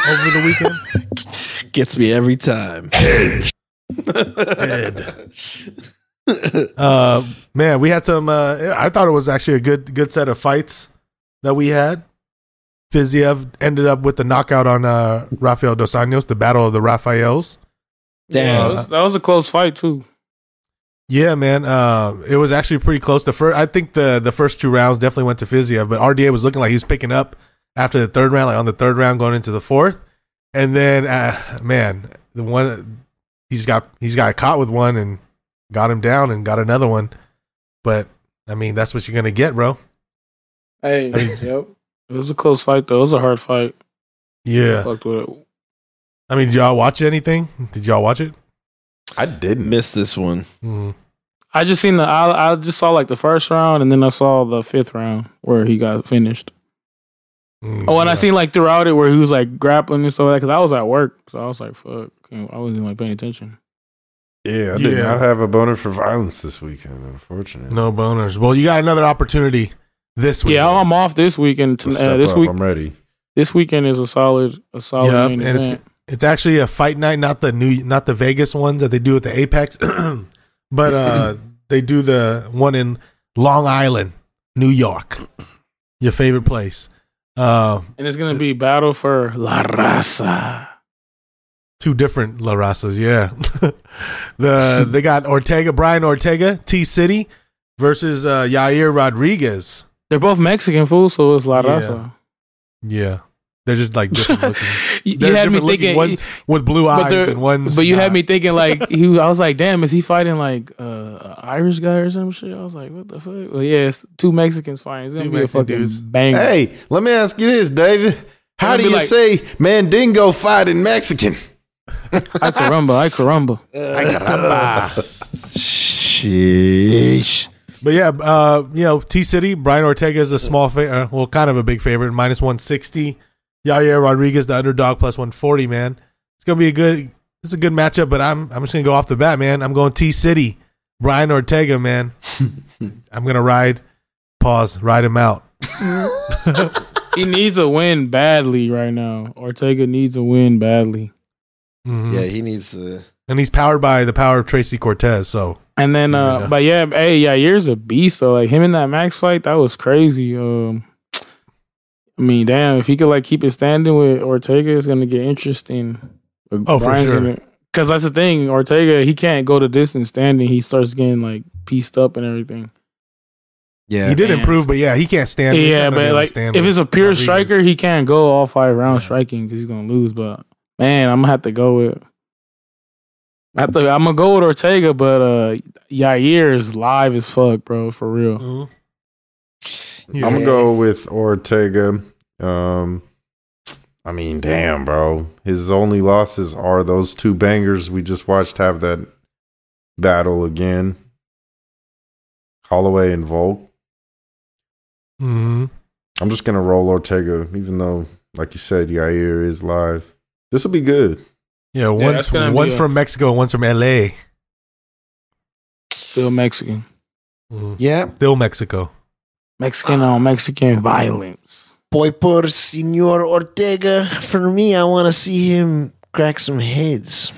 over the weekend?
like, gets me every time.
uh man, we had some uh I thought it was actually a good good set of fights that we had. Fiziev ended up with the knockout on uh Rafael Dos Anjos, the battle of the Rafaels.
That
Damn.
was, that was a close fight too.
Yeah, man. Uh, it was actually pretty close. The first, I think the the first two rounds definitely went to Fiziev, but RDA was looking like he was picking up after the third round, like on the third round going into the fourth, and then uh, man, the one he's got he's got caught with one and got him down and got another one. But I mean, that's what you're gonna get, bro.
Hey,
I mean-
yep. It was a close fight though. It was a hard fight.
Yeah.
Fucked with it.
I mean, did y'all watch anything? Did y'all watch it?
I didn't.
Missed this one.
Mm.
I just seen the. I, I just saw like the first round, and then I saw the fifth round where he got finished.
Mm,
Oh, and I
yeah.
seen like throughout it where he was like grappling and stuff like that. Because I was at work, so I was like, "Fuck," I wasn't even, like paying attention.
Yeah, I did
Yeah.
not have a boner for violence this weekend, unfortunately.
no boners. Well, you got another opportunity this week.
Yeah, I'm off this weekend.
So
T-
step
uh, this
up.
week,
I'm ready.
this weekend is a solid, a solid
Yup,
main
and it's
event.
It's actually a fight night, not the new, not the Vegas ones that they do at the Apex, but uh, they do the one in Long Island, New York, your favorite place. Uh,
and it's gonna be battle for La Raza.
two different La Razas, yeah. the they got Ortega, Brian Ortega, T City versus uh, Yair Rodriguez.
They're both Mexican fool, so it's La
Yeah.
Raza.
Yeah, they're just like different looking.
You-
They're
you had me
different looking,
thinking.
ones with blue
but
eyes
they're-
and ones.
But you
not.
had me thinking like he. I was like, damn, is he fighting like uh, a Irish guy or some shit? I was like, what the fuck? Well, yeah, it's two Mexicans fighting. It's gonna
Two
be
Mexican
a fucking
dudes.
banger.
Hey, let me ask you this, David. How
It'll
do
be
you
like-
say Mandingo fight in Mexican?
I caramba, I caramba.
Sheesh.
But yeah, uh, you know, T City, Brian Ortega is a small favorite, well, kind of a big favorite, minus 160. Yair Rodriguez, the underdog, plus 140, man. It's going to be a good, it's a good matchup, but I'm, I'm just going to go off the bat, man. I'm going T City, Brian Ortega, man. I'm going to ride, pause, ride him out.
He needs a win badly right now. Ortega needs a win badly.
Mhm.
Yeah, he needs to.
And he's powered by the power of Tracy Cortez, so
And then,
Yeah, I
uh,
know.
but yeah, hey, yeah, Yair's a beast. So like him in that Max fight, that was crazy. Um, I mean, damn, if he could like keep it standing with Ortega, it's gonna get interesting.
Oh, for sure.
Because that's the thing, Ortega, he can't go the distance standing. He starts getting like pieced up and everything.
Yeah,
he did
man.
improve, but yeah, he can't stand. he
yeah,
can't really
but like
stand
if
with
it's a pure
Rodriguez.
striker, he can't go all five rounds
Yeah.
striking because he's gonna lose. But man, I'm gonna have to go with. I have to, I'm gonna go with Ortega, but uh, Yair is live as fuck, bro, for real.
Mhm.
I'm gonna go with Ortega. Um, I mean, damn, bro. His only losses are those two bangers we just watched have that battle again. Holloway and Volk.
Mhm.
I'm just gonna roll Ortega, even though, like you said, Yair is live. This will be good.
Yeah, one's,
that's gonna be
one's
a-
from Mexico, one's from LA.
Still Mexican, Mm-hmm.
Mhm.
Yeah,
Still Mexico.
Mexican on Mexican violence.
boy, poor Senor Ortega. For me, I want to see him crack some heads.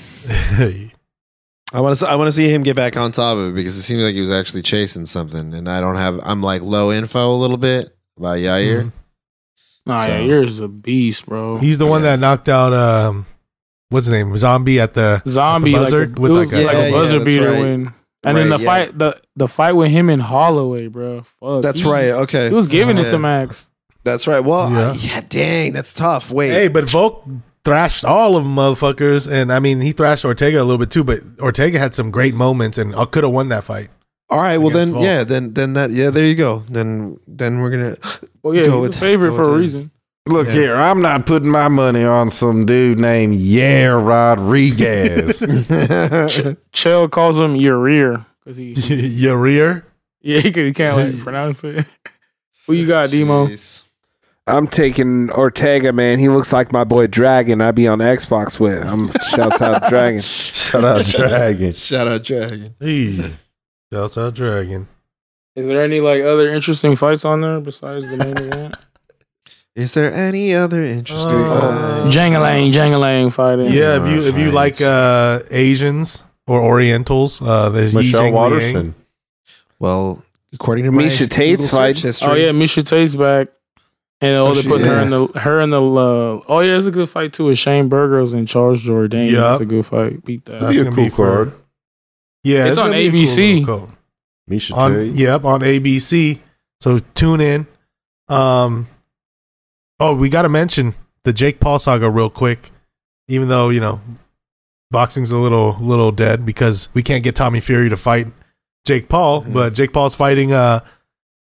I want to. I want to see him get back on top of it because it seemed like he was actually chasing something, and I don't have. I'm like low info a little bit about Yair.
Mm-hmm.
Nah,
So-
yeah, yours a beast, bro.
He's the one that knocked out um, what's his name? Zombie at the
Zombie,
The
like a,
buzzard
it
with
was
like
like
a-
a,
Yeah, yeah,
buzzer
that's
beater
right.
win. And then the
Right, yeah.
fight, the the fight with him and Holloway, bro. Fuck,
That's
he-
right. Okay,
He was giving it
Yeah.
to Max.
That's right. Well,
Yeah.
I- yeah. Dang, that's tough. Wait.
Hey, but Volk thrashed all of them motherfuckers, and I mean he thrashed Ortega a little bit too, but Ortega had some great moments and could have won that fight.
All right. Well,
Against
then,
Volk.
yeah. Then, then that. Yeah. There you go. Then, then we're gonna.
Well, yeah,
Go
he's
with-
a favorite
go
for
with
a
him.
reason.
Look
Yeah.
here, I'm not putting my money on some dude named Yeah Rodriguez.
Chell calls him your rear because he,
Your rear.
yeah, he, could- he can't like pronounce it. Who you got, Demo?
Jeez.
I'm taking Ortega, man. He looks like my boy Dragon. I be on Xbox with. I'm shouts out Dragon.
Shut up, Dragon.
Shout out Dragon.
Hey, Shout out Dragon.
Is there any like other interesting fights on there besides the main event?
Is there any other interesting?
Uh,
fight?
Jangalang, Jangalang fighting.
Yeah, if you if you like uh, Asians or Orientals, uh, there's Yi Zhang
Michelle
Liang.
Watterson.
Well, according to
Misha
my
Tate's
Google
fight.
search history,
Oh yeah, Misha Tate's back, and oh,
Oh,
they
she
put her
is.
in the her in the. Uh, oh yeah, it's a good fight too. With Shane Burgos and Charles Jourdain.
Yeah.
Yeah, it's a good fight. Beat that.
That's
That'd be a
gonna
cool
be fun.
card.
Yeah,
It's on
gonna be a
ABC.
little code.
Misha
on
Tate.
yep on ABC. So tune in. Um, oh, we got to mention the Jake Paul saga real quick, even though you know boxing's a little little dead because we can't get Tommy Fury to fight Jake Paul,
Mm-hmm.
but Jake Paul's fighting uh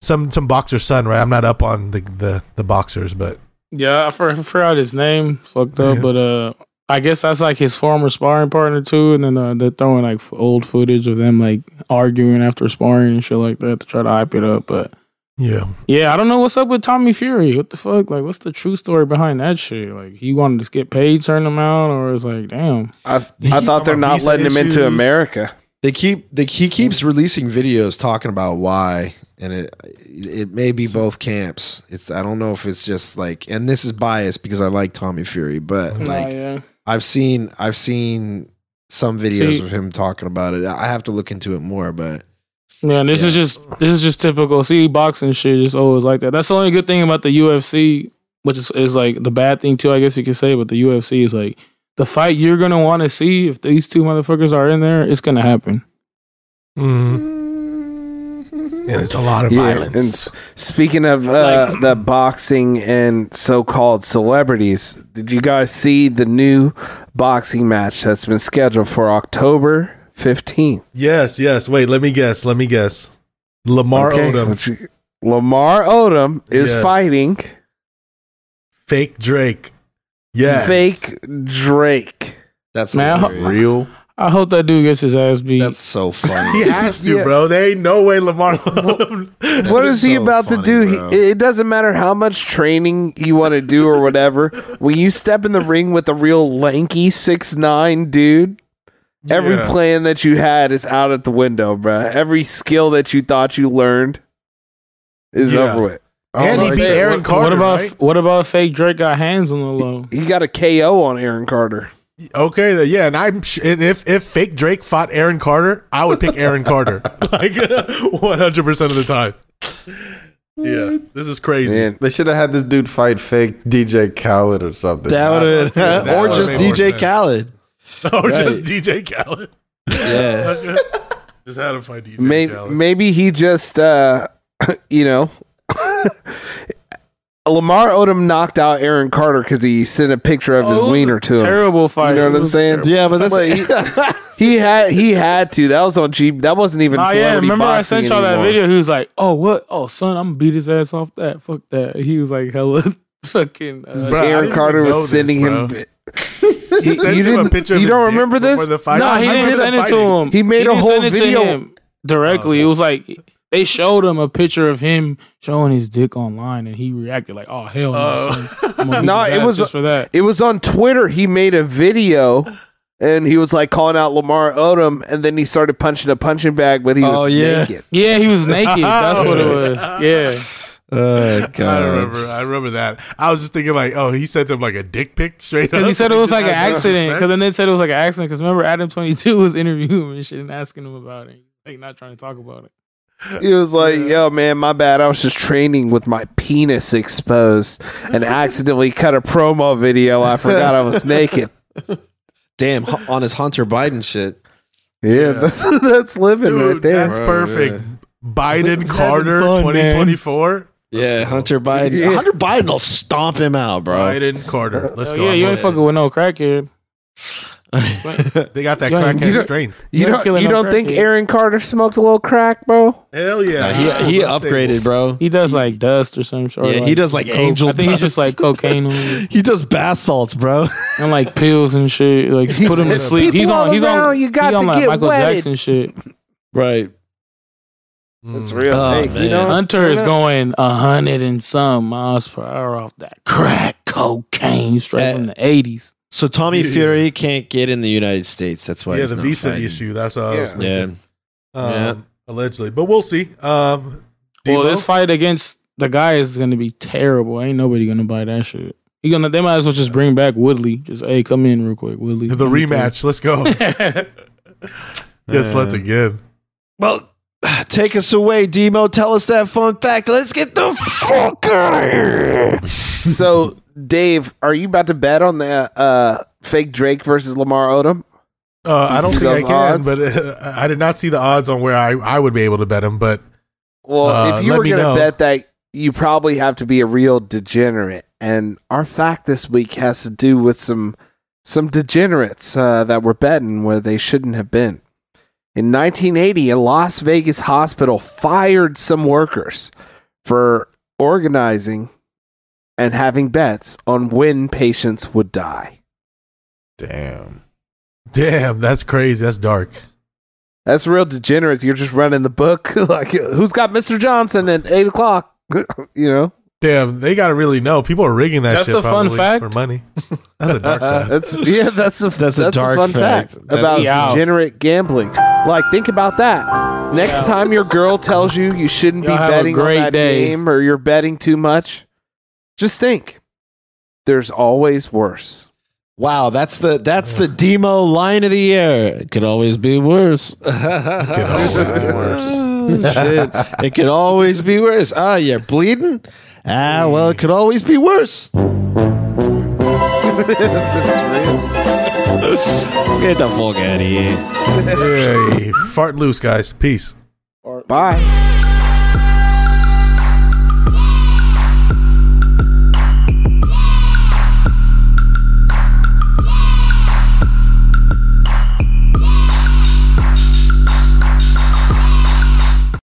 some some boxer's son, right? I'm not up on the the, the boxers, but
yeah, I, for, I forgot his name. Fucked up,
Yeah.
but uh, I guess that's like his former sparring partner too. And then uh, they're throwing like f- old footage of them like arguing after sparring and shit like that to try to hype it up. But
yeah,
yeah, I don't know what's up with Tommy Fury. What the fuck? Like, what's the true story behind that shit? Like, he wanted to get paid, turn him out, or it's like, damn.
I, I thought they're not
Visa
letting him
issues.
into America.
they keep they he keeps releasing videos talking about why, and it it may be both camps. It's I don't know if it's just like, and this is biased because I like Tommy Fury, but
Nah,
like
yeah.
I've seen I've seen some videos
See-
of him talking about it. I have to look into it more, but
Man, this is
Yeah.
just this is just typical. See, boxing shit just always like that. That's the only good thing about the UFC, which is, is like the bad thing too, I guess you could say. But the UFC is like the fight you're gonna want to see if these two motherfuckers are in there, it's gonna happen.
Mhm. Mm-hmm. and it's a lot of violence.
And s- speaking of uh, the boxing and so-called celebrities, did you guys see the new boxing match that's been scheduled for October 15th?
yes, yes. Wait, let me guess. Let me guess. Lamar
Okay,
Odom,
would you- Lamar Odom is
Yes.
fighting
fake Drake. Yeah,
fake Drake.
that's
Man, I-
hilarious.
Real.
I hope that dude gets his ass beat.
That's so
He
funny.
has to,
Yeah.
bro. There ain't no way Lamar.
What
That's
is he
so
about
funny,
to do? He-
bro.
it doesn't matter how much training you want to do or whatever. when you step in the ring with a real lanky six nine dude, every
Yeah.
plan that you had is out at the window, bruh. Every skill that you thought you learned is
Yeah.
over with.
Oh,
and he
Like,
beat
hey,
Aaron
what,
Carter.
What about
right?
what about fake Drake got hands on the low?
He got a KO on Aaron Carter.
Okay, then, yeah, and I'm sh- and if if fake Drake fought Aaron Carter, I would pick Aaron Carter like 100 percent of the time. Yeah, this is crazy.
Man.
They should have had this dude fight fake DJ Khaled or something.
that would have
that
or
would've
just
made
DJ
more sense.
Khaled.
or just
Right.
DJ Khaled.
Yeah.
just had him fight DJ
Maybe,
Khaled.
maybe he just, uh, you know, Lamar Odom knocked out Aaron Carter because he sent a picture of his
Oh,
wiener to him.
Terrible fight.
You know
It
what I'm
was
saying?
Yeah, but that's
Wait, He had he had to. That was on cheap. That wasn't even.
Oh yeah,
celebrity
remember I
boxing
sent y'all that
anymore.
video? He was like, "Oh what? Oh son, I'm gonna beat his ass off that. Fuck that." He was like, "Hella fucking." Uh,
Bro, I didn't
Aaron
even
Carter
know
was
this,
sending
bro.
him.
He sent
you
him a
didn't-
picture of
you
his
don't
dick
remember this?
before the fight.
No, he didn't
100%
send it to
fighting.
him.
He made a
didn't
whole
send it to
video.
him directly.
Oh.
It was like they showed him a picture of him showing his dick online, and he reacted like, "Oh hell no!"
Oh.
son. I'm gonna beat
No,
his
it
ass
was-
just for that.
It was on Twitter. He made a video, and he was like calling out Lamar Odom, and then he started punching a punching bag, but he was
Oh, yeah.
naked.
Yeah, he was naked. That's what it was. Yeah,
Oh, God.
I remember. I remember that. I was just thinking like, oh, he sent them like a dick pic straight up.
Because he said it was like an
Out of
accident.
respect.
Because then they said it was like an accident. Because remember, Adam Twenty Two was interviewing him and shit and asking him about it. Like not trying to talk about it.
He was like, "Yo, man, my bad. I was just training with my penis exposed and accidentally cut a promo video. I forgot I was naked."
Damn, hu- on his Hunter Biden shit.
Yeah, that's that's living
Dude,
right there.
that's
Bro,
perfect. Biden
Just having
Carter
fun, man.
2024.
Yeah, Hunter Biden.
Yeah.
Hunter Biden will stomp him out, bro.
Biden Carter. Let's
Oh,
go.
yeah, you ain't
I'm with
fucking with no crackhead.
it. They got that
You ain't- you
crackhead
don't-
strength.
You
You're
don't
killing
you
on
don't think
purpose.
Aaron Carter smoked a little crack, bro?
Hell
Nah,
yeah.
he he upgraded, bro.
He does like dust or some shit. or,
Yeah, he does, like,
coke.
angel
I think he just
dust.
like cocaine and-
He does bath salts, bro.
and like pills and shit. Like put him to
said,
sleep.
"People
He's
all
on. He's
around,
on.
you got
he on
to
like
get
Michael
wetted.
Jackson shit.
right.
That's
real.
Oh,
you
man.
know,
Hunter is going a hundred and some miles per hour off that crack cocaine straight
Uh,
from the eighties.
So Tommy
Yeah.
Fury can't get in the United States. That's why.
Yeah,
he's
the
not
visa
fighting.
issue. That's what I was
Yeah.
thinking.
Yeah.
Um,
Yeah.
Allegedly. But we'll see. Um,
Well,
Debo?
this fight against the guy is going to be terrible. Ain't nobody going to buy that shit. He gonna. They might as well just bring back Woodley. Just hey, come in real quick, Woodley.
the
Come
Mm-hmm.
in.
rematch. Let's go. Yes, let's again.
Well, take us away, Demo. Tell us that fun fact. Let's get the fuck out of here.
so Dave, are you about to bet on the uh, fake Drake versus Lamar Odom?
Uh, I don't
see
think I
those
can,
odds?
but uh, I did not see the odds on where I, I would be able to bet him. But
Well,
Uh,
if you
let
were
me
going to
know.
bet that, you probably have to be a real degenerate. And our fact this week has to do with some some degenerates uh, that were betting where they shouldn't have been. In 1980, a Las Vegas hospital fired some workers for organizing and having bets on when patients would die.
Damn.
damn, that's crazy. That's dark.
That's real degenerates. You're just running the book like who's got Mr. Johnson at eight o'clock? you know.
Damn, they gotta really know. People are rigging that
That's
shit
a fun
probably
fact?
for money. That's a dark fact.
That's yeah. That's a
That's
that's,
a
a,
dark
fun
fact.
fact,
That's
about
a- Yeah.
degenerate gambling. Like, think about that. Next time your girl tells you you shouldn't
Y'all
be
have a
betting
great
on that
day.
game or you're betting too much, just think. There's always worse.
Wow, that's the that's the Demo line of the year. It could always be worse. Oh, Shit. It could always be worse. Ah, you're bleeding? Ah, well, it could always be worse. Let's get the fuck out of here.
Hey, fart loose, guys. Peace.
Bye.